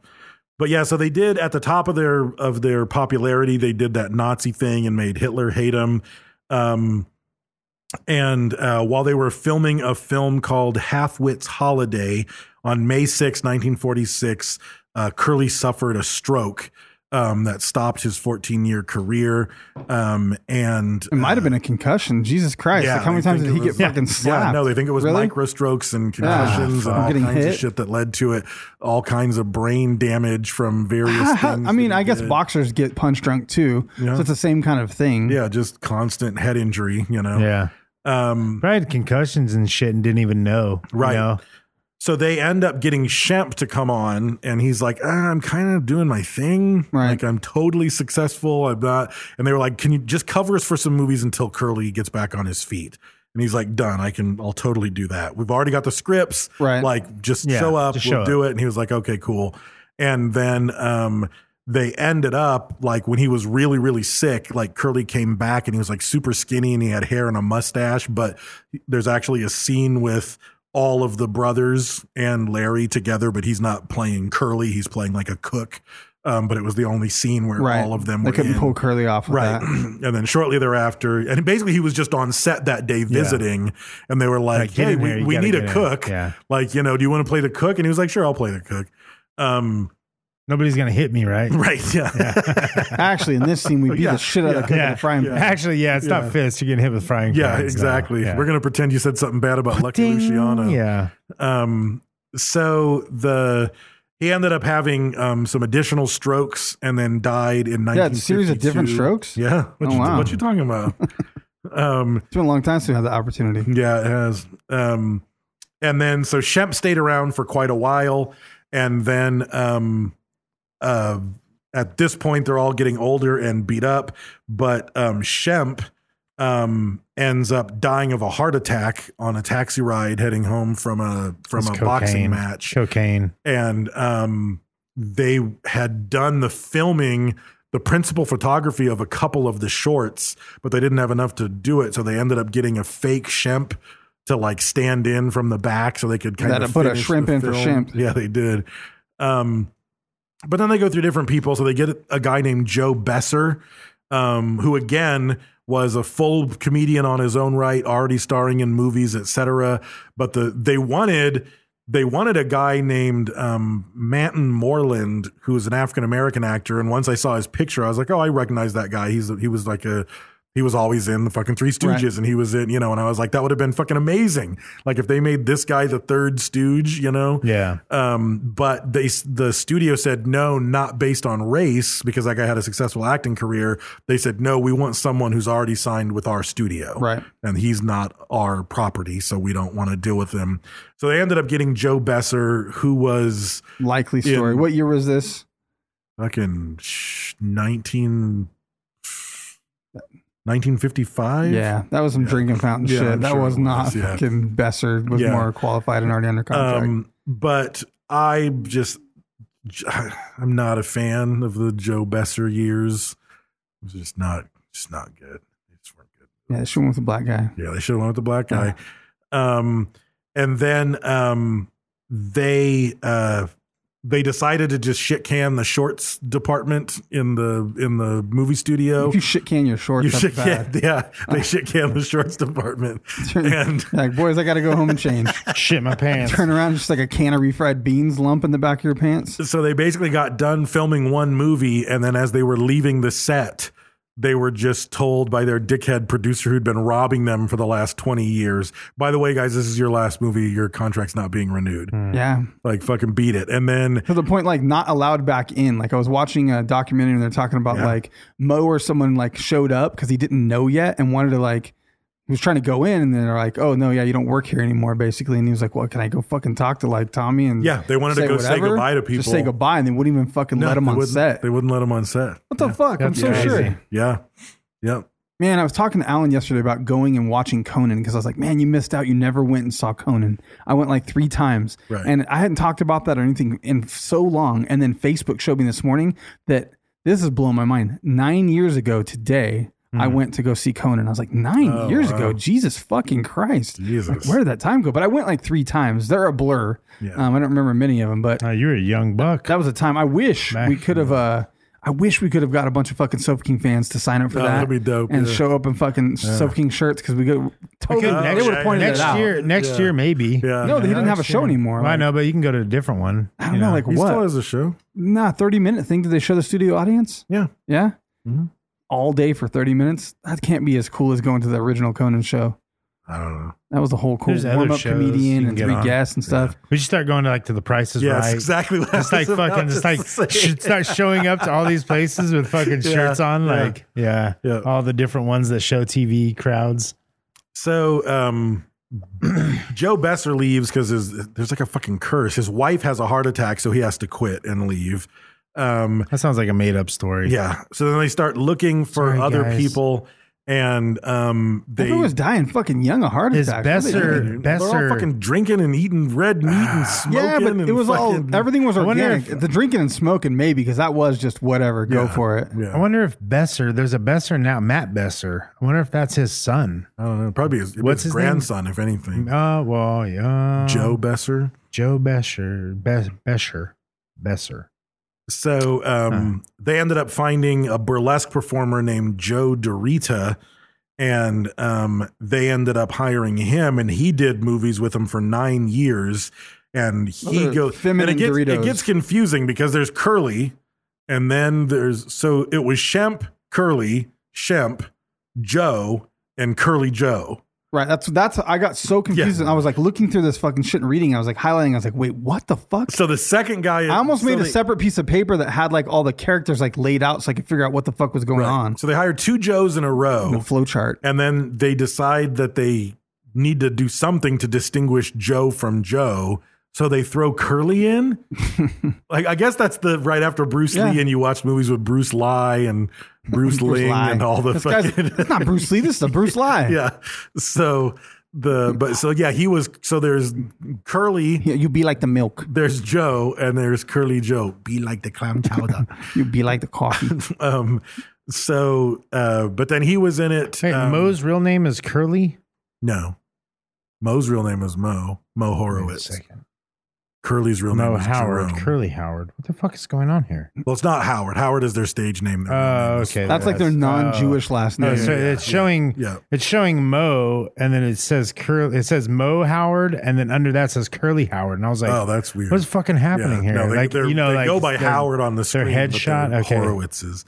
Speaker 4: But yeah, so they did at the top of their of their popularity, they did that Nazi thing and made Hitler hate him. Um, and uh, while they were filming a film called Half Wit's Holiday on May 6, 1946, uh, Curly suffered a stroke um, that stopped his 14 year career. Um, and
Speaker 2: it might have been a concussion. Jesus Christ. like how
Speaker 4: they
Speaker 2: many times
Speaker 4: think
Speaker 2: did he
Speaker 4: it
Speaker 2: get
Speaker 4: was-
Speaker 2: fucking slapped?
Speaker 4: Yeah, no, they think it was
Speaker 2: Really?
Speaker 4: microstrokes and concussions
Speaker 2: Ah,
Speaker 4: and all
Speaker 2: fuck. Getting
Speaker 4: kinds of
Speaker 2: hit.
Speaker 4: shit that led to it. All kinds of brain damage from various things.
Speaker 2: I mean,
Speaker 4: that he
Speaker 2: I guess
Speaker 4: did.
Speaker 2: boxers get punch drunk too.
Speaker 4: Yeah.
Speaker 2: So it's the same kind of thing.
Speaker 4: Yeah, just constant head injury, you know.
Speaker 3: yeah,
Speaker 4: Um,
Speaker 3: probably had concussions and shit and didn't even know. you
Speaker 4: Right.
Speaker 3: know?
Speaker 4: so they end up getting Shemp to come on, and he's like, ah, "I'm kind of doing my thing.
Speaker 2: Right.
Speaker 4: Like I'm totally successful. I'm not." And they were like, "Can you just cover us for some movies until Curly gets back on his feet?" And he's like, "Done. I can. I'll totally do that. We've already got the scripts.
Speaker 2: Right.
Speaker 4: Like just
Speaker 3: Yeah,
Speaker 4: show up.
Speaker 3: just
Speaker 4: we'll
Speaker 3: show
Speaker 4: do it." And he was like, "Okay, cool." And then um, they ended up like when he was really, really sick. Like Curly came back and he was like super skinny and he had hair and a mustache. But there's actually a scene with all of the brothers and Larry together, but he's not playing Curly. He's playing like a cook. Um, but it was the only scene where
Speaker 2: Right.
Speaker 4: all of them
Speaker 2: They
Speaker 4: were
Speaker 2: couldn't
Speaker 4: in.
Speaker 2: pull Curly off with
Speaker 4: Right.
Speaker 2: that.
Speaker 4: And then shortly thereafter, and basically he was just on set that day visiting, and they were like,
Speaker 3: Like, get
Speaker 4: hey,
Speaker 3: in
Speaker 4: we,
Speaker 3: there, you
Speaker 4: we
Speaker 3: gotta
Speaker 4: need
Speaker 3: get
Speaker 4: a
Speaker 3: in."
Speaker 4: cook.
Speaker 3: Yeah.
Speaker 4: Like, you know, do you want to play the cook? And he was like, sure, I'll play the cook. Um,
Speaker 3: Nobody's gonna hit me, right?
Speaker 4: right. Yeah.
Speaker 2: Actually, in this scene, we beat
Speaker 4: Yeah,
Speaker 2: the shit out of
Speaker 4: yeah,
Speaker 2: the cook
Speaker 3: Yeah.
Speaker 2: with a frying pan.
Speaker 3: Actually, yeah, it's
Speaker 4: Yeah.
Speaker 3: not fists. You're getting hit with frying.
Speaker 4: Yeah,
Speaker 3: pans now.
Speaker 4: exactly.
Speaker 3: Yeah.
Speaker 4: We're going to pretend you said something bad about Lucky
Speaker 3: Ding.
Speaker 4: Luciano.
Speaker 3: Yeah.
Speaker 4: um so the he ended up having um some additional strokes and then died in 1952.
Speaker 2: Yeah, it's a series of different strokes?
Speaker 4: Yeah. What,
Speaker 2: Oh,
Speaker 4: you,
Speaker 2: wow.
Speaker 4: what you talking about? um
Speaker 2: It's been a long time since we had the opportunity.
Speaker 4: yeah, it has. Um and then so Shemp stayed around for quite a while and then um uh at this point they're all getting older and beat up, but um Shemp um ends up dying of a heart attack on a taxi ride heading home from a from
Speaker 3: It's
Speaker 4: a boxing
Speaker 3: cocaine.
Speaker 4: match
Speaker 3: Cocaine.
Speaker 4: and um, they had done the filming the principal photography of a couple of the shorts but they didn't have enough to do it so they ended up getting a fake shemp to like stand in from the back so they could kind
Speaker 2: They had
Speaker 4: of
Speaker 2: to put a
Speaker 4: finish
Speaker 2: shrimp
Speaker 4: the
Speaker 2: in for
Speaker 4: film.
Speaker 2: shemp.
Speaker 4: yeah they did um, but then they go through different people so they get a guy named joe besser um, who again was a full comedian on his own right, already starring in movies, etc. But the they wanted they wanted a guy named um, Manton Moreland, who was an African American actor. And once I saw his picture, I was like, oh, I recognize that guy. He's he was like a He was always in the fucking Three Stooges,
Speaker 2: Right.
Speaker 4: and he was in, you know, and I was like, that would have been fucking amazing. Like if they made this guy the third Stooge, you know?
Speaker 3: Yeah.
Speaker 4: Um, but they the studio said no, not based on race, because that guy had a successful acting career. They said no, we want someone who's already signed with our studio,
Speaker 2: Right.
Speaker 4: And he's not our property, so we don't want to deal with him. So they ended up getting Joe Besser, who was
Speaker 2: Likely story.
Speaker 4: In-
Speaker 2: what year was this?
Speaker 4: fucking sh- 19, 1955?
Speaker 2: Yeah, that was some drinking fountain
Speaker 4: Yeah,
Speaker 2: shit.
Speaker 4: I'm
Speaker 2: that
Speaker 4: sure
Speaker 2: was,
Speaker 4: it was,
Speaker 2: not
Speaker 4: yeah.
Speaker 2: fucking Besser was
Speaker 4: Yeah.
Speaker 2: more qualified and already under contract.
Speaker 4: Um, but I just, I'm not a fan of the Joe Besser years. It was just not, just not good. They just weren't good.
Speaker 2: yeah, she went with a black guy.
Speaker 4: Yeah, they should have went with the black guy. Um, and then um, they uh, they decided to just shit can the shorts department in the in the movie studio.
Speaker 2: If you shit can your shorts,
Speaker 4: You
Speaker 2: that's
Speaker 4: shit
Speaker 2: bad.
Speaker 4: can, yeah. They shit can the shorts department, and
Speaker 2: like, boys, I got to go home and change.
Speaker 3: Shit my pants.
Speaker 2: Turn around, just like a can of refried beans lump in the back of your pants.
Speaker 4: so they basically got done filming one movie, and then as they were leaving the set, they were just told by their dickhead producer who'd been robbing them for the last twenty years. By the way, guys, this is your last movie. Your contract's not being renewed.
Speaker 3: Hmm.
Speaker 2: Yeah.
Speaker 4: Like fucking beat it. And then
Speaker 2: to the point like not allowed back in. Like I was watching a documentary and they're talking about like Mo or someone like showed up because he didn't know yet and wanted to like he was trying to go in and they're like, oh no, yeah, you don't work here anymore, basically. And he was like, well, can I go fucking talk to like Tommy and
Speaker 4: Yeah, they wanted to go say goodbye to people.
Speaker 2: just say goodbye, and they wouldn't even fucking let him
Speaker 4: they
Speaker 2: on
Speaker 4: wouldn't-
Speaker 2: set.
Speaker 4: They wouldn't let him on set.
Speaker 2: what the fuck? I'm
Speaker 3: That's
Speaker 2: so
Speaker 3: crazy.
Speaker 2: sure.
Speaker 4: Yeah. Yep.
Speaker 2: Man, I was talking to Alan yesterday about going and watching Conan because I was like, man, you missed out. You never went and saw Conan. I went like three times.
Speaker 4: Right.
Speaker 2: And I hadn't talked about that or anything in so long. And then Facebook showed me this morning that this is blowing my mind. Nine years ago today,
Speaker 4: Hmm.
Speaker 2: I went to go see Conan. I was like, nine years ago? Jesus fucking Christ.
Speaker 4: Oh, Jesus.
Speaker 2: Like, where did that time go? But I went like three times. They're a blur.
Speaker 4: Yeah.
Speaker 2: Um, I don't remember many of them, but
Speaker 3: Uh, you're a young buck.
Speaker 2: that was a time I wish
Speaker 3: Back
Speaker 2: we could have. Uh, I wish we could have got a bunch of fucking Sofa King fans to sign up for
Speaker 4: Oh,
Speaker 2: that.
Speaker 4: that'd be dope,
Speaker 2: And
Speaker 4: yeah.
Speaker 2: show up in fucking Sofa King shirts because we go totally.
Speaker 3: Okay,
Speaker 2: they would have pointed
Speaker 3: next
Speaker 2: it out.
Speaker 3: year, next year maybe.
Speaker 4: Yeah.
Speaker 2: no, they didn't have a
Speaker 3: Next
Speaker 2: show
Speaker 3: year.
Speaker 2: anymore.
Speaker 3: Well, I
Speaker 2: Like,
Speaker 3: know, but you can go to a different one.
Speaker 2: I don't know, like
Speaker 4: He still
Speaker 2: what?
Speaker 4: has a show.
Speaker 2: nah, thirty minute thing. Did they show the studio audience?
Speaker 4: Yeah.
Speaker 2: Yeah. All day for thirty minutes. That can't be as cool as going to the original Conan show.
Speaker 4: I don't know.
Speaker 2: That was the whole cool
Speaker 3: There's other
Speaker 2: warm up
Speaker 3: shows you
Speaker 2: comedian
Speaker 3: can
Speaker 2: and
Speaker 3: get
Speaker 2: three
Speaker 3: on.
Speaker 2: guests and stuff.
Speaker 3: We should start going to like to the prices
Speaker 4: Yeah, that's
Speaker 3: right.
Speaker 4: exactly what I
Speaker 3: Just like
Speaker 4: was about
Speaker 3: fucking,
Speaker 4: to
Speaker 3: just like
Speaker 4: say.
Speaker 3: should start showing up to all these places with fucking
Speaker 4: Yeah,
Speaker 3: shirts on,
Speaker 4: yeah.
Speaker 3: like yeah,
Speaker 4: Yeah.
Speaker 3: all the different ones that show TV crowds.
Speaker 4: So um, Joe Besser leaves because there's like a fucking curse. His wife has a heart attack, so he has to quit and leave. Um,
Speaker 3: That sounds like a made up story.
Speaker 4: yeah. So then they start looking for
Speaker 3: Sorry,
Speaker 4: other
Speaker 3: guys.
Speaker 4: people, and um, they
Speaker 2: Everyone was dying fucking young of heart
Speaker 3: Is
Speaker 2: attack. What are they
Speaker 3: Besser-
Speaker 2: doing?
Speaker 4: they're all
Speaker 3: Besser-
Speaker 4: fucking drinking and eating red meat and smoking.
Speaker 2: Ah. Yeah, but
Speaker 4: and
Speaker 2: it was
Speaker 4: fucking-
Speaker 2: all everything was
Speaker 3: I wonder
Speaker 2: organic.
Speaker 3: if-
Speaker 2: the uh, drinking and smoking, maybe, because that was just whatever. Go
Speaker 4: Yeah.
Speaker 2: for it.
Speaker 4: Yeah.
Speaker 3: I wonder if Besser, there's a Besser now, Matt Besser. I wonder if that's his son.
Speaker 4: I don't know. Probably his,
Speaker 3: What's
Speaker 4: What's his
Speaker 3: his
Speaker 4: grandson, if anything.
Speaker 3: Oh, well, yeah.
Speaker 4: Joe Besser.
Speaker 3: Joe Besser. Be- Besser. Besser.
Speaker 4: So um, they ended up finding a burlesque performer named Joe Dorita, and um, they ended up hiring him, and he did movies with them for nine years. And he
Speaker 2: Those are
Speaker 4: goes, and
Speaker 2: feminine
Speaker 4: it gets, it
Speaker 2: Doritos.
Speaker 4: gets confusing because there's Curly, and then there's so it was Shemp, Curly, Shemp, Joe, and Curly Joe.
Speaker 2: Right. That's that's I got so confused
Speaker 4: Yeah.
Speaker 2: and I was like looking through this fucking shit and reading. I was like highlighting. I was like, wait, what the fuck?
Speaker 4: So the second guy,
Speaker 2: I almost made a
Speaker 4: separate.
Speaker 2: separate piece of paper that had like all the characters like laid out so I could figure out what the fuck was going on.
Speaker 4: So they hired two Joes in a row.
Speaker 2: The flow chart.
Speaker 4: and then they decide that they need to do something to distinguish Joe from Joe. So they throw Curly in. like I guess that's the right after Bruce
Speaker 2: Yeah.
Speaker 4: Lee and you watch movies with Bruce Lai and Bruce, Ling
Speaker 2: Lie.
Speaker 4: and all the
Speaker 2: This guy's-
Speaker 4: fucking
Speaker 2: That's not Bruce Lee. This is a Bruce Lie.
Speaker 4: yeah. So the but so yeah he was so there's Curly,
Speaker 2: Yeah, You be like the milk.
Speaker 4: there's Joe, and there's Curly Joe. Be like the clown chowder.
Speaker 2: You be like the coffee.
Speaker 4: um. So uh. But then he was in it.
Speaker 3: Hey,
Speaker 4: um,
Speaker 3: Moe's real name is Curly.
Speaker 4: No. Mo's real name is Mo. Mo
Speaker 3: Wait a
Speaker 4: Horowitz.
Speaker 3: second.
Speaker 4: Curly's real
Speaker 3: Mo
Speaker 4: name is
Speaker 3: Howard.
Speaker 4: Jerome.
Speaker 3: Curly Howard. What the fuck is going on here?
Speaker 4: Well, it's not Howard. Howard is their stage name. Their real
Speaker 3: Oh,
Speaker 4: name is-
Speaker 3: okay.
Speaker 2: That's like their
Speaker 4: Oh.
Speaker 2: non-Jewish last
Speaker 3: No,
Speaker 2: name.
Speaker 3: so it's showing
Speaker 4: yeah.
Speaker 3: it's showing Mo, and then it says Curly. It says Mo Howard, and then under that says Curly Howard, and I was like,
Speaker 4: Oh, that's weird.
Speaker 3: What's fucking happening
Speaker 4: Yeah.
Speaker 3: here?
Speaker 4: No, they,
Speaker 3: like
Speaker 4: they're-
Speaker 3: you know,
Speaker 4: they
Speaker 3: like
Speaker 4: go by
Speaker 3: their-
Speaker 4: Howard on the
Speaker 3: their
Speaker 4: screen. but
Speaker 3: headshot.
Speaker 4: they're
Speaker 3: Okay,
Speaker 4: Horowitz's.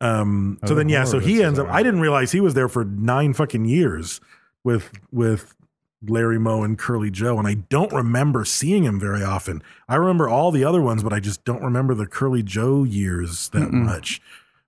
Speaker 4: Um, so
Speaker 3: Oh,
Speaker 4: then, yeah, so he
Speaker 3: Horowitz
Speaker 4: ends
Speaker 3: is
Speaker 4: up.
Speaker 3: around.
Speaker 4: I didn't realize he was there for nine fucking years with with Larry Moe and Curly Joe, and I don't remember seeing him very often. I remember all the other ones, but I just don't remember the Curly Joe years that much.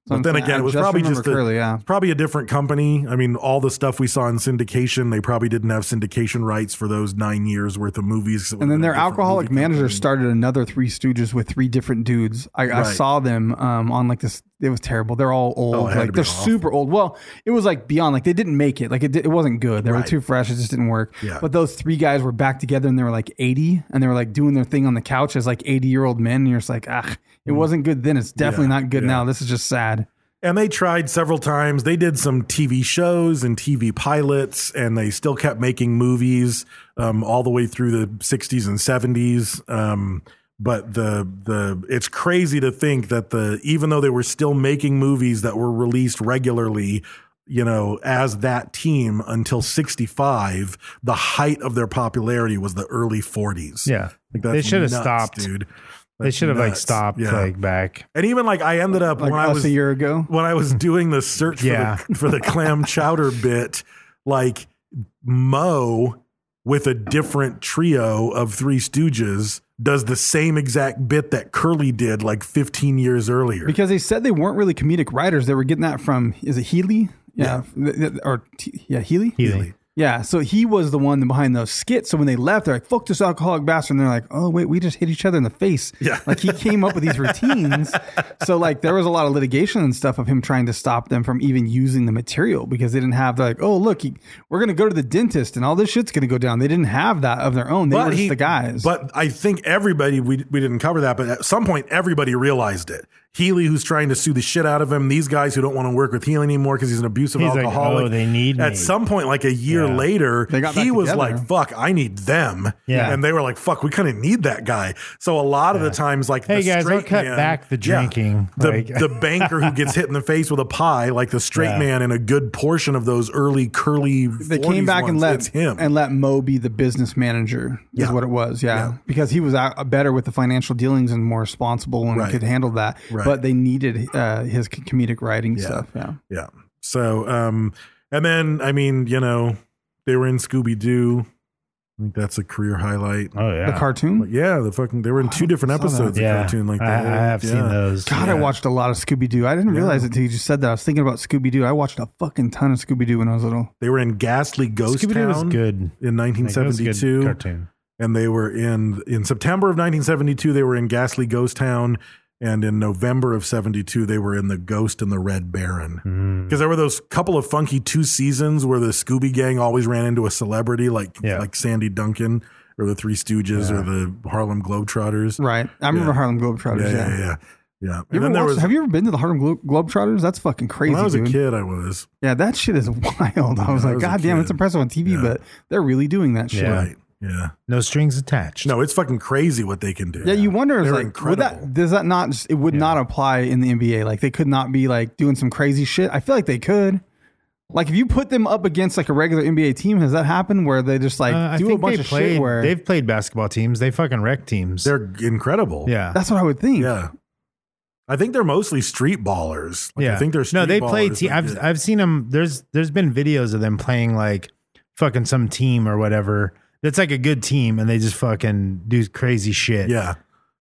Speaker 4: But then
Speaker 2: Something-
Speaker 4: again,
Speaker 2: I
Speaker 4: it was
Speaker 2: just
Speaker 4: probably
Speaker 2: remember
Speaker 4: just a,
Speaker 2: Curly, yeah.
Speaker 4: it's probably a different company. I mean, all the stuff we saw in syndication, they probably didn't have syndication rights for those nine years worth of movies.
Speaker 2: And then their alcoholic manager started another Three Stooges with three different dudes. I, I
Speaker 4: Right.
Speaker 2: saw them um, on like this. It was terrible. They're all old.
Speaker 4: Oh, it had to
Speaker 2: like
Speaker 4: be
Speaker 2: they're
Speaker 4: awful.
Speaker 2: super old. Well, it was like beyond. Like they didn't make it. Like it, did, it wasn't good. They
Speaker 4: Right.
Speaker 2: were too fresh. It just didn't work.
Speaker 4: Yeah.
Speaker 2: But those three guys were back together and they were like eighty and they were like doing their thing on the couch as like eighty year old men. And you're just like, ah, it wasn't good then. It's definitely
Speaker 4: Mm. Yeah,
Speaker 2: not good
Speaker 4: yeah.
Speaker 2: now. This is just sad.
Speaker 4: And they tried several times. They did some TV shows and TV pilots, and they still kept making movies um, all the way through the 60s and 70s. Um, but the the it's crazy to think that the even though they were still making movies that were released regularly, you know, as that team until 65, the height of their popularity was the early 40s.
Speaker 3: Yeah.
Speaker 4: Like,
Speaker 3: They
Speaker 4: that's
Speaker 3: should have
Speaker 4: nuts,
Speaker 3: stopped.
Speaker 4: dude.
Speaker 3: They should have like
Speaker 4: nuts.
Speaker 3: stopped
Speaker 4: Yeah.
Speaker 3: like back.
Speaker 4: And even like I ended up
Speaker 2: Like
Speaker 4: when
Speaker 2: us
Speaker 4: I was
Speaker 2: a year ago.
Speaker 4: when I was doing the search
Speaker 3: Yeah.
Speaker 4: for, the, for the clam chowder bit, like Mo with a different trio of Three Stooges does the same exact bit that Curly did like 15 years earlier.
Speaker 2: Because they said they weren't really comedic writers. They were getting that from is it Healy? Yeah, Th- th- or T- yeah, Healy.
Speaker 3: Healy.
Speaker 2: Yeah, so he was the one behind those skits. So when they left, they're like, "Fuck this alcoholic bastard," and they're like, "Oh wait, we just hit each other in the face."
Speaker 4: Yeah.
Speaker 2: like he came up with these routines. So like there was a lot of litigation and stuff of him trying to stop them from even using the material because they didn't have they're like, "Oh look, he, we're gonna go to the dentist and all this shit's gonna go down." They didn't have that of their own. They were just the guys.
Speaker 4: But I think everybody we we didn't cover that, but at some point everybody realized it. Healy, who's trying to sue the shit out of him, these guys who don't want to work with Healy anymore because he's an abusive
Speaker 3: He's like,
Speaker 4: alcoholic.
Speaker 3: "Oh, they need
Speaker 4: At
Speaker 3: me."
Speaker 4: some point, like a year
Speaker 3: Yeah.
Speaker 4: later,
Speaker 2: They got
Speaker 4: he
Speaker 2: back
Speaker 4: was
Speaker 2: together.
Speaker 4: like, "Fuck, I need them."
Speaker 3: Yeah.
Speaker 4: and they were like, "Fuck, we couldn't need that guy." So a lot of the times, like, the
Speaker 3: Hey, guys,
Speaker 4: straight
Speaker 3: don't cut
Speaker 4: man-
Speaker 3: back the
Speaker 4: Yeah.
Speaker 3: drinking.
Speaker 4: the
Speaker 3: Like-
Speaker 4: the banker who gets hit in the face with a pie, like the straight
Speaker 3: Yeah.
Speaker 4: man, in a good portion of those early curly.
Speaker 2: they came
Speaker 4: 40s
Speaker 2: back and
Speaker 4: ones,
Speaker 2: let
Speaker 4: it's him
Speaker 2: and let Mo be the business manager is
Speaker 4: Yeah.
Speaker 2: what it was. Yeah.
Speaker 4: Yeah.
Speaker 2: Because he was out, better with the financial dealings and more responsible and
Speaker 4: Right.
Speaker 2: could handle that.
Speaker 4: Right.
Speaker 2: But they needed uh, his c- comedic writing stuff. Yeah.
Speaker 4: Yeah. So, um, and then I mean, you know, they were in Scooby Doo. I think that's a career highlight.
Speaker 3: Oh yeah.
Speaker 2: The cartoon?
Speaker 4: But yeah, the fucking they were in two different
Speaker 2: saw that.
Speaker 4: episodes
Speaker 3: yeah.
Speaker 4: of cartoon like
Speaker 3: I,
Speaker 4: that.
Speaker 3: I have
Speaker 4: yeah.
Speaker 3: seen those.
Speaker 2: God, I
Speaker 4: Yeah.
Speaker 2: watched a lot of Scooby Doo. I didn't
Speaker 4: Yeah.
Speaker 2: realize it till you just said that. I was thinking about Scooby Doo. I watched a fucking ton of Scooby Doo when I was little.
Speaker 4: They were in Ghastly Ghost
Speaker 3: Scooby Doo was
Speaker 4: Town
Speaker 3: good.
Speaker 4: in
Speaker 3: Like, that was a good
Speaker 4: 1972.
Speaker 3: cartoon.
Speaker 4: and they were in in September of 1972 they were in Ghastly Ghost Town and in November of 72 they were in The Ghost and the Red Baron.
Speaker 2: Mm.
Speaker 4: Cuz there were those couple of funky two seasons where the Scooby gang always ran into a celebrity like
Speaker 3: Yeah.
Speaker 4: like Sandy Duncan or the Three Stooges or the Harlem Globetrotters.
Speaker 2: Right. I remember Harlem Globetrotters.
Speaker 4: Yeah,
Speaker 2: Yeah.
Speaker 4: yeah, yeah. Yeah. and
Speaker 2: You ever
Speaker 4: then there
Speaker 2: watched-
Speaker 4: was
Speaker 2: have you ever been to the Harlem Glo- Globetrotters? That's fucking crazy,
Speaker 4: when I was
Speaker 2: dude.
Speaker 4: a kid I was.
Speaker 2: Yeah, that shit is wild. I was
Speaker 4: I
Speaker 2: like,
Speaker 4: was a
Speaker 2: God damn,
Speaker 4: kid.
Speaker 2: it's impressive on TV,
Speaker 4: Yeah.
Speaker 2: but they're really doing that shit.
Speaker 3: Yeah.
Speaker 4: Right. Yeah.
Speaker 3: No strings attached.
Speaker 4: No, it's fucking crazy what they can do.
Speaker 2: Yeah, you wonder if
Speaker 4: They're
Speaker 2: like would
Speaker 4: incredible.
Speaker 2: that does that not just, it would not apply in the NBA? Like they could not be like doing some crazy shit. I feel like they could. Like if you put them up against like a regular NBA team, has that happened where they just like
Speaker 3: Uh, I
Speaker 2: do a
Speaker 3: think
Speaker 2: bunch
Speaker 3: they
Speaker 2: of
Speaker 3: played,
Speaker 2: shit where
Speaker 3: they've played basketball teams. They fucking wreck teams.
Speaker 4: They're incredible.
Speaker 3: yeah.
Speaker 2: that's what I would think.
Speaker 4: Yeah. I think they're mostly street ballers. Like, I think they're street
Speaker 3: no. They play.
Speaker 4: ballers
Speaker 3: Te-
Speaker 4: that
Speaker 3: I've
Speaker 4: get-
Speaker 3: I've seen them. There's there's been videos of them playing like fucking some team or whatever. That's like a good team, and they just fucking do crazy shit.
Speaker 4: yeah.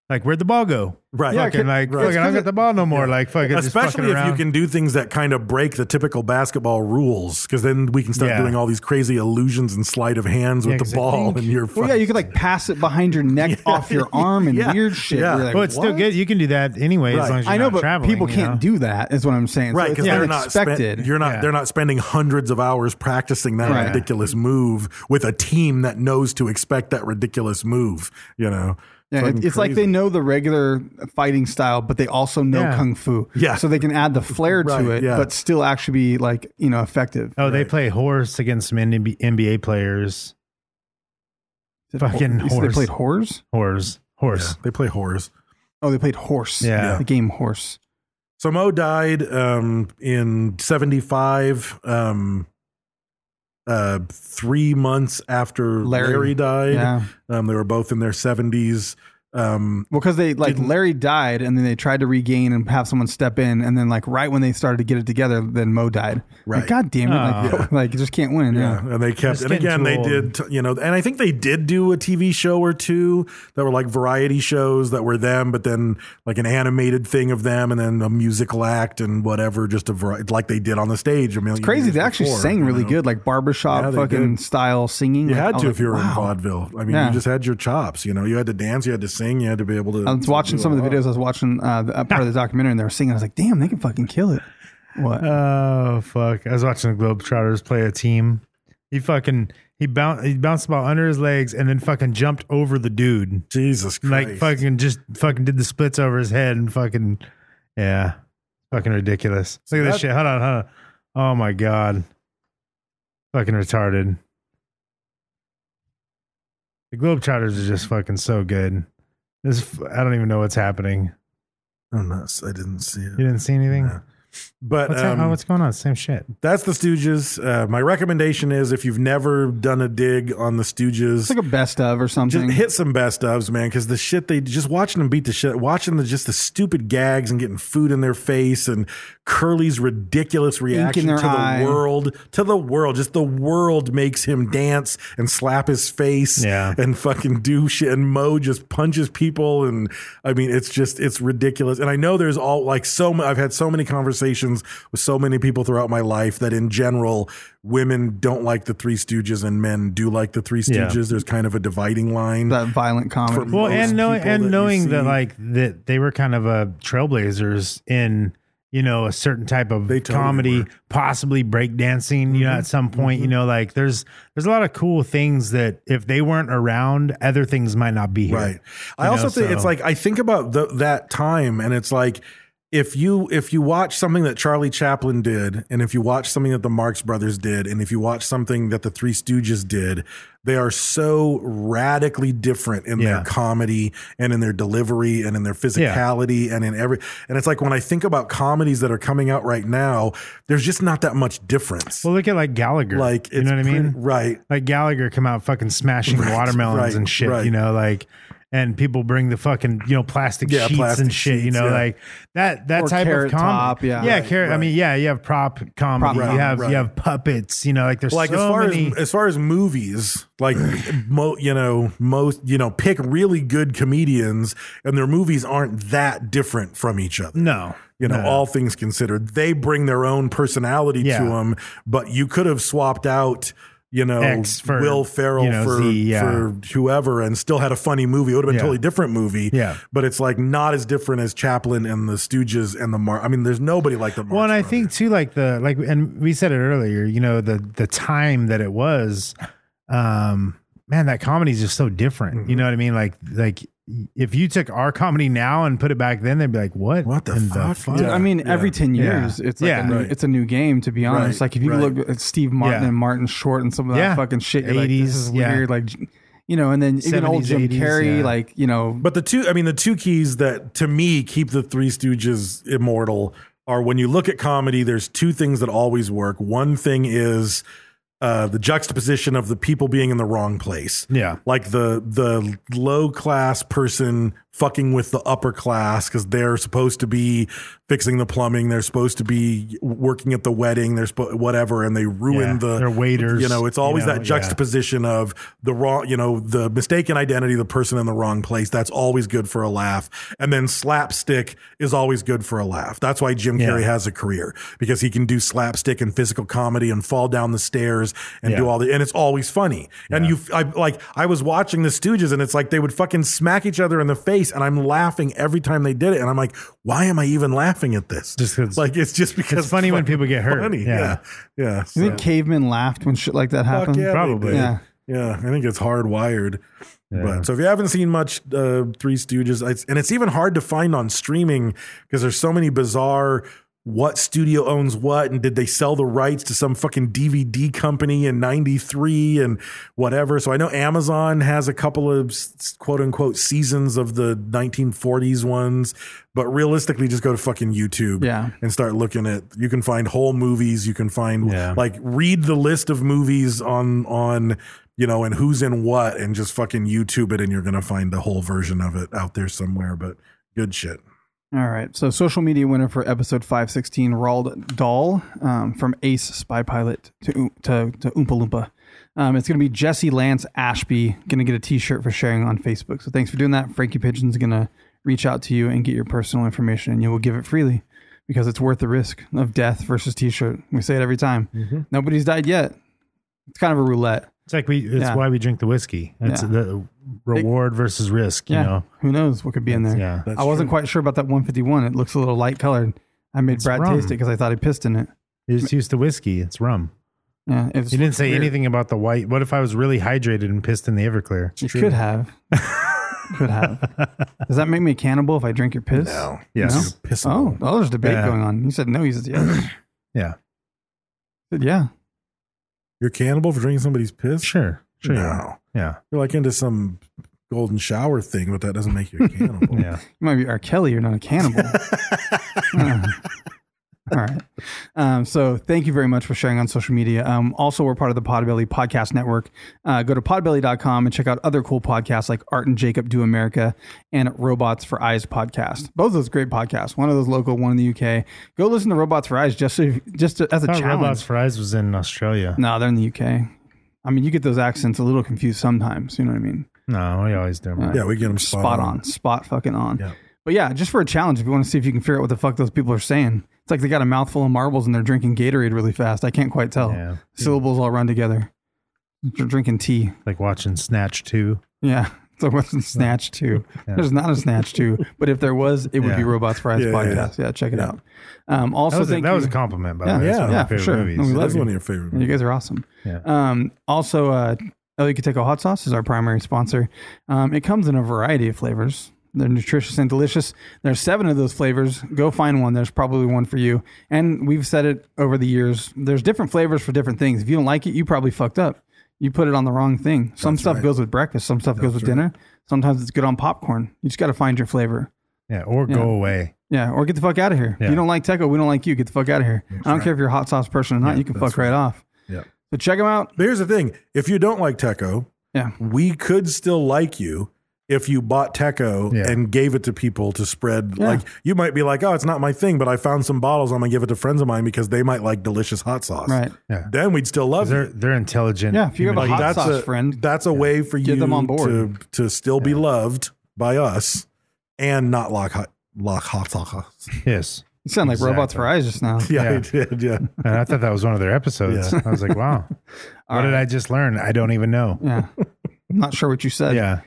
Speaker 3: Like where'd the ball go?
Speaker 4: Right.
Speaker 2: Yeah,
Speaker 3: Fucking
Speaker 2: could-
Speaker 3: like
Speaker 4: right.
Speaker 3: fucking. I don't get the ball no more. Like fucking. just
Speaker 4: Especially
Speaker 3: fucking
Speaker 4: if you
Speaker 3: around.
Speaker 4: can do things that kind of break the typical basketball rules, because then we can start
Speaker 3: Yeah.
Speaker 4: doing all these crazy illusions and sleight of hands
Speaker 3: Yeah,
Speaker 4: with
Speaker 3: 'cause
Speaker 4: the
Speaker 3: I
Speaker 4: ball
Speaker 3: think-
Speaker 4: and your.
Speaker 2: Well, yeah, you could like pass it behind your neck off your arm and
Speaker 4: Yeah.
Speaker 2: weird shit.
Speaker 4: Yeah.
Speaker 2: where you're like,
Speaker 3: Well, it's still
Speaker 2: "What?"
Speaker 3: good. You can do that anyway,
Speaker 4: Right.
Speaker 3: as long as you're
Speaker 2: I know,
Speaker 3: not
Speaker 2: but
Speaker 3: traveling,
Speaker 2: people
Speaker 3: you
Speaker 2: can't
Speaker 3: know?
Speaker 2: do that. Is what I'm saying. So
Speaker 4: Right,
Speaker 2: it's
Speaker 4: because they're not
Speaker 2: unexpected.
Speaker 4: spend, you're not
Speaker 3: Yeah.
Speaker 4: they're not spending hundreds of hours practicing that
Speaker 2: Right.
Speaker 4: ridiculous move with a team that knows to expect that ridiculous move. You know,
Speaker 2: Yeah,
Speaker 4: Fucking
Speaker 2: it, it's like
Speaker 4: crazy.
Speaker 2: they know the regular fighting style, but they also know
Speaker 3: Yeah.
Speaker 2: kung fu.
Speaker 4: Yeah.
Speaker 2: so they can add the flair
Speaker 4: Right,
Speaker 2: to it,
Speaker 4: yeah.
Speaker 2: but still actually be like you know effective.
Speaker 3: Oh, they play horse against some NB- NBA players. Fucking
Speaker 2: You said They
Speaker 3: horse.
Speaker 2: played horse.
Speaker 3: Horse,
Speaker 4: Yeah,
Speaker 3: horse.
Speaker 4: they play horrors.
Speaker 2: Oh, they played horse.
Speaker 3: Yeah.
Speaker 2: the game horse.
Speaker 4: So Mo died um, in 75, um, uh, three months after
Speaker 2: Larry.
Speaker 4: Larry, died.
Speaker 2: Yeah.
Speaker 4: Um, they were both in their 70s. Um,
Speaker 2: Well, because they like Larry died, and then they tried to regain and have someone step in, and then like right when they started to get it together, then Mo died.
Speaker 4: Right. Ah.
Speaker 2: Like, God damn it! Like, like you just can't win. Yeah.
Speaker 4: and they kept
Speaker 3: It's
Speaker 4: and
Speaker 3: getting
Speaker 4: again
Speaker 3: too
Speaker 4: they
Speaker 3: old.
Speaker 4: did you know and i think they did do a tv show or two that were like variety shows that were them but then like an animated thing of them and then a musical act and whatever just a variety like they did on the stage a million
Speaker 2: It's crazy.
Speaker 4: years
Speaker 2: They actually
Speaker 4: before,
Speaker 2: sang
Speaker 4: you
Speaker 2: really
Speaker 4: know.
Speaker 2: good, like barbershop
Speaker 4: Yeah, they
Speaker 2: fucking
Speaker 4: did.
Speaker 2: style singing.
Speaker 4: you
Speaker 2: Like, I
Speaker 4: had
Speaker 2: was
Speaker 4: to
Speaker 2: like,
Speaker 4: if you were in
Speaker 2: wow.
Speaker 4: vaudeville i mean
Speaker 2: Yeah.
Speaker 4: you just had your chops you know you had to dance you had to sing you had to be able to
Speaker 2: I was
Speaker 4: to
Speaker 2: watching
Speaker 4: do
Speaker 2: some
Speaker 4: a
Speaker 2: of the
Speaker 4: lot.
Speaker 2: videos. I was watching uh, the, uh, part of the documentary, and they were singing. I was like, "Damn, they can fucking kill it." What?
Speaker 4: Uh,
Speaker 3: Oh fuck! I was watching the Globetrotters play a team. He fucking he bounced he bounced the ball under his legs and then fucking jumped over the dude.
Speaker 4: jesus Christ.
Speaker 3: Like fucking just fucking did the splits over his head and fucking yeah, fucking ridiculous. Look at this shit. Hold on, hold on. Oh my god, fucking retarded. The Globetrotters are just fucking so good. This I don't even know what's happening.
Speaker 4: I'm not, i didn't see it
Speaker 3: You didn't see anything.
Speaker 4: No. but
Speaker 3: What's,
Speaker 4: um,
Speaker 3: hap- oh, what's going on? Same shit.
Speaker 4: that's the Stooges. Uh, my recommendation is if you've never done a dig on the Stooges,
Speaker 2: It's like a best of or something.
Speaker 4: just hit some best ofs, man, because the shit they just watching them beat the shit, watching the just the stupid gags and getting food in their face and Curly's ridiculous reaction
Speaker 2: their
Speaker 4: to the
Speaker 2: eye.
Speaker 4: world, to the world, just the world makes him dance and slap his face
Speaker 3: Yeah.
Speaker 4: and fucking do shit. And Mo just punches people. And I mean, it's just, it's ridiculous. And I know there's all like so, m- I've had so many conversations with so many people throughout my life that in general, women don't like the Three Stooges and men do like the Three
Speaker 3: Yeah.
Speaker 4: Stooges. There's kind of a dividing line.
Speaker 2: that violent comedy.
Speaker 4: For-
Speaker 3: well
Speaker 4: most
Speaker 3: and knowing
Speaker 4: people
Speaker 3: and
Speaker 4: that you
Speaker 3: knowing that
Speaker 4: see-
Speaker 3: like that they were kind of a trailblazers in you know a certain type of
Speaker 4: They totally
Speaker 3: comedy
Speaker 4: were. Mm-hmm.
Speaker 3: possibly breakdancing you know at some point you know like there's there's a lot of cool things that if they weren't around other things might not be here
Speaker 4: Right. I
Speaker 3: You
Speaker 4: also
Speaker 3: know,
Speaker 4: think it's
Speaker 3: so-
Speaker 4: like I think about the, that time, and it's like if you if you watch something that Charlie Chaplin did, and if you watch something that the Marx Brothers did, and if you watch something that the Three Stooges did, they are so radically different in
Speaker 3: Yeah.
Speaker 4: their comedy and in their delivery and in their physicality and in every. And it's like when I think about comedies that are coming out right now, there's just not that much difference.
Speaker 3: well look at like gallagher
Speaker 4: like
Speaker 3: you know what i mean
Speaker 4: pretty- right?
Speaker 3: like Gallagher come out fucking smashing
Speaker 4: Right,
Speaker 3: watermelons
Speaker 4: right,
Speaker 3: and shit,
Speaker 4: right.
Speaker 3: you know, like and people bring the fucking you know plastic
Speaker 4: Yeah,
Speaker 3: sheets
Speaker 4: plastic
Speaker 3: and shit, you
Speaker 4: sheets,
Speaker 3: know,
Speaker 4: yeah.
Speaker 3: like that that
Speaker 2: Or
Speaker 3: type
Speaker 2: Carrot
Speaker 3: of comedy.
Speaker 2: Top, yeah.
Speaker 3: yeah,
Speaker 2: Right,
Speaker 3: carrot. I
Speaker 4: right.
Speaker 3: mean, yeah, you have prop comedy,
Speaker 2: Prop
Speaker 3: you
Speaker 2: comedy,
Speaker 3: have
Speaker 4: right.
Speaker 3: you have puppets, you know, like there's
Speaker 4: like
Speaker 3: so
Speaker 4: as far
Speaker 3: many.
Speaker 4: as as far as movies like mo, you know most you know pick really good comedians and their movies aren't that different from each other
Speaker 3: no,
Speaker 4: you know
Speaker 3: no.
Speaker 4: all things considered they bring their own personality
Speaker 3: Yeah.
Speaker 4: to them but you could have swapped out you know
Speaker 3: X for,
Speaker 4: Will Ferrell
Speaker 3: you know,
Speaker 4: for
Speaker 3: Z, yeah.
Speaker 4: for whoever and still had a funny movie it would have been
Speaker 3: Yeah.
Speaker 4: a totally different movie
Speaker 3: Yeah.
Speaker 4: but it's like not as different as Chaplin and the Stooges and the Mar I mean there's nobody like the Marx
Speaker 3: Well, and I
Speaker 4: Brothers.
Speaker 3: think too, like the like, and we said it earlier. You know, the the time that it was, um, man, that comedy is just so different.
Speaker 4: Mm-hmm.
Speaker 3: You know what I mean? Like, like if you took our comedy now and put it back then, they'd be like, "What?
Speaker 4: What the
Speaker 3: in
Speaker 4: fuck?"
Speaker 2: Dude, I mean,
Speaker 4: Yeah.
Speaker 2: every ten
Speaker 3: Yeah.
Speaker 2: years, it's like
Speaker 3: Yeah.
Speaker 2: a new,
Speaker 4: Right.
Speaker 2: it's a new game. To be honest,
Speaker 4: Right,
Speaker 2: like if you
Speaker 4: right.
Speaker 2: look at Steve Martin
Speaker 3: Yeah.
Speaker 2: and Martin Short and some of that
Speaker 3: Yeah.
Speaker 2: fucking shit, you're like, this
Speaker 3: 80s,
Speaker 2: is
Speaker 3: yeah.
Speaker 2: weird. Like, you know, and then even old
Speaker 3: 70s,
Speaker 2: Jim
Speaker 3: 80s,
Speaker 2: Carrey,
Speaker 3: yeah.
Speaker 2: like you know,
Speaker 4: But the two, I mean, the two keys that to me keep the Three Stooges immortal are when you look at comedy, there's two things that always work. One thing is uh, the juxtaposition of the people being in the wrong place.
Speaker 3: Yeah.
Speaker 4: Like the the low class person fucking with the upper class because they're supposed to be fixing the plumbing, they're supposed to be working at the wedding, they're spo- whatever, and they ruin
Speaker 3: Yeah,
Speaker 4: the
Speaker 3: they're waiters,
Speaker 4: You know, it's
Speaker 3: you
Speaker 4: always
Speaker 3: know,
Speaker 4: that
Speaker 3: yeah.
Speaker 4: juxtaposition position of the wrong, you know, the mistaken identity, the person in the wrong place. That's always good for a laugh. And then slapstick is always good for a laugh. That's why Jim
Speaker 3: Yeah.
Speaker 4: Carrey has a career because he can do slapstick and physical comedy and fall down the stairs and
Speaker 3: Yeah.
Speaker 4: do all the, and it's always funny. And you, I like, I was watching the Stooges and it's like they would fucking smack each other in the face and I'm laughing every time they did it. And I'm like, why am I even laughing at this?
Speaker 3: Just 'cause-
Speaker 4: like, it's just because
Speaker 3: it's funny when
Speaker 4: fucking
Speaker 3: people get hurt.
Speaker 4: funny.
Speaker 3: Yeah.
Speaker 4: Yeah. Yeah.
Speaker 2: you think cavemen laughed when shit like that happened.
Speaker 4: yeah, they
Speaker 3: Probably.
Speaker 4: did.
Speaker 2: Yeah.
Speaker 4: Yeah, I think it's hardwired. But so if you haven't seen much uh, Three Stooges, it's, and it's even hard to find on streaming because there's so many bizarre what studio owns what and did they sell the rights to some fucking DVD company in 93 and whatever. So I know Amazon has a couple of s- quote unquote seasons of the 1940s ones, but realistically just go to fucking YouTube
Speaker 2: Yeah.
Speaker 4: and start looking at you can find whole movies, you can find
Speaker 3: Yeah.
Speaker 4: like read the list of movies on on you know, and who's in what, and just fucking YouTube it, and you're gonna find the whole version of it out there somewhere. But good shit.
Speaker 2: All right. So, social media winner for episode 516, Roald Dahl um, from Ace Spy Pilot to, to, to Oompa Loompa. Um, it's going to be Jesse Lance Ashby, going to get a t shirt for sharing on Facebook. So, thanks for doing that. Frankie Pigeon's going to reach out to you and get your personal information, and you will give it freely because it's worth the risk of death versus t shirt. We say it every time.
Speaker 3: Mm-hmm.
Speaker 2: Nobody's died yet. It's kind of a roulette.
Speaker 3: It's like we. It's
Speaker 2: Yeah.
Speaker 3: why we drink the whiskey. It's
Speaker 2: Yeah.
Speaker 3: the reward versus risk. You
Speaker 2: Yeah.
Speaker 3: know.
Speaker 2: Who knows what could be in there?
Speaker 3: Yeah.
Speaker 4: That's
Speaker 2: I wasn't
Speaker 4: true.
Speaker 2: quite sure about that 151. It looks a little light colored. I made Brad
Speaker 3: rum.
Speaker 2: taste it because I thought he pissed in it.
Speaker 3: It's used to whiskey. It's rum.
Speaker 2: Yeah, it was-
Speaker 3: You didn't say
Speaker 2: weird.
Speaker 3: anything about the white. What if I was really hydrated and pissed in the Everclear?
Speaker 2: You could have. could have. Does that make me a cannibal if I drink your piss?
Speaker 4: No.
Speaker 3: Yes.
Speaker 4: You're pissing
Speaker 2: Oh, oh, there's debate
Speaker 3: Yeah.
Speaker 2: going on. You said no. He said yes. I
Speaker 3: Yeah.
Speaker 2: said yeah.
Speaker 4: You're a cannibal for drinking somebody's piss?
Speaker 3: Sure. Sure.
Speaker 4: No.
Speaker 3: Yeah.
Speaker 4: You're like into some golden shower thing, but that doesn't make you a cannibal.
Speaker 3: Yeah.
Speaker 2: You might be R. Kelly. You're not a cannibal. Uh, All right. Um, so thank you very much for sharing on social media. Um, also, we're part of the Podbelly Podcast Network. Uh, go to podbelly.com and check out other cool podcasts like Art and Jacob Do America and Robots for Eyes podcast. Both of those great podcasts. One of those local, one in the UK. Go listen to Robots for Eyes just so, just to, as a
Speaker 3: I thought
Speaker 2: challenge. Mm.
Speaker 3: Robots Fries was in Australia.
Speaker 2: No, they're in the UK. I mean, you get those accents a little confused sometimes. You know what I mean?
Speaker 3: No, we always do.
Speaker 4: Yeah, we get them spot,
Speaker 2: Spot, on. spot fucking on.
Speaker 4: Yeah.
Speaker 2: But yeah, just for a challenge, if you want to see if you can figure out what the fuck those people are saying, it's like they got a mouthful of marbles and they're drinking Gatorade really fast. I can't quite tell.
Speaker 3: Yeah.
Speaker 2: Syllables all run together. They're drinking tea.
Speaker 3: Like watching Snatch 2.
Speaker 2: Yeah. So it wasn't Snatch 2. There's not a Snatch 2, but if there was, it would
Speaker 3: Yeah.
Speaker 2: be Robots Fries
Speaker 4: Yeah, yeah, yeah.
Speaker 2: podcast. Yeah, check it
Speaker 4: Yeah.
Speaker 2: out. Um, also,
Speaker 3: That, was a,
Speaker 2: thank
Speaker 3: that
Speaker 2: you.
Speaker 3: was a compliment, by
Speaker 2: Yeah.
Speaker 3: the way.
Speaker 4: Yeah.
Speaker 3: It's one of my
Speaker 4: Yeah,
Speaker 2: for
Speaker 3: favorite
Speaker 2: sure.
Speaker 3: movies.
Speaker 2: No, we love
Speaker 4: That's
Speaker 2: you.
Speaker 4: one of your favorite.
Speaker 2: You guys are awesome.
Speaker 3: Yeah.
Speaker 2: Um, also, uh, El Yucateco hot sauce is our primary sponsor. Um, it comes in a variety of flavors. They're nutritious and delicious. There's seven of those flavors. Go find one. There's probably one for you. And we've said it over the years. There's different flavors for different things. If you don't like it, you probably fucked up. You put it on the wrong thing. Some stuff
Speaker 4: right.
Speaker 2: goes with breakfast. Some stuff goes with dinner. Sometimes it's good on popcorn. You just got to find your flavor.
Speaker 3: Yeah, or
Speaker 2: Yeah.
Speaker 3: go away.
Speaker 2: Yeah, or get the fuck out of here.
Speaker 3: Yeah.
Speaker 2: You don't like Teco, we don't like you. Get the fuck out of here. I don't care if you're a hot sauce person or not. you can fuck right, off.
Speaker 4: Yeah.
Speaker 2: So check them out.
Speaker 4: But here's the thing: if you don't like Teco,
Speaker 2: Yeah.
Speaker 4: we could still like you if you bought Teco
Speaker 3: Yeah.
Speaker 4: and gave it to people to spread.
Speaker 2: Yeah.
Speaker 4: Like you might be like, "Oh, it's not my thing," but I found some bottles. I'm gonna give it to friends of mine because they might like delicious hot sauce.
Speaker 2: Right.
Speaker 3: Yeah.
Speaker 4: Then we'd still love
Speaker 3: They're,
Speaker 4: it.
Speaker 3: they're intelligent.
Speaker 2: Yeah, if you have a
Speaker 3: human
Speaker 2: hot
Speaker 3: beings.
Speaker 2: sauce
Speaker 4: a
Speaker 2: friend.
Speaker 4: That's a way for
Speaker 2: Get
Speaker 4: you
Speaker 2: them on board.
Speaker 4: to to still be loved by us and not lock hot lock hot sauce.
Speaker 3: Yes.
Speaker 2: You sound like robots for eyes just now.
Speaker 4: Yeah,
Speaker 3: Yeah.
Speaker 4: I did. Yeah.
Speaker 3: And I thought that was one of their episodes.
Speaker 4: Yeah.
Speaker 3: I was like, wow. what did I just learn? I don't even know.
Speaker 2: Yeah. I'm not sure what you said.
Speaker 3: Yeah.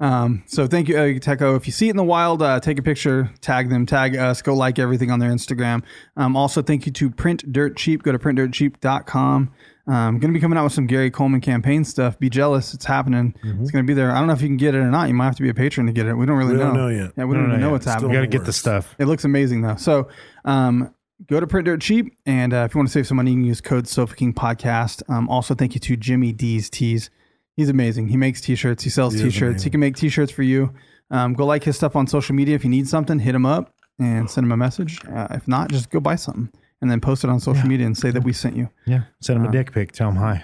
Speaker 2: Um, so thank you, uh, Techo. If you see it in the wild, uh, take a picture, tag them, tag us, go like everything on their Instagram. Um, also, thank you to Print Dirt Cheap. Go to printdirtcheap.com. Um, going to be coming out with some Gary Coleman campaign stuff. Be jealous. It's happening. It's going to be there. I don't know if you can get it or not. You might have to be a patron to get it. We don't really
Speaker 4: Mm-hmm. We
Speaker 2: know.
Speaker 4: don't know yet.
Speaker 2: Yeah, we don't, even know what's happening.
Speaker 3: You got to get the stuff.
Speaker 2: It looks amazing though. So um, go to Print Dirt Cheap, and uh, if you want to save some money, you can use code Sofa King Podcast. Um, also, thank you to Jimmy D's Tees. He's amazing. He makes T-shirts. He sells T-shirts. He can make T-shirts for you. Um, go like his stuff on social media. If you need something, hit him up and send him a message. Uh, if not, just go buy something and then post it on social media and say that we sent you.
Speaker 3: Yeah. Send
Speaker 2: Uh,
Speaker 3: him a dick pic. Tell him hi.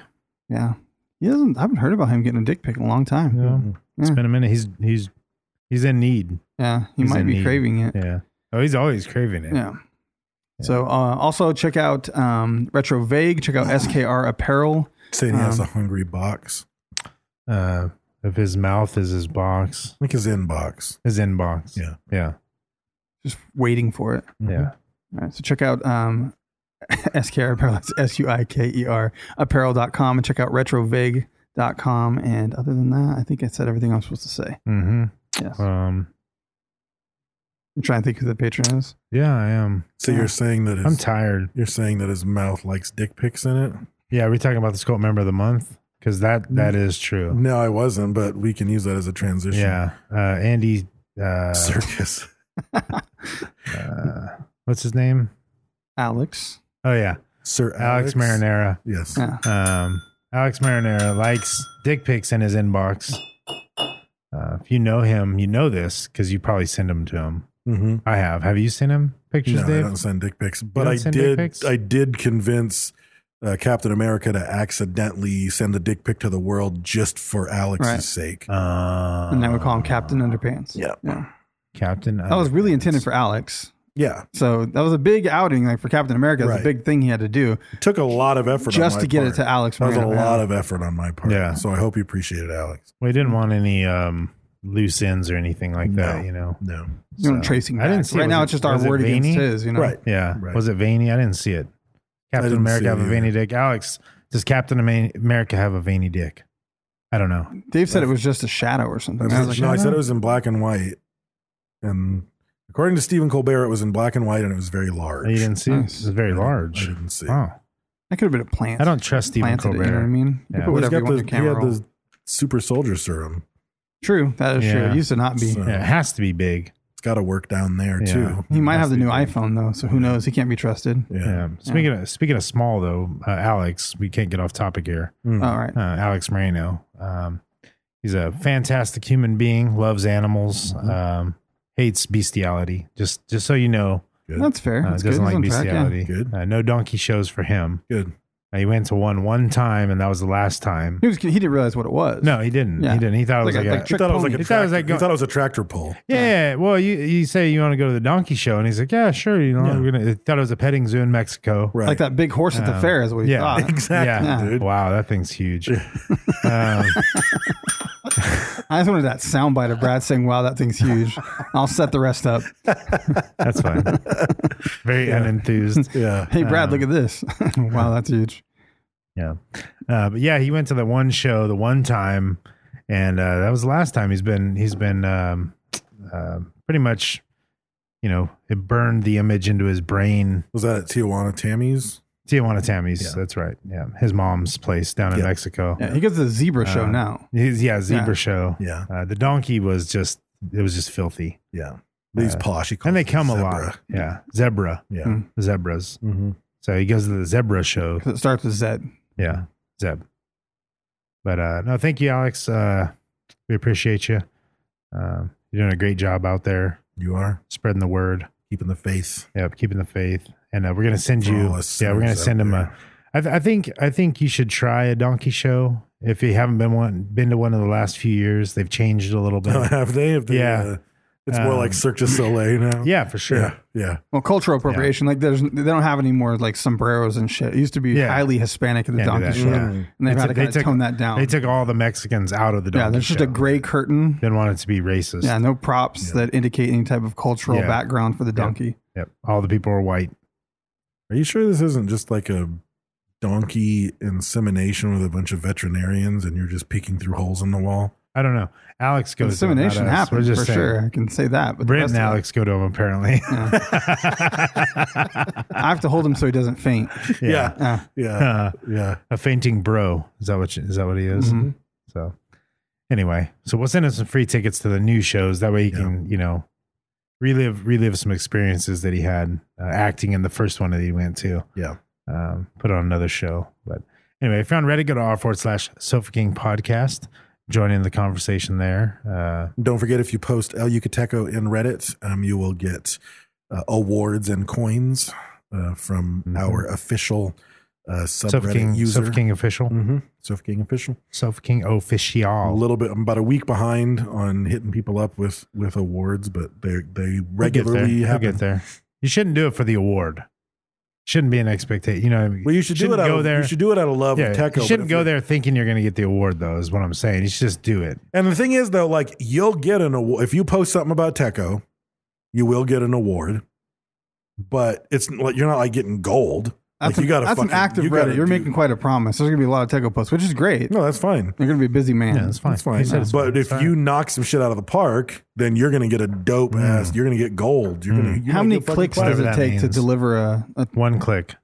Speaker 2: Yeah, he doesn't. I haven't heard about him getting a dick pic in a long time.
Speaker 3: Yeah. It's been a minute. He's he's he's in need.
Speaker 2: Yeah, Hmm. he
Speaker 3: He's
Speaker 2: might
Speaker 3: in
Speaker 2: be
Speaker 3: need.
Speaker 2: craving it.
Speaker 3: Yeah. Oh, he's always craving it.
Speaker 2: Yeah. So uh, also check out um, Retro Vague. Check out SKR Apparel.
Speaker 4: Saying
Speaker 2: Um,
Speaker 4: he has a hungry box.
Speaker 3: Uh, if his mouth is his box,
Speaker 4: Like his inbox.
Speaker 3: his inbox.
Speaker 4: Yeah.
Speaker 3: Yeah.
Speaker 2: Just waiting for it.
Speaker 3: Yeah.
Speaker 2: All right. So check out um, SKR Apparel. That's S U I K E R Apparel.com and check out RetroVague.com. And other than that, I think I said everything I'm supposed to say.
Speaker 3: Mm-hmm.
Speaker 2: Yes.
Speaker 3: Um.
Speaker 2: I'm trying to think who the patron is.
Speaker 3: Yeah, I am.
Speaker 4: So you're saying that his,
Speaker 3: I'm tired.
Speaker 4: You're saying that his mouth likes dick pics in it?
Speaker 3: Yeah, are we talking about the scope member of the month? Because
Speaker 2: Mm-hmm.
Speaker 3: that that is true.
Speaker 4: No, I wasn't, but we can use that as a transition.
Speaker 3: Yeah. Uh, Andy. Uh,
Speaker 4: Circus.
Speaker 3: what's his name?
Speaker 2: Alex.
Speaker 3: Oh yeah,
Speaker 4: Sir
Speaker 3: Alex, Marinara.
Speaker 4: Yes.
Speaker 2: Yeah.
Speaker 3: Um, Alex Marinara likes dick pics in his inbox. Uh, if you know him, you know this because you probably send them to him.
Speaker 4: Mm-hmm.
Speaker 3: I have. Have you sent him pictures,
Speaker 4: No, I
Speaker 3: Dave?
Speaker 4: don't send dick pics, but
Speaker 3: don't
Speaker 4: I
Speaker 3: send dick
Speaker 4: did.
Speaker 3: pics?
Speaker 4: I did convince uh, Captain America to accidentally send a dick pic to the world just for Alex's
Speaker 2: Right.
Speaker 4: sake.
Speaker 3: Uh,
Speaker 2: and then we call him Captain Underpants.
Speaker 4: Yeah.
Speaker 2: yeah.
Speaker 3: Captain.
Speaker 2: That was really intended for Alex.
Speaker 4: Yeah,
Speaker 2: So that was a big outing, like for Captain America. It was
Speaker 4: Right.
Speaker 2: a big thing he had to do.
Speaker 4: it took a lot of effort
Speaker 2: Just
Speaker 4: on my
Speaker 2: to get it
Speaker 4: part.
Speaker 2: to Alex
Speaker 4: That was a
Speaker 2: Moreno, yeah.
Speaker 4: lot of effort on my part.
Speaker 3: Yeah.
Speaker 4: so I hope you appreciate it, Alex.
Speaker 3: We didn't want any um, loose ends or anything like that. You know.
Speaker 4: No,
Speaker 2: You know,
Speaker 3: So,
Speaker 2: tracing.
Speaker 3: I
Speaker 2: Back.
Speaker 3: didn't see. it.
Speaker 2: right
Speaker 3: Was
Speaker 2: now.
Speaker 3: it-
Speaker 2: It's just our
Speaker 3: was it
Speaker 2: word against
Speaker 3: veiny?
Speaker 2: his. You know,
Speaker 4: right?
Speaker 3: Yeah.
Speaker 4: Right.
Speaker 3: Was it veiny? I didn't see it. Captain
Speaker 4: didn't see
Speaker 3: America
Speaker 4: it
Speaker 3: have a
Speaker 4: either.
Speaker 3: veiny dick. Alex, does Captain Ama- America have a veiny dick? I don't know.
Speaker 2: Dave said it was just a shadow or something. I was like,
Speaker 4: no, I
Speaker 2: "Oh,
Speaker 4: said it was in black and white, and according to Stephen Colbert, it was in black and white and it was very large.
Speaker 3: You didn't see
Speaker 2: Nice.
Speaker 3: it? It's very
Speaker 4: I
Speaker 3: large.
Speaker 4: didn't see. it.
Speaker 3: Wow.
Speaker 2: that could have been a plant.
Speaker 3: I don't trust Stephen
Speaker 2: planted it, You know what I
Speaker 3: Colbert.
Speaker 2: mean? You
Speaker 3: Yeah.
Speaker 2: Put
Speaker 3: Well,
Speaker 4: He's
Speaker 2: whatever you
Speaker 4: got
Speaker 2: want
Speaker 4: the,
Speaker 2: in the
Speaker 4: he
Speaker 2: camera
Speaker 4: had
Speaker 2: roll.
Speaker 4: the super soldier serum.
Speaker 2: True. That is true.
Speaker 3: Yeah.
Speaker 2: It used to not be.
Speaker 4: So-
Speaker 3: Yeah, it has to be big.
Speaker 4: It's got to work down there
Speaker 3: Yeah.
Speaker 4: too.
Speaker 2: he might have the new
Speaker 3: Must be.
Speaker 2: iPhone though, so who knows? He can't be trusted.
Speaker 4: Yeah.
Speaker 3: Yeah. Speaking of speaking of small though, uh, Alex, we can't get off topic here.
Speaker 2: All right.
Speaker 3: Uh, Alex Moreno, um, he's a fantastic human being. Loves animals.
Speaker 2: Mm-hmm.
Speaker 3: Um, hates bestiality. Just just so you know,
Speaker 4: Good.
Speaker 2: That's fair.
Speaker 3: uh,
Speaker 2: That's good.
Speaker 3: doesn't
Speaker 2: He's
Speaker 3: like
Speaker 2: on track, yeah.
Speaker 3: bestiality.
Speaker 4: Good.
Speaker 3: Uh, no donkey shows for him.
Speaker 4: good.
Speaker 3: Uh, he went to one one time, and that was the last time.
Speaker 2: He was. He didn't realize what it was.
Speaker 3: No, he didn't.
Speaker 2: Yeah.
Speaker 3: He didn't. He thought it was
Speaker 2: Like
Speaker 3: like, a,
Speaker 2: a- like
Speaker 4: He
Speaker 2: trick
Speaker 4: thought, it was like a
Speaker 3: He
Speaker 4: tractor,
Speaker 3: thought it was like
Speaker 4: he
Speaker 3: going-
Speaker 4: thought it was a tractor pole.
Speaker 3: yeah, well, you you say you want to go to the donkey show, and he's like, yeah, sure. You know,
Speaker 4: Yeah.
Speaker 3: we're gonna. He thought it was a petting zoo in Mexico.
Speaker 4: Right.
Speaker 2: Like that big horse at the
Speaker 3: Um,
Speaker 2: fair is what he
Speaker 3: yeah.
Speaker 2: thought.
Speaker 4: Exactly,
Speaker 2: Yeah.
Speaker 4: dude.
Speaker 3: Wow, that thing's huge. um,
Speaker 2: I just wanted that soundbite of Brad saying, "Wow, that thing's huge." I'll set the rest up.
Speaker 3: that's fine. Very unenthused.
Speaker 4: Yeah.
Speaker 2: Hey, Brad, look at
Speaker 3: Um,
Speaker 2: this. wow, that's huge.
Speaker 3: Yeah. Uh, but yeah, he went to the one show the one time, and uh, that was the last time he's been he's been um, uh, pretty much, you know, it burned the image into his brain.
Speaker 4: Was that at Tijuana Tammy's?
Speaker 3: Tijuana Tammy's,
Speaker 4: Yeah.
Speaker 3: that's right. Yeah, his mom's place down in
Speaker 4: Yeah.
Speaker 3: Mexico.
Speaker 2: Yeah, he goes to the zebra show
Speaker 3: Uh,
Speaker 2: now.
Speaker 3: He's, yeah, zebra
Speaker 2: Yeah.
Speaker 3: show.
Speaker 4: Yeah.
Speaker 3: uh, the donkey was just it was just filthy,
Speaker 4: Yeah. These posh. he calls
Speaker 3: and they
Speaker 4: it
Speaker 3: come a
Speaker 4: zebra. Mm-hmm.
Speaker 3: lot. Yeah, zebra,
Speaker 4: Yeah.
Speaker 2: Hmm.
Speaker 3: zebras. So he goes to the zebra show.
Speaker 2: 'Cause It starts with Z.
Speaker 3: Yeah, Zeb. But uh, no, thank you, Alex. Uh, we appreciate you. Um, you're doing a great job out there,
Speaker 4: You are
Speaker 3: spreading the word.
Speaker 4: keeping the faith.
Speaker 3: Yep, keeping the faith. And uh, we're gonna send
Speaker 4: For
Speaker 3: you.
Speaker 4: all us
Speaker 3: Yeah, we're gonna
Speaker 4: sinners
Speaker 3: send
Speaker 4: out
Speaker 3: him a.
Speaker 4: there.
Speaker 3: I, th- I think I think you should try a donkey show if you haven't been one been to one in the last few years. They've changed it a little bit.
Speaker 4: Have they? Have they
Speaker 3: Yeah.
Speaker 4: uh, it's more like
Speaker 3: Um,
Speaker 4: Cirque du Soleil now.
Speaker 3: yeah, for sure.
Speaker 4: Yeah. Yeah.
Speaker 2: Well, cultural appropriation. Like, there's they don't have any more like sombreros and shit. It used to be
Speaker 3: Yeah.
Speaker 2: highly Hispanic at the
Speaker 3: Can't do
Speaker 2: donkey
Speaker 3: that,
Speaker 2: show,
Speaker 3: yeah.
Speaker 2: and they've had to kind of tone that down.
Speaker 3: They took all the Mexicans out of the donkey
Speaker 2: yeah, there's just a
Speaker 3: show.
Speaker 2: gray curtain.
Speaker 3: Didn't want it to be racist.
Speaker 2: Yeah, no props that indicate any type of cultural
Speaker 3: Yeah.
Speaker 2: background for the donkey.
Speaker 3: Yep. All the people are white.
Speaker 4: Are you sure this isn't just like a donkey insemination with a bunch of veterinarians and you're just peeking through holes in the wall?
Speaker 3: I don't know. Alex
Speaker 2: The
Speaker 3: goes. to them, not
Speaker 2: Dissemination
Speaker 3: us.
Speaker 2: happened
Speaker 3: We're just
Speaker 2: for
Speaker 3: saying.
Speaker 2: sure. I can say that. But the
Speaker 3: Brent
Speaker 2: rest
Speaker 3: and
Speaker 2: of it-
Speaker 3: Alex go to him apparently.
Speaker 2: I have to hold him so he doesn't faint.
Speaker 3: Yeah.
Speaker 2: Yeah.
Speaker 4: Yeah.
Speaker 3: Uh,
Speaker 4: yeah.
Speaker 3: a fainting bro. Is that what you- is that what he is?
Speaker 2: Mm-hmm.
Speaker 3: So anyway, so we'll send him some free tickets to the new shows. That way he can, you know, relive relive some experiences that he had uh, acting in the first one that he went to.
Speaker 4: Yeah.
Speaker 3: um, put on another show. But anyway, if you're on Reddit, go to r forward slash Sofa King podcast. Join in the conversation there. Uh,
Speaker 4: Don't forget if you post El Yucateco in Reddit, um, you will get uh, awards and coins uh, from our official uh,
Speaker 3: Sofa
Speaker 4: subreddit
Speaker 3: Mm-hmm. King,
Speaker 4: user.
Speaker 3: Sofa King
Speaker 2: Mm-hmm.
Speaker 3: official,
Speaker 4: hmm Sofa King official.
Speaker 3: Sofa King
Speaker 4: A
Speaker 3: official.
Speaker 4: little bit, I'm about a week behind on hitting people up with with awards, but they they
Speaker 3: We'll get there.
Speaker 4: regularly
Speaker 3: We'll
Speaker 4: happen.
Speaker 3: get there. You shouldn't do it for the award. Shouldn't be an expectation. You know,
Speaker 4: Well, you should do it.
Speaker 3: shouldn't
Speaker 4: Out
Speaker 3: go
Speaker 4: of,
Speaker 3: there.
Speaker 4: You should do it out of love.
Speaker 3: yeah,
Speaker 4: of Teco,
Speaker 3: you
Speaker 4: but
Speaker 3: shouldn't
Speaker 4: if
Speaker 3: go
Speaker 4: you-
Speaker 3: there thinking you're going to get the award, though. Is what I'm saying. You should just do it.
Speaker 4: And the thing is, though, like you'll get an award if you post something about Teco, you will get an award. But it's like you're not like getting gold.
Speaker 2: That's,
Speaker 4: like, you got
Speaker 2: an, that's an active Reddit. You're making quite a promise. There's going to be a lot of Techo posts, which is great.
Speaker 4: No, that's fine.
Speaker 2: You're going to be a busy man.
Speaker 3: Yeah, that's fine.
Speaker 4: That's fine.
Speaker 3: He said it's
Speaker 4: but
Speaker 3: fine.
Speaker 4: if
Speaker 3: It's fine.
Speaker 4: you knock some shit out of the park, then you're gonna get a dope ass. You're gonna get gold. You're gonna. You're
Speaker 2: Mm. How
Speaker 4: gonna
Speaker 2: many
Speaker 4: get fucking
Speaker 2: clicks
Speaker 4: platinum.
Speaker 2: does
Speaker 3: whatever
Speaker 2: it
Speaker 3: that
Speaker 2: take to
Speaker 3: means.
Speaker 2: deliver a, a
Speaker 3: One click,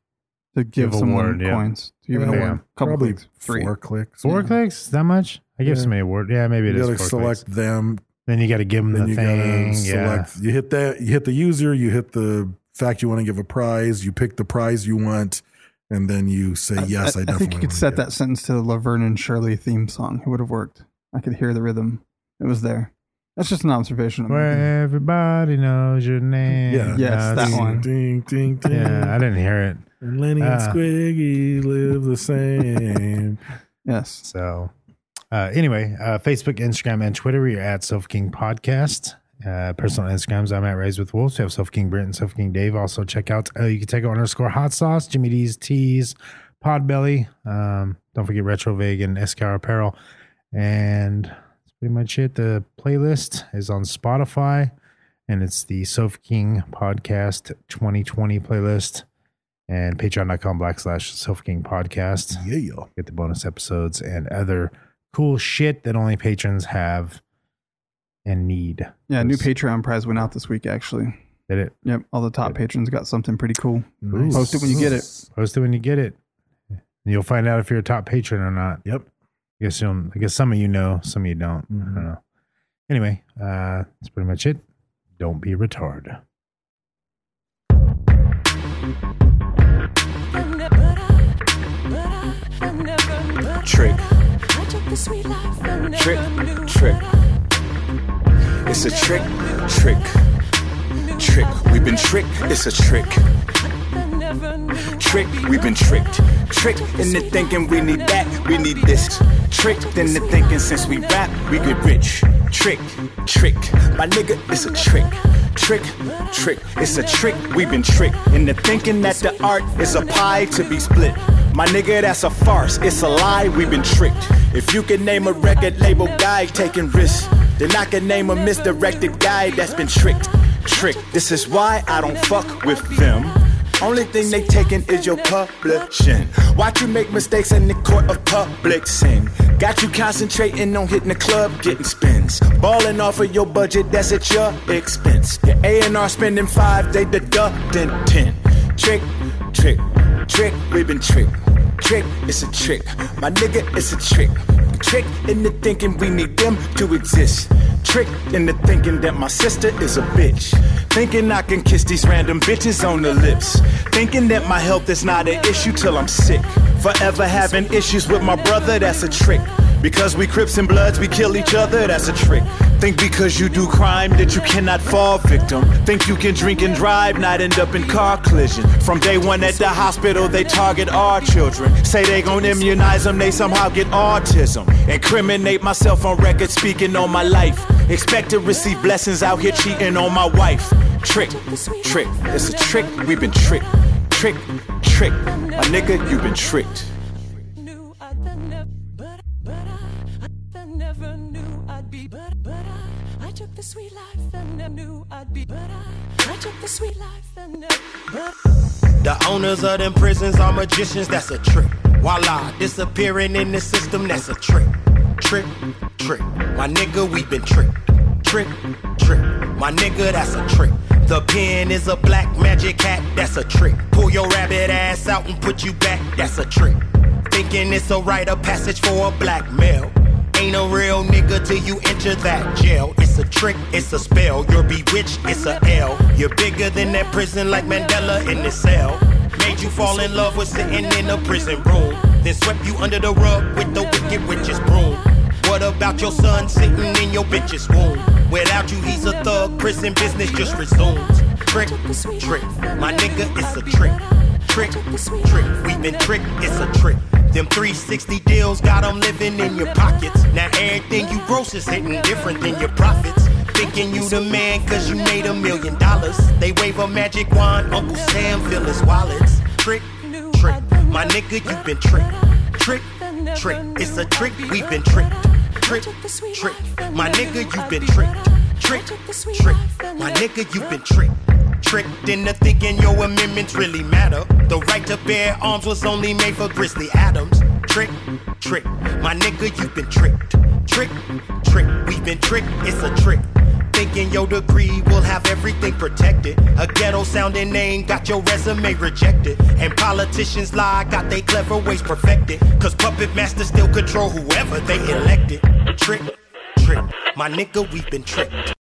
Speaker 2: to give,
Speaker 3: Give a
Speaker 2: someone
Speaker 3: word, yeah.
Speaker 2: coins? To give an
Speaker 3: Yeah.
Speaker 2: award. Couple
Speaker 4: Probably
Speaker 2: clicks. Three.
Speaker 4: four clicks.
Speaker 3: four clicks, that much? I give
Speaker 4: Yeah.
Speaker 3: somebody an award. Yeah, maybe it
Speaker 4: You
Speaker 3: is
Speaker 4: gotta
Speaker 3: four
Speaker 4: select
Speaker 3: clicks.
Speaker 4: them.
Speaker 3: Then you got to give them
Speaker 4: Then
Speaker 3: the
Speaker 4: you
Speaker 3: thing.
Speaker 4: gotta
Speaker 3: yeah.
Speaker 4: select. You hit that. You hit the user. You hit the fact you want to give a prize. You pick the prize you want, and then you say yes. I,
Speaker 2: I,
Speaker 4: definitely
Speaker 2: think you could
Speaker 4: wanna
Speaker 2: set
Speaker 4: get
Speaker 2: that sentence to the Laverne and Shirley theme song. It would have worked. I could hear the rhythm. It was there. That's just an observation. I'm making.
Speaker 3: Where everybody knows your name.
Speaker 4: Yeah.
Speaker 2: Yes, that
Speaker 3: That's-
Speaker 2: one.
Speaker 4: Ding, ding, ding.
Speaker 3: Yeah, I didn't hear it.
Speaker 4: And Lenny and
Speaker 3: Ah.
Speaker 4: Squiggy live the same.
Speaker 2: Yes.
Speaker 3: So, uh, anyway, uh, Facebook, Instagram, and Twitter, we are at Self King Podcast. Uh, personal Instagrams, I'm at Raised with Wolves. We have Self King Brent and Self King Dave. Also, check out, uh, you can take out underscore hot sauce, Jimmy D's Teas, Podbelly. Um, don't forget Retro Vegan, SKR Apparel. And that's pretty much it. The playlist is on Spotify, and it's the Self King Podcast 2020 playlist and patreon.com backslash Self King Podcast
Speaker 4: yeah.
Speaker 3: get the bonus episodes and other cool shit that only patrons have and need.
Speaker 2: Yeah, new
Speaker 3: That's-
Speaker 2: Patreon prize went out this week actually.
Speaker 3: Did it.
Speaker 2: Yep, all the top patrons got something pretty cool.
Speaker 3: Nice.
Speaker 2: Post it when you get it.
Speaker 3: Post it when you get it. And you'll find out if you're a top patron or not.
Speaker 4: Yep.
Speaker 3: I guess you don't, I guess some of you know, some of you don't.
Speaker 2: Mm-hmm.
Speaker 3: I don't know. Anyway, uh, that's pretty much it. Don't be retarded.
Speaker 5: Trick. Trick. Trick. It's a trick. Trick. Trick. We've been tricked. It's a trick. Trick. We've been tricked. Tricked into thinking we need that. We need this. Tricked into thinking since we rap, we get rich. Trick. Trick. My nigga, it's a trick. Trick, trick, it's a trick, we've been tricked into thinking that the art is a pie to be split. My nigga, that's a farce. It's a lie. We've been tricked. If you can name a record label guy taking risks, then I can name a misdirected guy that's been tricked. Tricked. This is why I don't fuck with them. Only thing they taking is your publishing. Watch you make mistakes in the court of public sin. Got you concentrating on hitting the club, getting spins. Balling off of your budget, that's at your expense. The A&R spending five, they deducting ten. Trick, trick. Trick, we've been tricked. Trick, it's a trick. My nigga, it's a trick. Trick in the thinking we need them to exist. Trick in the thinking that my sister is a bitch. Thinking I can kiss these random bitches on the lips. Thinking that my health is not an issue till I'm sick. Forever having issues with my brother, that's a trick. Because we Crips and Bloods, we kill each other, that's a trick. Think because you do crime that you cannot fall victim. Think you can drink and drive, not end up in car collision. From day one at the hospital, they target our children. Say they gon' immunize them, they somehow get autism. Incriminate myself on record, speaking on my life. Expect to receive blessings out here cheating on my wife. Trick, trick, it's a trick, we've been tricked. Trick, trick, my nigga, you've been tricked.
Speaker 6: knew I'd never, but, but I, I never knew I'd be, but, but I, I took the sweet life and I knew I'd be, but I, I took the sweet life and I, but.
Speaker 7: The owners of them prisons are magicians, that's a trick. Voila, disappearing in the system, that's a trick. Trick, trick. My nigga, we been tricked. Trick, trick. My nigga, that's a trick. The pen is a black magic hat, that's a trick. Pull your rabbit ass out and put you back, that's a trick. Thinking it's a rite of passage for a black male. Ain't a real nigga till you enter that jail. It's a trick, it's a spell. You're bewitched, it's a L. You're bigger than that prison like Mandela in the cell. Made you fall in love with sitting in a prison room. Then swept you under the rug with the wicked witch's broom. What about your son sitting in your bitch's womb? Without you, he's a thug. Prison business just resumes. Trick, trick. My nigga, it's a trick. Trick, trick. We've been tricked, it's a trick. Them 360 deals got 'em living in your pockets. Now everything you gross is hitting different than your profits. Thinking you the man cause you made a million dollars. They wave a magic wand, Uncle Sam fill his wallets. Trick, trick. My nigga, you've been tricked. Trick, trick. It's a trick, we've been tricked. Trick, trick. My nigga, you've been tricked. Trick, trick. My nigga, you've been tricked tricked into thinking your amendments really matter. The right to bear arms was only made for Grizzly Adams. Trick, trick, my nigga, you've been tricked. Trick, trick, we've been tricked, it's a trick. Thinking your degree will have everything protected. A ghetto sounding name got your resume rejected. And politicians lie, got they clever ways perfected. Cause puppet masters still control whoever they elected. Trick, trick, my nigga, we've been tricked.